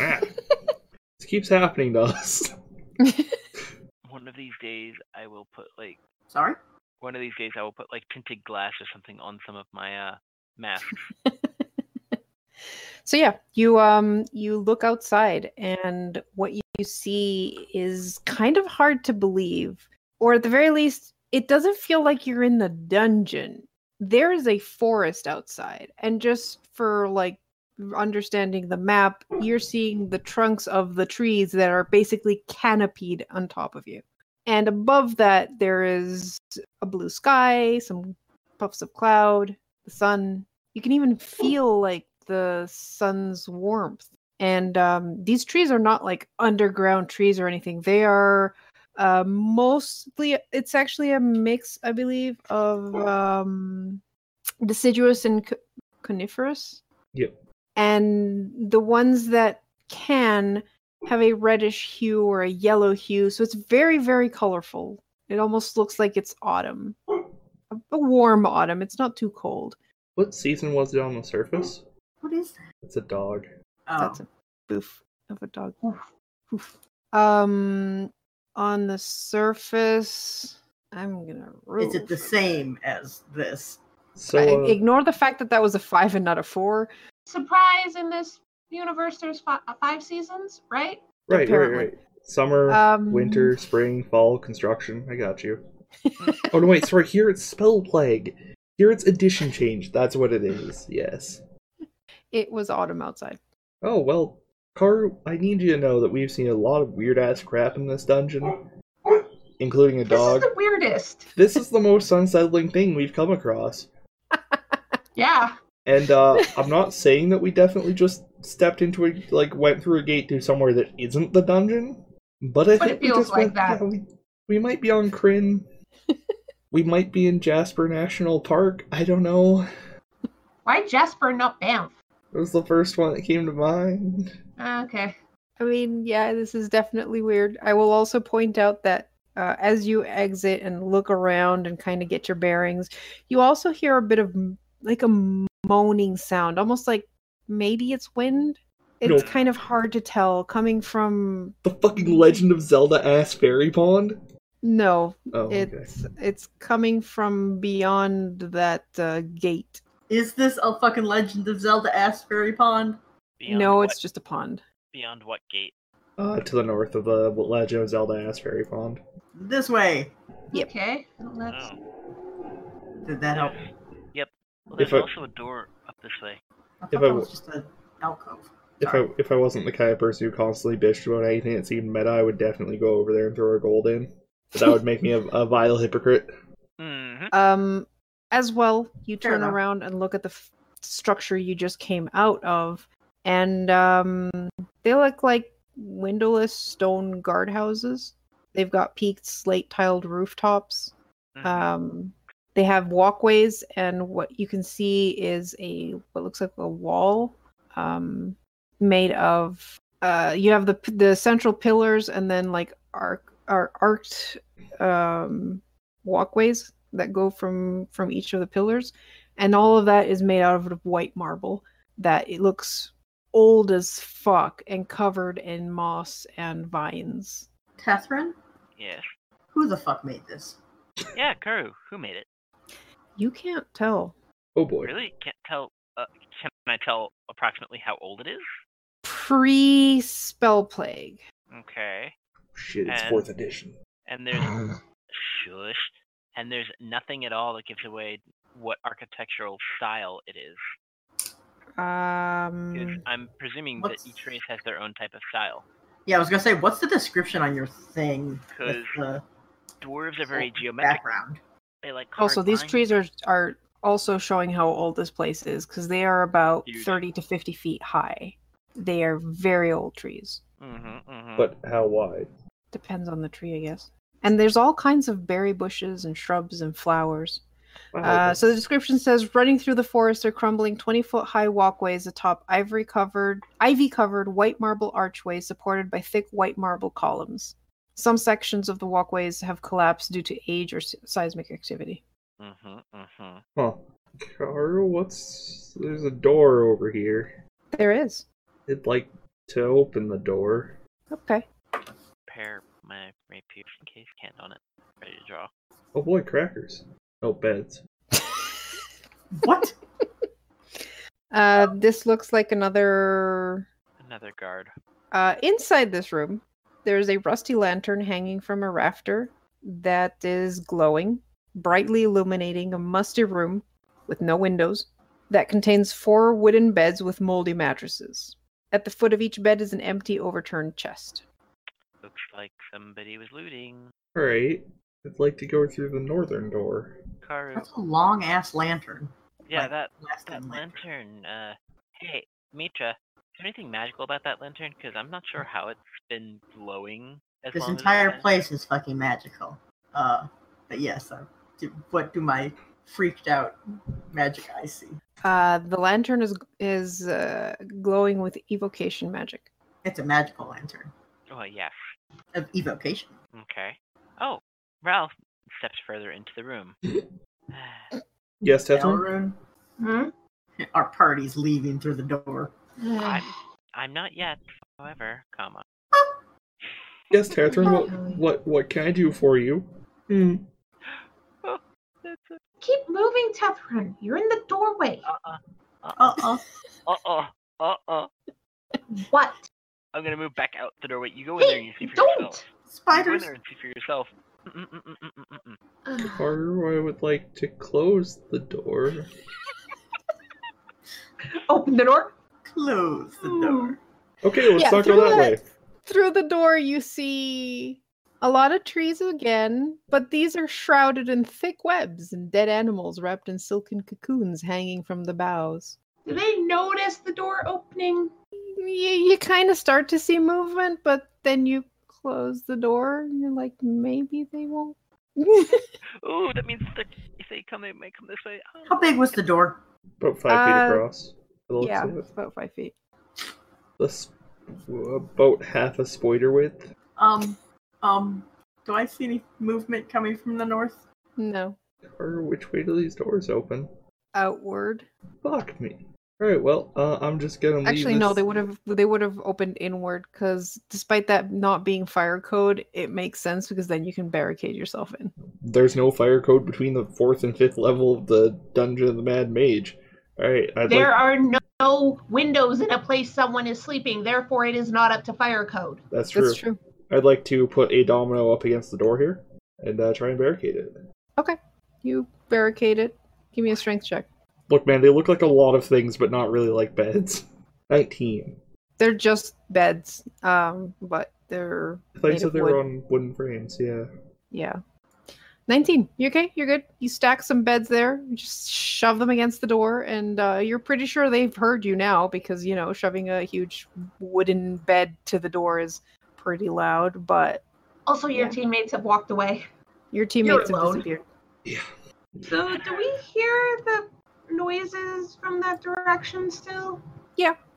Ah. this keeps happening to us. One of these days, I will put like Sorry? one of these days, I will put like tinted glass or something on some of my uh masks. So yeah, you um you look outside, and what you see is kind of hard to believe, or at the very least, it doesn't feel like you're in the dungeon. There is a forest outside, and just for like understanding the map, you're seeing the trunks of the trees that are basically canopied on top of you, and above that there is a blue sky, some puffs of cloud, the sun, you can even feel like the sun's warmth and um, these trees are not like underground trees or anything they are uh, mostly it's actually a mix i believe of um, deciduous and co- coniferous Yep. and the ones that can have a reddish hue or a yellow hue so it's very very colorful it almost looks like it's autumn a a warm autumn it's not too cold What season was it on the surface? What is that? It's a dog. Oh, That's a boof of a dog. Oof. Um, on the surface, I'm gonna. Roll. is it the same as this? So, uh, Ignore the fact that that was a five and not a four. Surprise! In this universe, there's fi- uh, five seasons, right? right, right, apparently. right. Summer, Um, winter, spring, fall, construction. I got you. oh no, wait. Sorry. Here it's spell plague. Here it's edition change. That's what it is. Yes. It was autumn outside. Oh well, Karu, I need you to know that we've seen a lot of weird ass crap in this dungeon, including a dog. This is the weirdest. This is the most unsettling thing we've come across. Yeah. And uh, I'm not saying that we definitely just stepped into a like went through a gate to somewhere that isn't the dungeon, but I But think it we feels just like went- that. yeah, we, we might be on Kryn. we might be in Jasper National Park. I don't know. Why Jasper, not Banff? It was the first one that came to mind. Okay. I mean, yeah, this is definitely weird. I will also point out that uh, as you exit and look around and kind of get your bearings, you also hear a bit of m- like a moaning sound, almost like maybe it's wind. It's Nope. kind of hard to tell coming from The fucking Legend of Zelda ass fairy pond. no, Oh, okay. it's it's coming from beyond that uh, gate. Is this a fucking Legend of Zelda Asbury Pond? Beyond no, what, it's just a pond. beyond what gate? Uh, to the north of the Legend of Zelda ass fairy pond. This way. Yep. Okay. Well, that's Oh. Did that help? Yep. Well, If there's I- also a door up this way. I thought If I that w- was just an alcove. If I if I wasn't the kind of person who constantly bitched about anything that seemed meta, I would definitely go over there and throw a gold in. But that would make me a, a vile hypocrite. hmm Um, as well, you Fair turn enough. around and look at the f- structure you just came out of, and um, they look like windowless stone guardhouses. They've got peaked slate tiled rooftops. mm-hmm, Um, they have walkways, and what you can see is a what looks like a wall um, made of. Uh, you have the p- the central pillars, and then like arc are arced um, walkways that go from from each of the pillars, and all of that is made out of white marble. That it looks old as fuck and covered in moss and vines. Catherine? Yes. Who the fuck made this? Yeah, Karu, who made it? You can't tell. Oh boy. Really? Can't tell. Uh, can I tell approximately how old it is? Pre spell plague. Okay. Shit, it's And- fourth edition. And there's shush. And there's nothing at all that gives away what architectural style it is. 'Cause Um, I'm presuming that each What's- race has their own type of style. Yeah, I was gonna say, what's the description on your thing? With 'Cause the Dwarves are very geometric. background. They like hard also, oh, these lines. trees are are also showing how old this place is because they are about Huge. thirty to fifty feet high. They are very old trees. Mhm, mhm. But how wide? Depends on the tree, I guess. And there's all kinds of berry bushes and shrubs and flowers. Oh, Uh, so the description says running through the forest are crumbling 20 foot high walkways atop ivory covered ivy covered white marble archways supported by thick white marble columns some sections of the walkways have collapsed due to age or s- seismic activity Mhm, mhm. huh. Carl, what's there's a door over here. there is It'd like to open the door. okay Pair my rapier in case can't on it. Ready to draw. Oh boy, crackers. Oh beds. What? uh, this looks like another Another guard. Uh, inside this room, there is a rusty lantern hanging from a rafter that is glowing, brightly illuminating a musty room with no windows that contains four wooden beds with moldy mattresses. At the foot of each bed is an empty, overturned chest. Looks like somebody was looting. Alright. I'd like to go through the northern door. Karu. That's a long ass lantern. Yeah, like- that Last that time lantern. lantern. Uh, hey, Mitra, is there anything magical about that lantern? Because I'm not sure how it's been glowing. As This long as it's entire been. place is fucking magical. Uh, but yes, I, do, what do my freaked out magic eyes see? Uh, the lantern is is uh, glowing with evocation magic. It's a magical lantern Oh yes. of evocation. Okay. Oh, Ralph steps further into the room. Yes, Tethron? Elrune, hmm? our party's leaving through the door. Uh, I'm, I'm not yet. However, comma. Yes, Tethron, what what what can I do for you? Hmm. That's a, Keep moving, Tethrin. You're in the doorway. uh-uh, uh-uh, Uh oh. uh-uh, uh-uh. What? I'm gonna move back out the doorway. You go in there and you Hey, see for don't. yourself. You go in Spiders. there and see for yourself. Mm, mm, mm, mm, mm, mm, mm. Ah. Ugh. Or I would like to close the door. Open the door. Close the door. Okay, let's Yeah, not go through that the- way. Through the door, you see a lot of trees again, but these are shrouded in thick webs and dead animals wrapped in silken cocoons hanging from the boughs. Do they notice the door opening? You, you kind of start to see movement, but then you close the door and you're like, maybe they won't. Ooh, that means that if they come, they might come this way. Oh, How big was the door? About five Uh, feet across. by the looks yeah, of it. it's about five feet. That's about half a spider width. Um, um, do I see any movement coming from the north? No, Or which way do these doors open? outward. Fuck me. Alright, well, uh, I'm just gonna leave Actually, no. this- They would have they would have opened inward because despite that not being fire code, it makes sense because then you can barricade yourself in. There's no fire code between the fourth and fifth level of the Dungeon of the Mad Mage. Alright, I'd There like... are no, no windows in a place someone is sleeping, therefore it is not up to fire code. That's true. That's true. I'd like to put a domino up against the door here and uh, try and barricade it. You barricade it. Give me a strength check. Look, man, they look like a lot of things, but not really like beds. 19. They're just beds, um, but they're I thought you Made said of they wood. were on wooden frames, yeah. yeah. Nineteen. You okay? You're good. You stack some beds there. You just shove them against the door, and uh, you're pretty sure they've heard you now because you know shoving a huge wooden bed to the door is pretty loud. But Also, your Yeah. teammates have walked away. your teammates have alone. disappeared. Yeah. So, do we hear the noises from that direction still?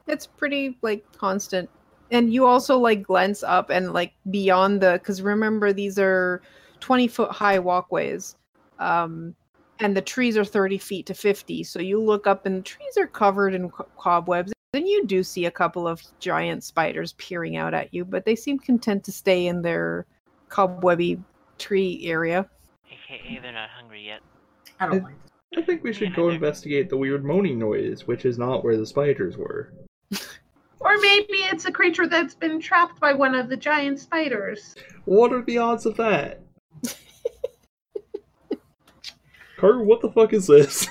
it's pretty like constant and you also like glance up and like beyond the because remember these are 20 foot high walkways um and the trees are 30 feet to 50 so you look up and the trees are covered in co- cobwebs then you do see a couple of giant spiders peering out at you but they seem content to stay in their cobwebby tree area AKA, they're not hungry yet. I don't like this. I think we should go investigate the weird moaning noise, which is not where the spiders were. Or maybe it's a creature that's been trapped by one of the giant spiders. What are the odds of that? Carter, what the fuck is this?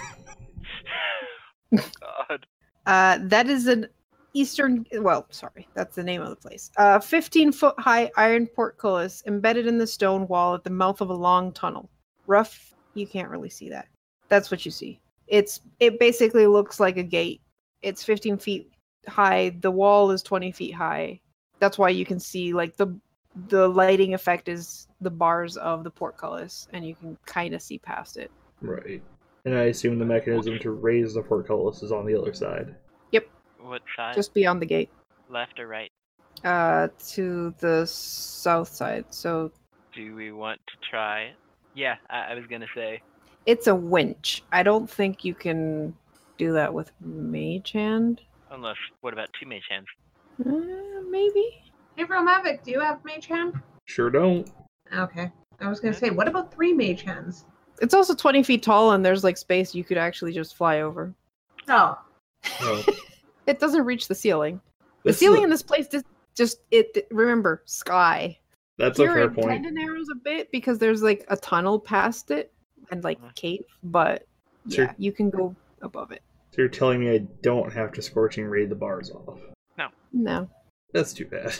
God. Uh, that is an eastern. Well, sorry, that's the name of the place. Uh, Fifteen foot high iron portcullis embedded in the stone wall at the mouth of a long tunnel. Rough. You can't really see that. That's what you see. It's. It basically looks like a gate. It's fifteen feet high. The wall is twenty feet high. That's why you can see like the the lighting effect is the bars of the portcullis, and you can kind of see past it. Right. And I assume the mechanism to raise the portcullis is on the other side. What side? Just beyond the gate. Left or right? uh to the south side so Do we want to try? Yeah, I, I was gonna say. it's a winch i don't think you can do that with mage hand Unless, what about two mage hands? uh, maybe Hey, Romavic, do you have mage hand? Sure don't. Okay. I was going to say, what about three mage hands? it's also 20 feet tall and there's like space you could actually just fly over Oh, No. it doesn't reach the ceiling the This is ceiling a- in this place just just it remember sky That's a you're fair in point. tendon arrows a bit because there's like a tunnel past it and like Mhm. cave but Uh-huh. Sure. yeah you can go above it So you're telling me I don't have to scorching raid the bars off. no That's too bad.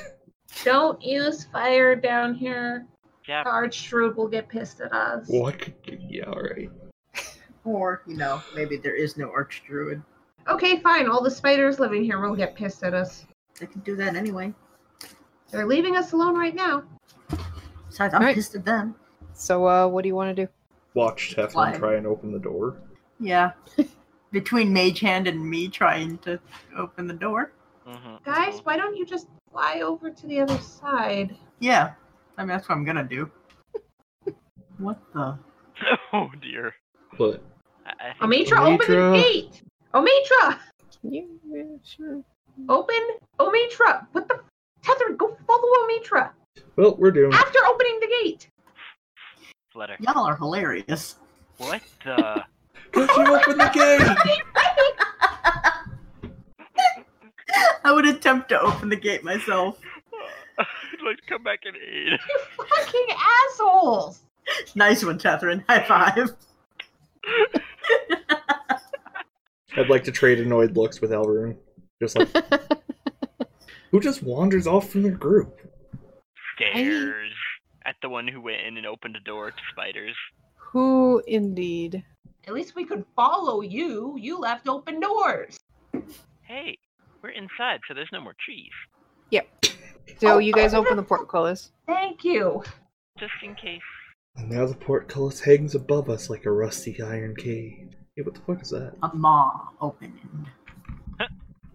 Don't use fire down here. Yeah, Archshrewd will get pissed at us. What? Could... Yeah, alright. or you know, maybe there is no archdruid. Okay, fine. All the spiders living here will get pissed at us. They can do that anyway. They're leaving us alone right now. Besides, I'm Right. pissed at them. so uh what do you want to do Watch Teflon Why? try and open the door. Yeah. Between Mage Hand and me trying to open the door. mhm, Guys, mhm. why don't you just fly over to the other side? Yeah. I mean, that's what I'm gonna do. what the? Oh dear. But I, I think Omitra, open the Omitra. gate! Omitra! can you yeah, sure Open Omitra! What the? Tether, go follow Omitra! well, we're doing. After opening the gate! flutter. Y'all are hilarious. What the? Did you open the gate? I would attempt to open the gate myself. I'd like to come back and aid. You fucking assholes! Nice one, Catherine. High five. I'd like to trade annoyed looks with Elrune. Just like who just wanders off from their group. Stares at the one who went in and opened a door to spiders. who indeed At least we could follow you. You left open doors. Hey, we're inside, so there's no more trees. So Oh, you guys uh, open the portcullis. Thank you. Just in case. And now the portcullis hangs above us like a rusty iron cage. Hey, what the fuck is that? A maw opened.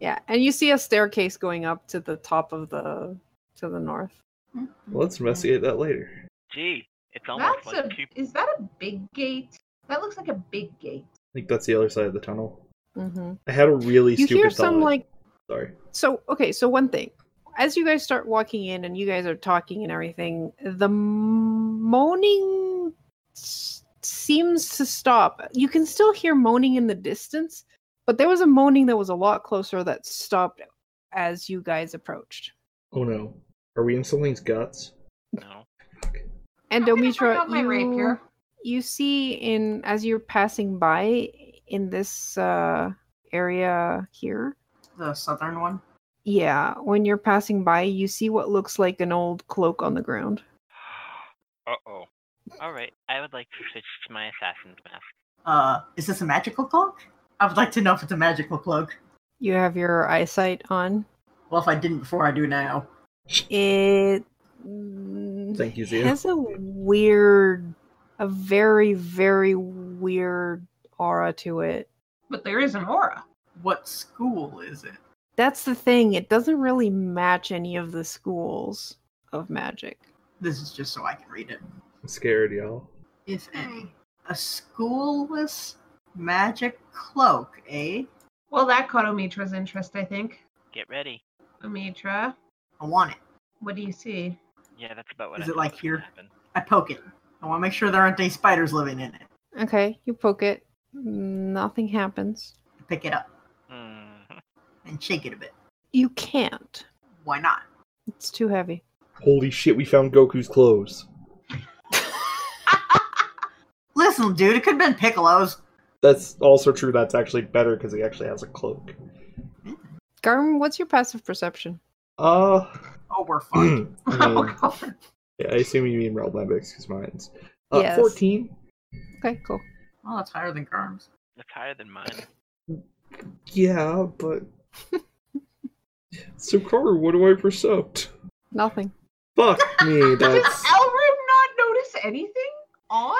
Yeah, and you see a staircase going up to the top of the to the north. Well, let's investigate that later. Gee, it's almost That's like a. Cupid. Is that a big gate? That looks like a big gate. I think that's the other side of the tunnel. Mm-hmm. I had a really You stupid hear some thought. like Sorry. So, okay, so one thing. As you guys start walking in and you guys are talking and everything, the moaning s- seems to stop. You can still hear moaning in the distance, but there was a moaning that was a lot closer that stopped as you guys approached. Oh no. Are we in something's guts? No. And I'm gonna bring Domitra, out my you, rapier. you see in as you're passing by in this uh, area here, The southern one. Yeah, when you're passing by, you see what looks like an old cloak on the ground. Uh oh. All right, I would like to switch to my assassin's mask. Uh, is this a magical cloak? I would like to know if it's a magical cloak. You have your eyesight on. Well, if I didn't before, I do now. It mm, Thank you, Zia. has a weird, a very, very weird aura to it. But there is an aura. What school is it? That's the thing, it doesn't really match any of the schools of magic. This is just so I can read it. I'm scared, y'all. If any. A schoolless magic cloak, eh? Well, that caught Omitra's interest, I think. Get ready. Omitra, I want it. what do you see? Yeah, that's about what. Is I it thought like was gonna here? happen. I poke it. I want to make sure there aren't any spiders living in it. Okay, you poke it, nothing happens. I pick it up Mhm. and shake it a bit. You can't, Why not? it's too heavy. Holy shit, we found Goku's clothes. Listen, dude, it could have been Piccolo's. That's also true. That's actually better because he actually has a cloak. Garm, what's your passive perception? Uh, Oh, we're Hmm. fucked. um, oh, God. yeah, I assume you mean Rob Lambix because mine's uh, Yes. 14. Okay, cool. well, that's higher than Garm's. That's higher than mine. Yeah, but. so, Carter, what do I percept? Nothing. Fuck me, Does that's. Elrim not notice anything odd?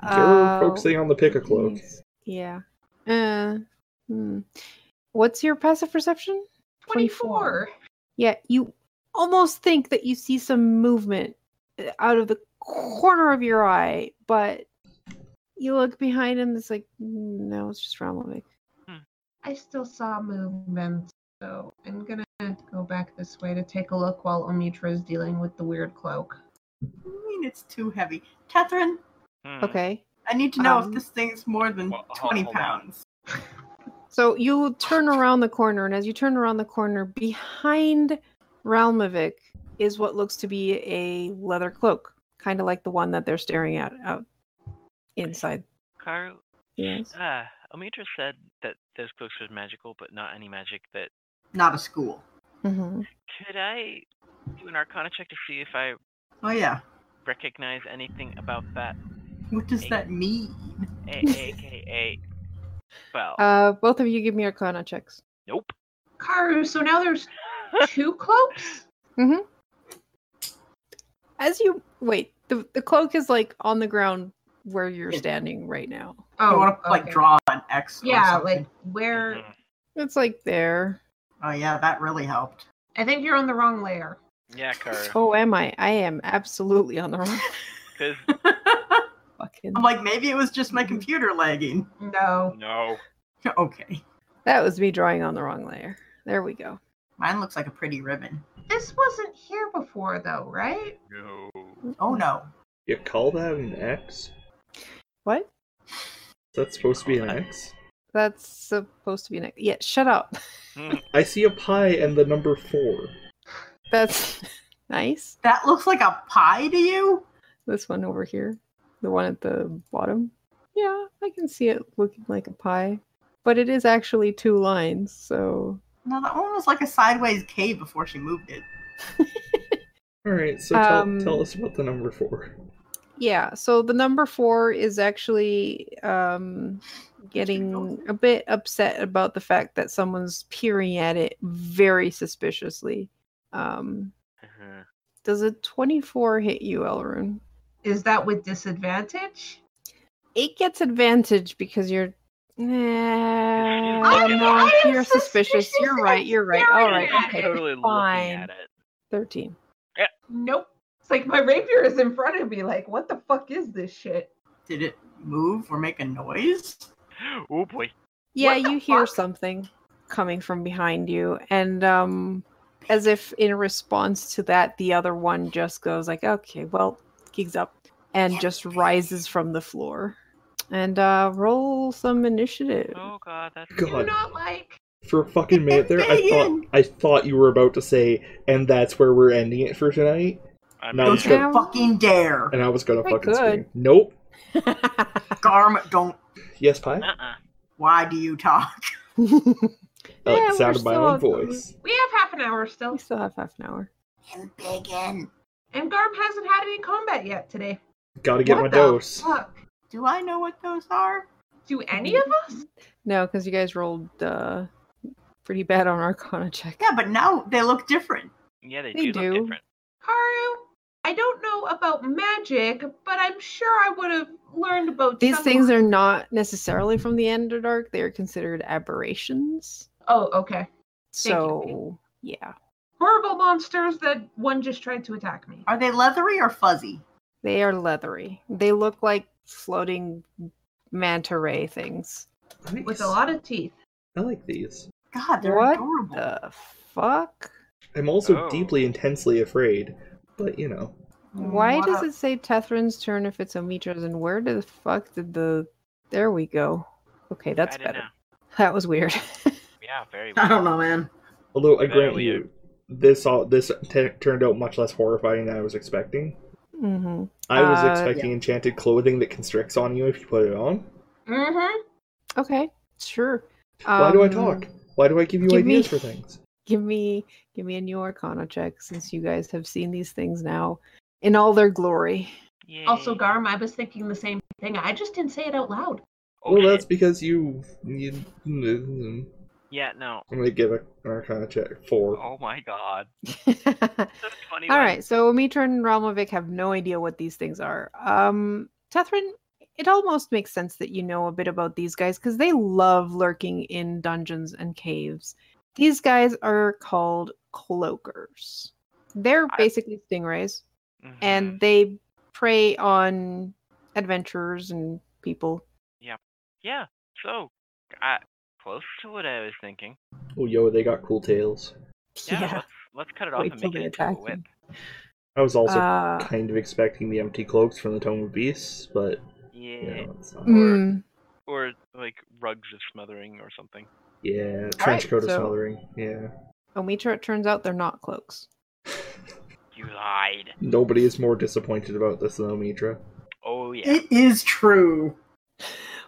You're Oh, focusing on the pick a cloak. jeez. Yeah. Uh, hmm. What's your passive perception? 24. Yeah, you almost think that you see some movement uh, out of the corner of your eye, but you look behind and it's like, "Mm, no, it's just Ramlovic. I still saw movement, so I'm gonna go back this way to take a look while Omitra is dealing with the weird cloak. I mean, it's too heavy. Catherine, Hmm. Okay. I need to know Um, if this thing's more than Well, ho- 20 hold on. pounds. So you turn around the corner, and as you turn around the corner, behind Ralmovic is what looks to be a leather cloak, kind of like the one that they're staring at out inside. Karu, Yes. uh, Omitra said that those cloaks was magical, but not any magic. That Not a school. hmm could I do an Arcana check to see if I Oh, yeah. recognize anything about that, What does that mean? a- aka well, Uh, both of you give me Arcana checks. nope. Karu, so now there's two cloaks? As you wait, the the cloak is like on the ground where you're Yeah. standing right now. I want to, like, Oh, okay. draw an X. or Yeah, something. Mm-hmm. like where? Mhm. It's like there. Oh, yeah, that really helped. I think you're on the wrong layer. Yeah, Karu. Oh, am I? I am absolutely on the wrong Because I'm fucking. like, maybe it was just Mm-hmm. my computer lagging. No. no, okay. That was me drawing on the wrong layer. There we go. Mine looks like a pretty ribbon. This wasn't here before, though, right? no. Oh, Mm. no. You call that an X? What? That's supposed to be an X? That's supposed to be next. Yeah, shut up. I see a pie and the number four. That's nice. That looks like a pie to you? This one over here, the one at the bottom. Yeah, I can see it looking like a pie, but it is actually two lines. So No, that one was like a sideways K before she moved it. Alright, so tell, Um, tell us about the number four. yeah, so the number four is actually um, getting a bit upset about the fact that someone's peering at it very suspiciously. Um, Uh-huh. does a twenty-four hit you, Elrune? Is that with disadvantage? It gets advantage because you're Nah, I am- no, I am you're suspicious. suspicious You're and right. I'm You're right. staring All right. at Okay. totally looking fine. at it. 13. Nope. It's like my rapier is in front of me. Like, what the fuck is this shit? Did it move or make a noise? Oh boy. Yeah, What the you hear fuck? something coming from behind you and um as if in response to that the other one just goes like, "Okay, well, gigs up." And just rises from the floor. And uh roll some initiative. Oh god, that's Do you God. not like? For a fucking minute there, I thought Megan! I thought you were about to say, and that's where we're ending it for tonight. I No, mean, it's Don't good. you fucking dare. And I was gonna I fucking could. scream. Nope. Oh, Garm, don't. Yes, Pi. uh-uh. Why do you talk? we I Yeah, like the we're sound of my still own on the- voice. We have half an hour still, still have half an hour. And begin. and Garm hasn't had any combat yet today. Gotta get What my the dose. Fuck. Do I know what those are? Do any of us? No, because you guys rolled uh pretty bad on Arcana check. Yeah, but now they look different. Yeah, they, They do, do. look different. Karu, I don't know about magic, but I'm sure I would have learned about These some- things are not necessarily from the Underdark. They are considered aberrations. Oh, okay. Thank you. So, yeah. Horrible monsters that one just tried to attack me. Are they leathery or fuzzy? They are leathery. They look like floating manta ray things. With a lot of teeth. I like these. God, they're What adorable. The fuck? I'm also Oh. deeply intensely afraid, but you know. Why What does a- it say Tethran's turn if it's Omitra's? And where the fuck did the. There we go. Okay, that's I don't better. know. That was weird. Yeah, very I well. don't know, man. Although I Very grant weird. you, this all this t- turned out much less horrifying than I was expecting. hmm I was Uh, expecting enchanted clothing that constricts on you if you put it on. Mm-hmm. Okay, sure. Why do I Um, talk? Why do I give you give me- ideas for things? give me give me a new arcana check since you guys have seen these things now in all their glory Yay. Also, Garm, I was thinking the same thing. I just didn't say it out loud. Oh, Well, shit. that's because you. you I'm Yeah, no. gonna give a Arcana check four. Oh my god. all That's funny. right so omitra and Ralmovic have no idea what these things are um tethrin it almost makes sense that you know a bit about these guys because they love lurking in dungeons and caves these guys are called cloakers they're I- basically stingrays Mm-hmm. and they prey on adventurers and people yeah, so I, close to what I was thinking. Oh, yo, they got cool tails. Yeah, Let's, let's cut it off Wait and till make they it into a attack whip. I was also Uh, kind of expecting the empty cloaks from the Tome of Beasts, but Yeah, you know, it's not. Mm. mm, or like rugs of smothering or something. Yeah, trench coat of so- smothering. Yeah, Omitra, it turns out they're not cloaks. You lied. nobody is more disappointed about this than Omidra. Oh yeah. It is true.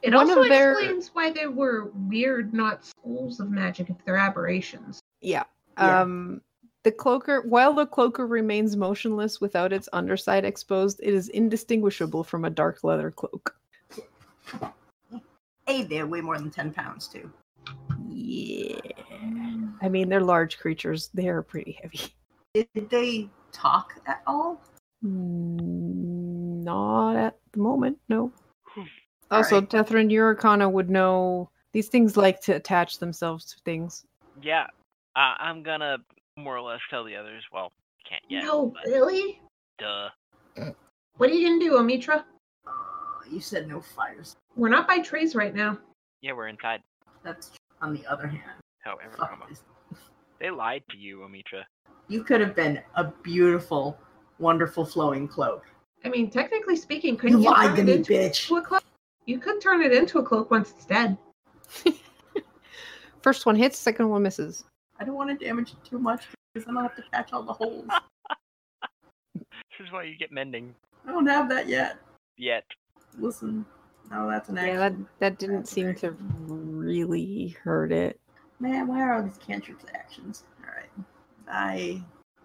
It One also of their- explains why they were weird, not schools of magic, if they're aberrations. Yeah. Yeah. Um, the cloaker, while the cloaker remains motionless without its underside exposed, it is indistinguishable from a dark leather cloak. Hey, they weigh more than 10 pounds, too. Yeah. I mean, they're large creatures. They are pretty heavy. Did they talk at all? Mm, Not at the moment, no. Hmm. Also, Alright. Tethran Uricana would know these things like to attach themselves to things. Yeah. Uh, I'm gonna more or less tell the others. Well, can't yet. no, but really? duh. What are you gonna do, Omitra? Uh, you said no fires. We're not by trees right now. Yeah, we're inside. That's tr- on the other hand. However, fuck Rama, this. they lied to you, Omitra. You could have been a beautiful, wonderful flowing cloak. I mean, technically speaking, You couldn't you, turn lied to it me, into bitch. a cloak? You could turn it into a cloak once it's dead. First one hits, second one misses. I don't want to damage it too much because then I'll have to patch all the holes. This is why you get mending. I don't have that yet. Yet. Listen, no, that's an action. Yeah, that that didn't seem to really hurt it. Man, why are all these cantrips actions? All right. I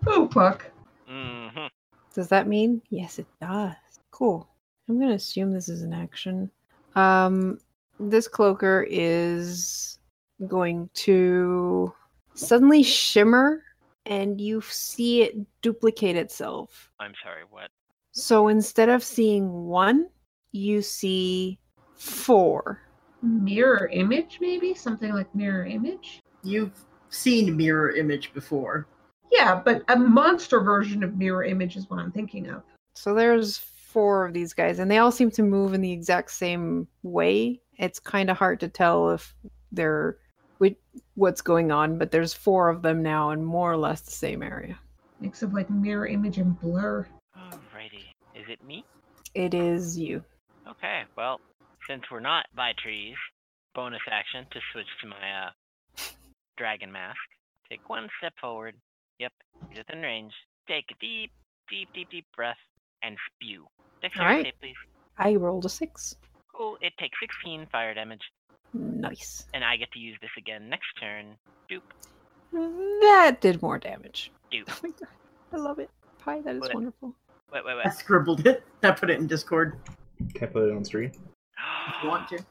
Oh, fuck. Mm-hmm. Does that mean? Yes, it does. Cool. I'm gonna assume this is an action. Um, this cloaker is going to suddenly shimmer, and you see it duplicate itself. I'm sorry. What? So instead of seeing one, you see four. mirror image, maybe something like mirror image. You've seen mirror image before. Yeah, but a monster version of mirror image is what I'm thinking of. So there's four of these guys, and they all seem to move in the exact same way. It's kind of hard to tell if they're whi- what's going on, but there's four of them now in more or less the same area. Mix of like mirror image and blur. Alrighty. Is it me? It is you. Okay, well, since we're not by trees, bonus action to switch to my uh, dragon mask. Take one step forward. Yep, he's within range. Take a deep, deep, deep, deep breath and spew. Dexterity Alright. save, please. I rolled a six. Cool. It takes 16 fire damage, Nice. and I get to use this again next turn. Doop, That did more damage. doop. Oh my god. I love it. Pie, that is What? wonderful. Wait, wait, I scribbled it. I put it in Discord Can't put it on stream. if you want wait. to.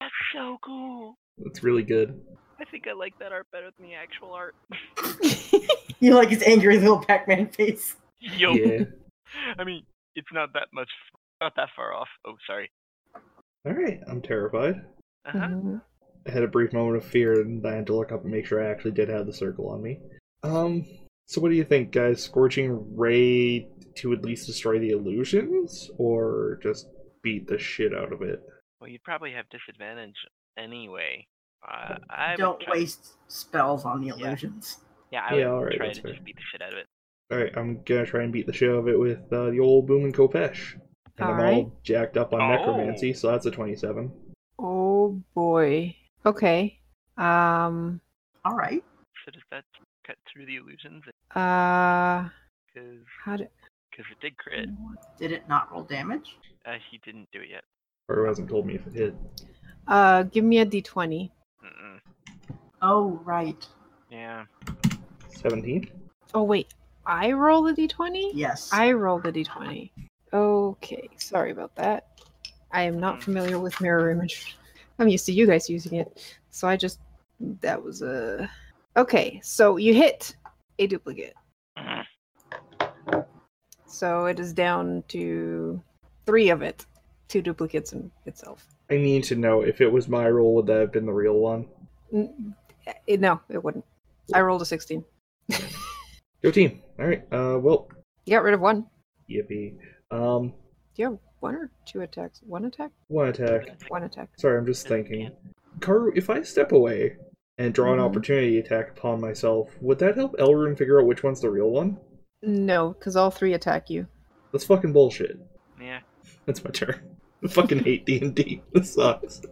That's so cool. It's really good. I think I like that art better than the actual art. You like his angry little Pac-Man face. Yo. Yeah. I mean, it's not that much, not that far off. Oh, sorry. All right, I'm terrified. Uh Mm-hmm. huh. Mhm. I had a brief moment of fear, and I had to look up and make sure I actually did have the circle on me. Um, so what do you think, guys? Scorching ray to at least destroy the illusions, or just beat the shit out of it? Well, you'd probably have disadvantage anyway. Uh, I would Don't try- waste spells on the Yeah. illusions. Yeah, I Yeah, would alright, try that's to fair. just beat the shit out of it. All right, I'm gonna try and beat the shit out of it with uh, the old boom and Kopesh, and I'm All right. all jacked up on Oh. necromancy, so that's a twenty-seven. Oh boy. Okay. Um. All right. So does that cut through the illusions? Uh. Because How do? it did crit. Did it not roll damage? Mm-hmm. Uh, he didn't do it yet. Or it hasn't told me if it hit. Uh. Give me a d20. Mm-mm. Oh, right. Yeah. Seventeen. Oh wait. I roll a d20. Yes. I rolled a d20. Okay. Sorry about that. I am not Mhm. familiar with mirror image. I'm used to you guys using it, so I just that was a. Okay. So you hit a duplicate. So it is down to three of it, two duplicates in itself. I need to know if it was my roll, would that have been the real one? N- it- no, it wouldn't. I rolled a 16. Go team. All right. Uh, well, You got rid of one. yippee. Um, Do you have one or two attacks? One attack? one attack. One attack. Sorry, I'm just Does it thinking. Karu, if I step away and draw an Mhm. opportunity attack upon myself, would that help Elrune figure out which one's the real one? No, because all three attack you. That's fucking bullshit. Yeah. That's my turn. I fucking hate D and D. This sucks.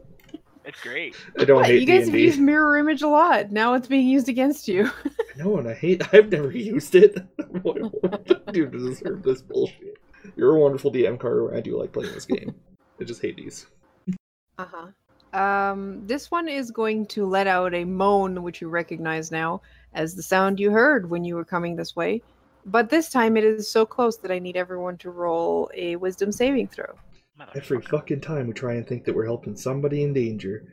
It's great. I don't What? hate You guys have D and used D. mirror image a lot. Now it's being used against you. No, and I hate. I've never used it. Why would I do to deserve this bullshit? You're a wonderful DM, Karu. and I do like playing this game. I just hate these. Uh-huh. Um, this one is going to let out a moan, which you recognize now as the sound you heard when you were coming this way. But this time it is so close that I need everyone to roll a wisdom saving throw. Every Motherfucker. fucking time we try and think that we're helping somebody in danger,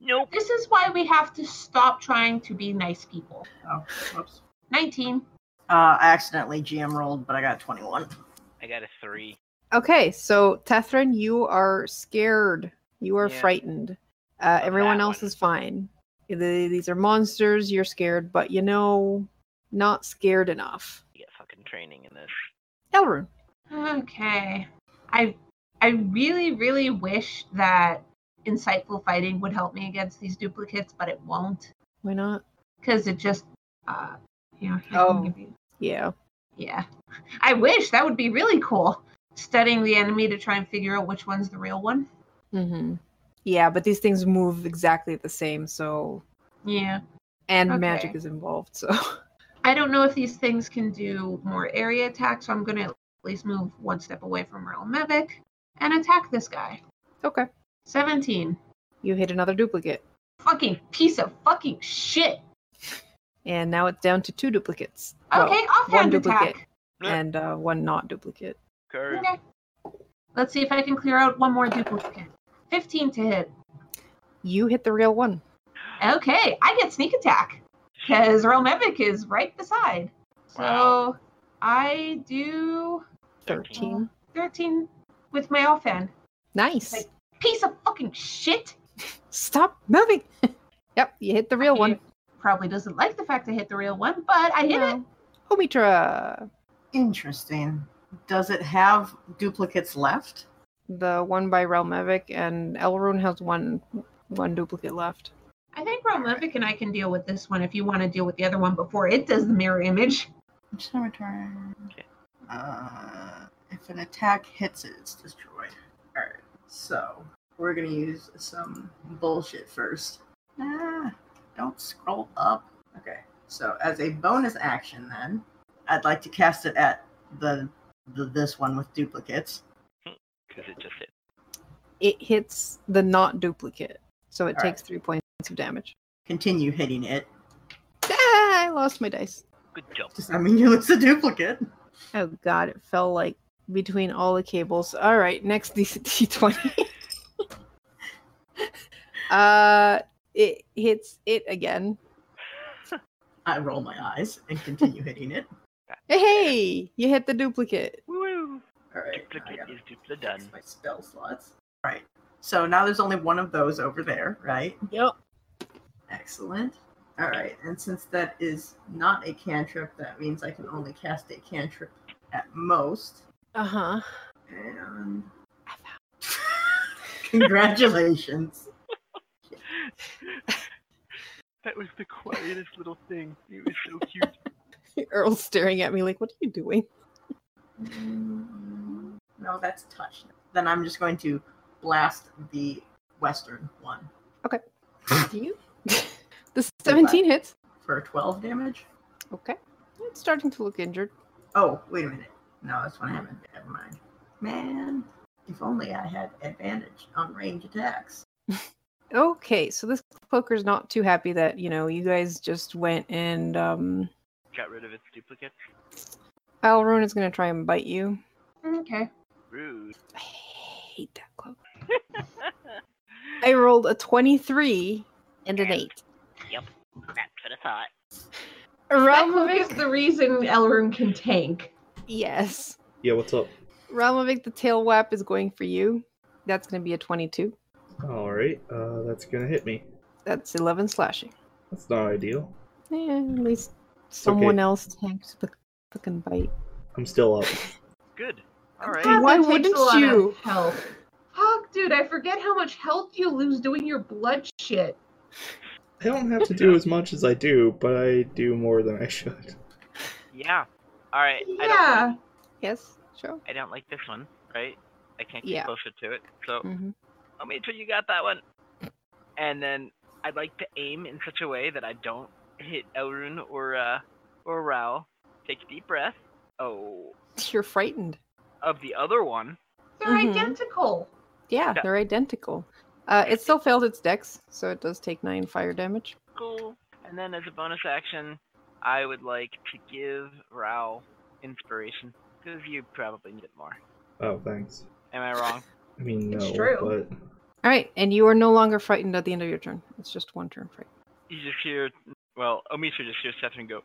Nope. This is why we have to stop trying to be nice people. Oh, whoops. 19. Uh, I accidentally GM rolled, but I got 21. I got a three. Okay, so Tethrin, you are scared. You are Yeah. frightened. Uh, Of everyone that else one. is fine. The- these are monsters. You're scared, but you know, not scared enough. You get fucking training in this. Elrune. Okay. I I really really wish that insightful fighting would help me against these duplicates, but it won't Why not? because it just uh you know. I can Oh. give you- Yeah. Yeah. I wish that would be really cool. Studying the enemy to try and figure out which one's the real one. hmm Mm-hmm. Yeah, but these things move exactly the same. So, Yeah. and Okay. magic is involved. So, I don't know if these things can do more area attacks, so I'm gonna at least move one step away from Realm Mevic and attack this guy. okay, 17. you hit another duplicate, Fucking piece of fucking shit. and now it's down to two duplicates. Well, Okay, one offhand duplicate. attack. and uh, one not duplicate. Curve. Okay. Let's see if I can clear out one more duplicate. 15 to hit. You hit the real one. Okay, I get sneak attack because Realmevic is right beside. So Wow. I do Thirteen. uh, 13 with my offhand. Nice. Like- piece of fucking shit. Stop moving. yep, you hit the real one. Probably doesn't like the fact I hit the real one, but I hit it. No. Homitra, Interesting. Does it have duplicates left? the one by Realmevic, and Elrune has one one duplicate left. I think Romovic and I can deal with this one if you want to deal with the other one before it does the mirror image. Just have a turn. Okay. Uh, if an attack hits it, it's destroyed. Alright, so we're gonna use some bullshit first. Nah, don't scroll up. Okay, so as a bonus action, then I'd like to cast it at the, the this one with duplicates. because it just hit. It hits the not duplicate, so it All takes three points of damage. Continue hitting it. Ah, I lost my dice. Good job. Does that mean you lose a duplicate? Oh god, it fell like between all the cables. All right, next D- D20. uh it hits it again. I roll my eyes and continue hitting it. Hey, hey, you hit the duplicate. Woo! All right. now I Duplicate gotta is dupla done. fix My spell slots. Right. So now there's only one of those over there, right? Yep. Excellent. All right. And since that is not a cantrip, that means I can only cast a cantrip at most. Uh-huh. And I congratulations. That was the quietest little thing. It was so cute. Earl's staring at me like, what are you doing? Mm, no, that's touch. Then I'm just going to blast the western one Do you? the 17 hits. for 12 damage. Okay. It's starting to look injured. Oh, wait a minute. No, that's one I haven't. Never mind. Man, if only I had advantage on range attacks. Okay, so this cloaker's not too happy that, you know, you guys just went and um Got rid of its duplicate. Alrune is going to try and bite you. Okay. Rude. I hate that cloak. I rolled a 23 and an And- 8. That's what I thought. That cloak is Realmovic, the reason Elrune can tank. yes. Yeah, what's up? Realmovic, the tail whap is going for you. That's going to be a 22. All right, uh, that's gonna hit me. That's 11 slashing. That's not ideal. Yeah, at least someone else tanks the fucking bite. I'm still up. Good. All God, right. that Why takes a wouldn't lot of you? health. Fuck, dude, I forget how much health you lose doing your blood shit. I don't have to do as much as I do, but I do more than I should. Yeah. All right. I don't, Yeah. Yes, sure. I don't like this one. Right. I can't get Yeah. closer to it. So Mm-hmm. I'll make sure you got that one. And then I'd like to aim in such a way that I don't hit Elrune or uh or Rao. Take a deep breath. Oh, You're frightened. of the other one. They're Mhm. identical. Yeah, Yeah. they're identical. Uh, it still failed its dex, so it does take 9 fire damage. Cool. And then as a bonus action, I would like to give Rao inspiration because you probably need it more. Oh, thanks. Am I wrong? I mean, no, It's true. but All right, and you are no longer frightened at the end of your turn. It's just one turn fright. you just hear, well, Omitra just hears Stefan go,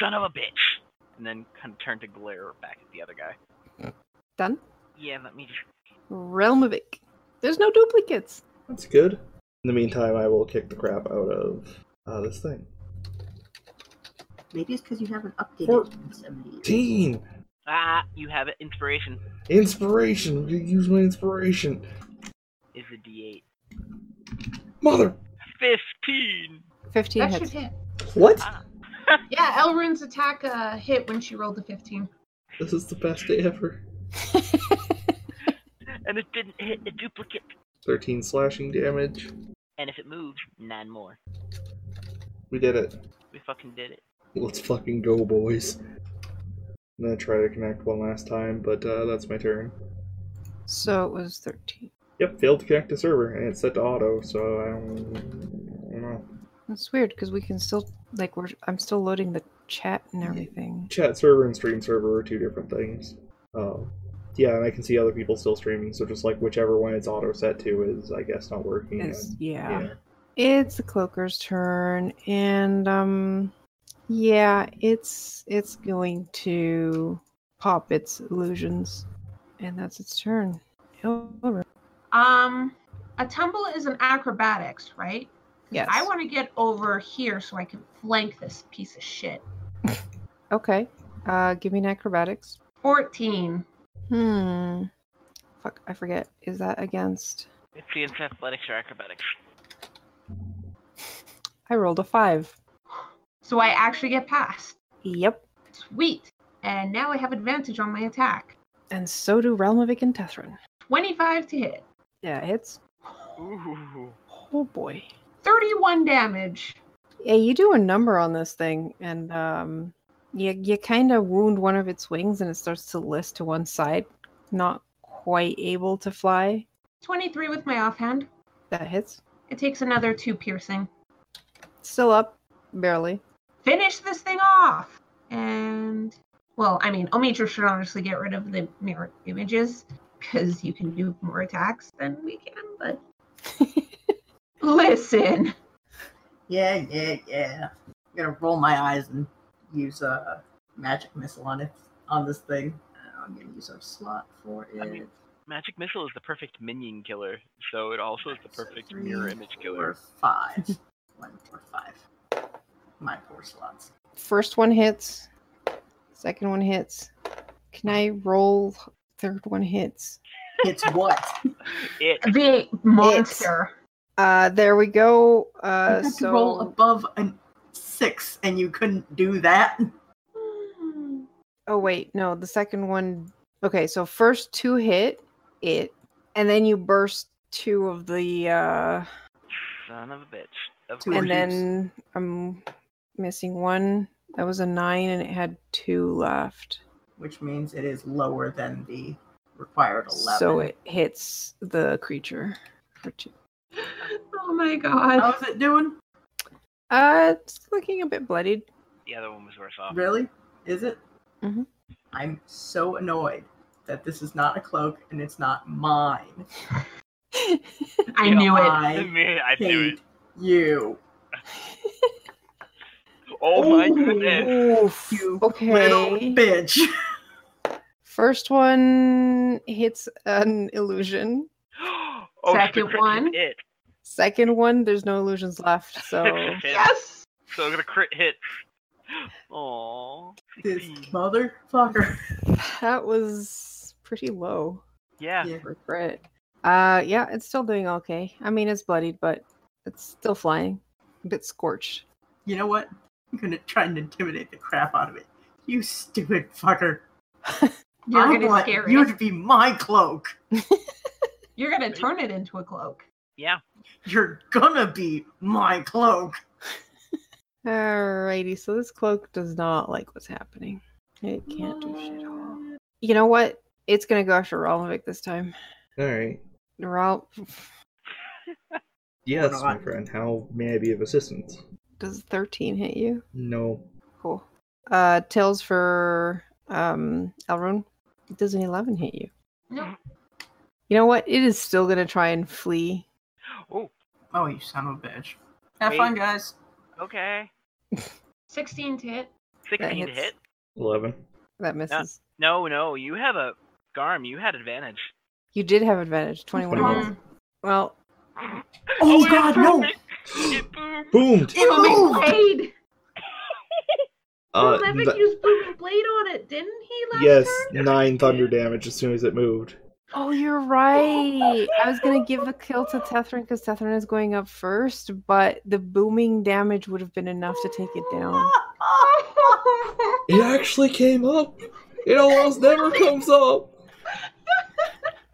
"Son of a bitch," and then kind of turn to glare back at the other guy. Done? Yeah, let me just. Realmovic. There's no duplicates. that's good. In the meantime, I will kick the crap out of uh, this thing. Maybe it's because you haven't updated it in 70 years. Dean, Ah, you have it. Inspiration inspiration. You use my inspiration, is a D8. mother. Fifteen. 15 That should hits. hit. What? Ah, Yeah, Elrune's attack uh, hit when she rolled the 15. This is the best day ever. and it didn't hit the duplicate. Thirteen slashing damage. And if it moves, nine more. We did it. We fucking did it. Let's fucking go, boys. I'm gonna try to connect one last time, but uh, that's my turn. So it was 13. Yep, failed to connect to server, and it's set to auto, so I don't, I don't know. That's weird because we can still like we're I'm still loading the chat and everything. Chat server and stream server are two different things. Um, yeah, and I can see other people still streaming, so just like whichever one it's auto set to is, I guess, not working. It's, yeah. yeah. It's the cloaker's turn and um yeah, it's it's going to pop its illusions and that's its turn. Over. Um, A tumble is an acrobatics, right? 'Cause Yes. I want to get over here so I can flank this piece of shit. Okay. Uh, give me an acrobatics. 14. Hmm. Fuck, I forget. Is that against? It's the athletics or acrobatics. I rolled a five. So I actually get past. Yep. Sweet. And now I have advantage on my attack. And so do Realmovic and Tethrin. 25 to hit. Yeah, it hits. Ooh. Oh boy. 31 damage. Yeah, you do a number on this thing, and um, you you kind of wound one of its wings, and it starts to list to one side, not quite able to fly. 23 with my offhand. That hits. It takes another two piercing. Still up, barely. Finish this thing off. And well, I mean, Omitra should honestly get rid of the mirror images because you can do more attacks than we can. But listen, Yeah, yeah, yeah. I'm gonna roll my eyes and use a uh, magic missile on it on this thing. Uh, I'm gonna use a slot for I it. mean, Magic missile is the perfect minion killer, so it also is the So perfect three, mirror image Four, killer. five. One, four, five. My poor slots. First one hits. Second one hits. Can I roll? Third one hits. It's what? It the monster. Uh, there we go. you Uh, had so to roll above a six, and you couldn't do that. Hmm. Oh wait, no, the second one. Okay, so first two hit it, and then you burst two of the, uh, son of a bitch. Of Two course. and hits. then I'm missing one. That was a nine, and it had two left. which means it is lower than the required 11. So it hits the creature for two. Oh my god. How's it doing? Uh, it's looking a bit bloodied. The other one was worse off. Really? Is it? Mhm. I'm so annoyed that this is not a cloak and it's not mine. I Yeah. knew it. I I mean, I knew it. hate you. Oh my Ooh. goodness. Oof. You little Okay. bitch. First one hits an illusion. oh, so Second the crit is one. It. Second one, there's no illusions left. Oh. So. It's a hit. Yes. So the crit hit. Aww. This motherfucker. That was pretty low. Yeah. Yeah. Regret. Uh, yeah, it's still doing okay. I mean, it's bloodied, but it's still flying. A bit scorched. You know what? I'm gonna try and intimidate the crap out of it. You stupid fucker. You're Oh, I gonna want scare you it. to be my cloak. You're gonna turn it into a cloak. Yeah. You're gonna be my cloak. Alrighty, so this cloak does not like what's happening. It can't do shit at all. You know what? It's gonna go after Rolovic this time. All right. Rol Yes, Hold my on. friend. How may I be of assistance? does thirteen hit you? No. Cool. Uh, tails for um Elrune. Does an eleven hit you? No. You know what? It is still gonna try and flee. Oh, Oh, you son of a bitch. Have Wait. fun, guys. okay. 16 to hit. 16 to hits. hit. 11. That misses. No, no, you have a. Garm, you had advantage. You did have advantage. Twenty-one. Twenty-one. hits. Well, Oh, it god, no! boomed. It boomed. Boomed! Booming Ew! blade. Uh, Levick th- used booming blade on it, didn't he? Last yes, turn? 9 thunder damage as soon as it moved. Oh, you're right. I was gonna give the kill to Tethrin because Tethrin is going up first, but the booming damage would have been enough to take it down. It actually came up! It almost never comes up!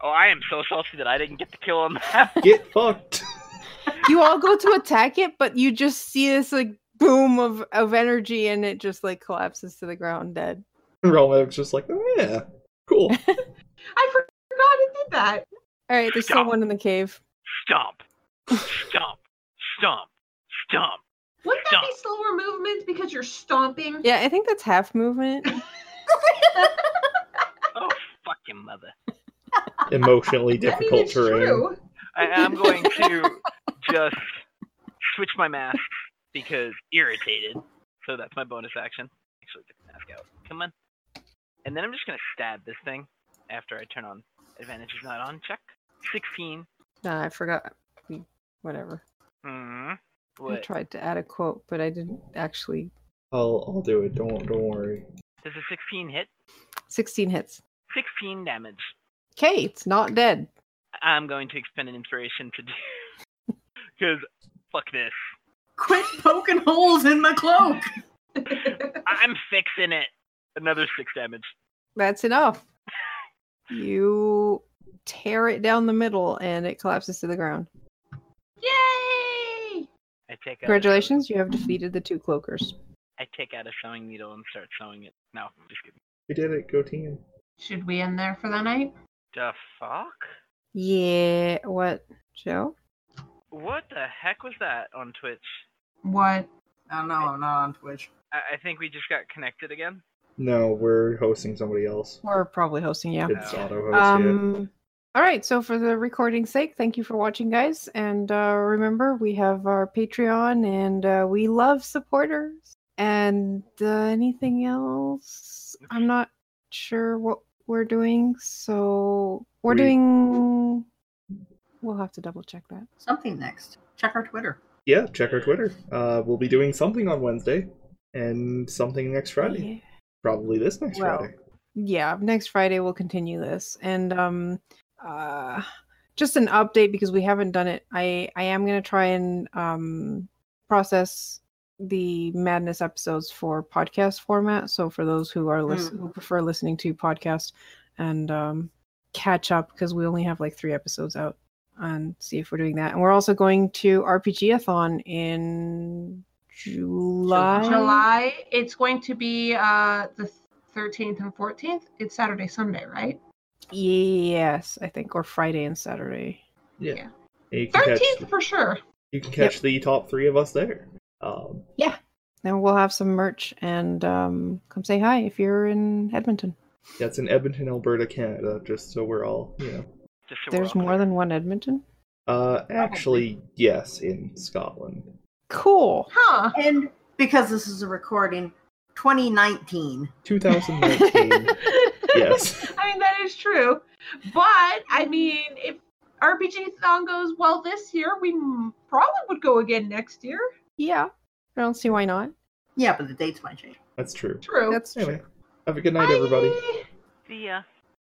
Oh, I am so salty that I didn't get the kill on that. Get fucked! You all go to attack it, but you just see this like boom of of energy, and it just like collapses to the ground dead. Roman's just like, oh yeah, cool. I forgot it did that. All right, there's still Stop. one in the cave. Stomp. Stomp. Stomp. Stomp. Wouldn't that be slower movement because you're stomping? Yeah, I think that's half movement. Oh, fucking mother. Emotionally I mean, difficult it's terrain. true. I am going to just switch my mask because irritated. So that's my bonus action. Actually, get the mask out. Come on. And then I'm just going to stab this thing after I turn on advantage is not on check. 16 No, I forgot. We- Whatever. Hmm. I What? tried to add a quote, but I didn't actually. I'll I'll do it. Don't don't worry. Does a 16 hit? 16 hits. 16 damage. Okay, it's not dead. I'm going to expend an inspiration to do. Because fuck this. Quit poking holes in my cloak. I'm fixing it. Another six damage. That's enough. You tear it down the middle and it collapses to the ground. Yay! I take out a sewing- Congratulations, you have defeated the two cloakers. I take out a sewing needle and start sewing it. No, just kidding. We did it. Go team. Should we end there for the night? The fuck? Yeah, what, Joe? What the heck was that on Twitch? What? I don't know. I'm not on Twitch. I, I think we just got connected again. No, we're hosting somebody else. We're probably hosting, yeah. It's Yeah. auto host. Um, all right. So for the recording's sake, thank you for watching, guys. And uh, remember, we have our Patreon, and uh, we love supporters. And uh, anything else? I'm not sure what we're doing. So we're We- doing. We'll have to double check that. Something next. Check our Twitter. yeah. yeah, check our Twitter. Uh, we'll be doing something on Wednesday and something next Friday. Yeah. Probably this next Well, Friday. yeah next friday we'll continue this and um uh just an update because we haven't done it i i am going to try and um process the madness episodes for podcast format so for those who are lis- who prefer listening to podcast and um catch up because we only have like three episodes out and see if we're doing that and we're also going to rpgathon in july July. It's going to be uh, the 13th and 14th. It's Saturday, Sunday, right? yes i think or friday and saturday And you can catch 13th for sure. you can catch the top three of us there. Um, And we'll have some merch and um, come say hi if you're in Edmonton. that's in Edmonton, Alberta, Canada. Just so we're all you know. Just so we're There's all more clear. than one Edmonton. Uh, actually, yes, in Scotland. Cool. Huh. And because this is a recording, 2019. 2019. yes. I mean, that is true. But, I mean, if RPG Thon goes well this year, we m- probably would go again next year. Yeah. I don't see why not. Yeah, but the dates might change. That's true. True. That's true. Anyway, have a good night, everybody. Bye. See ya.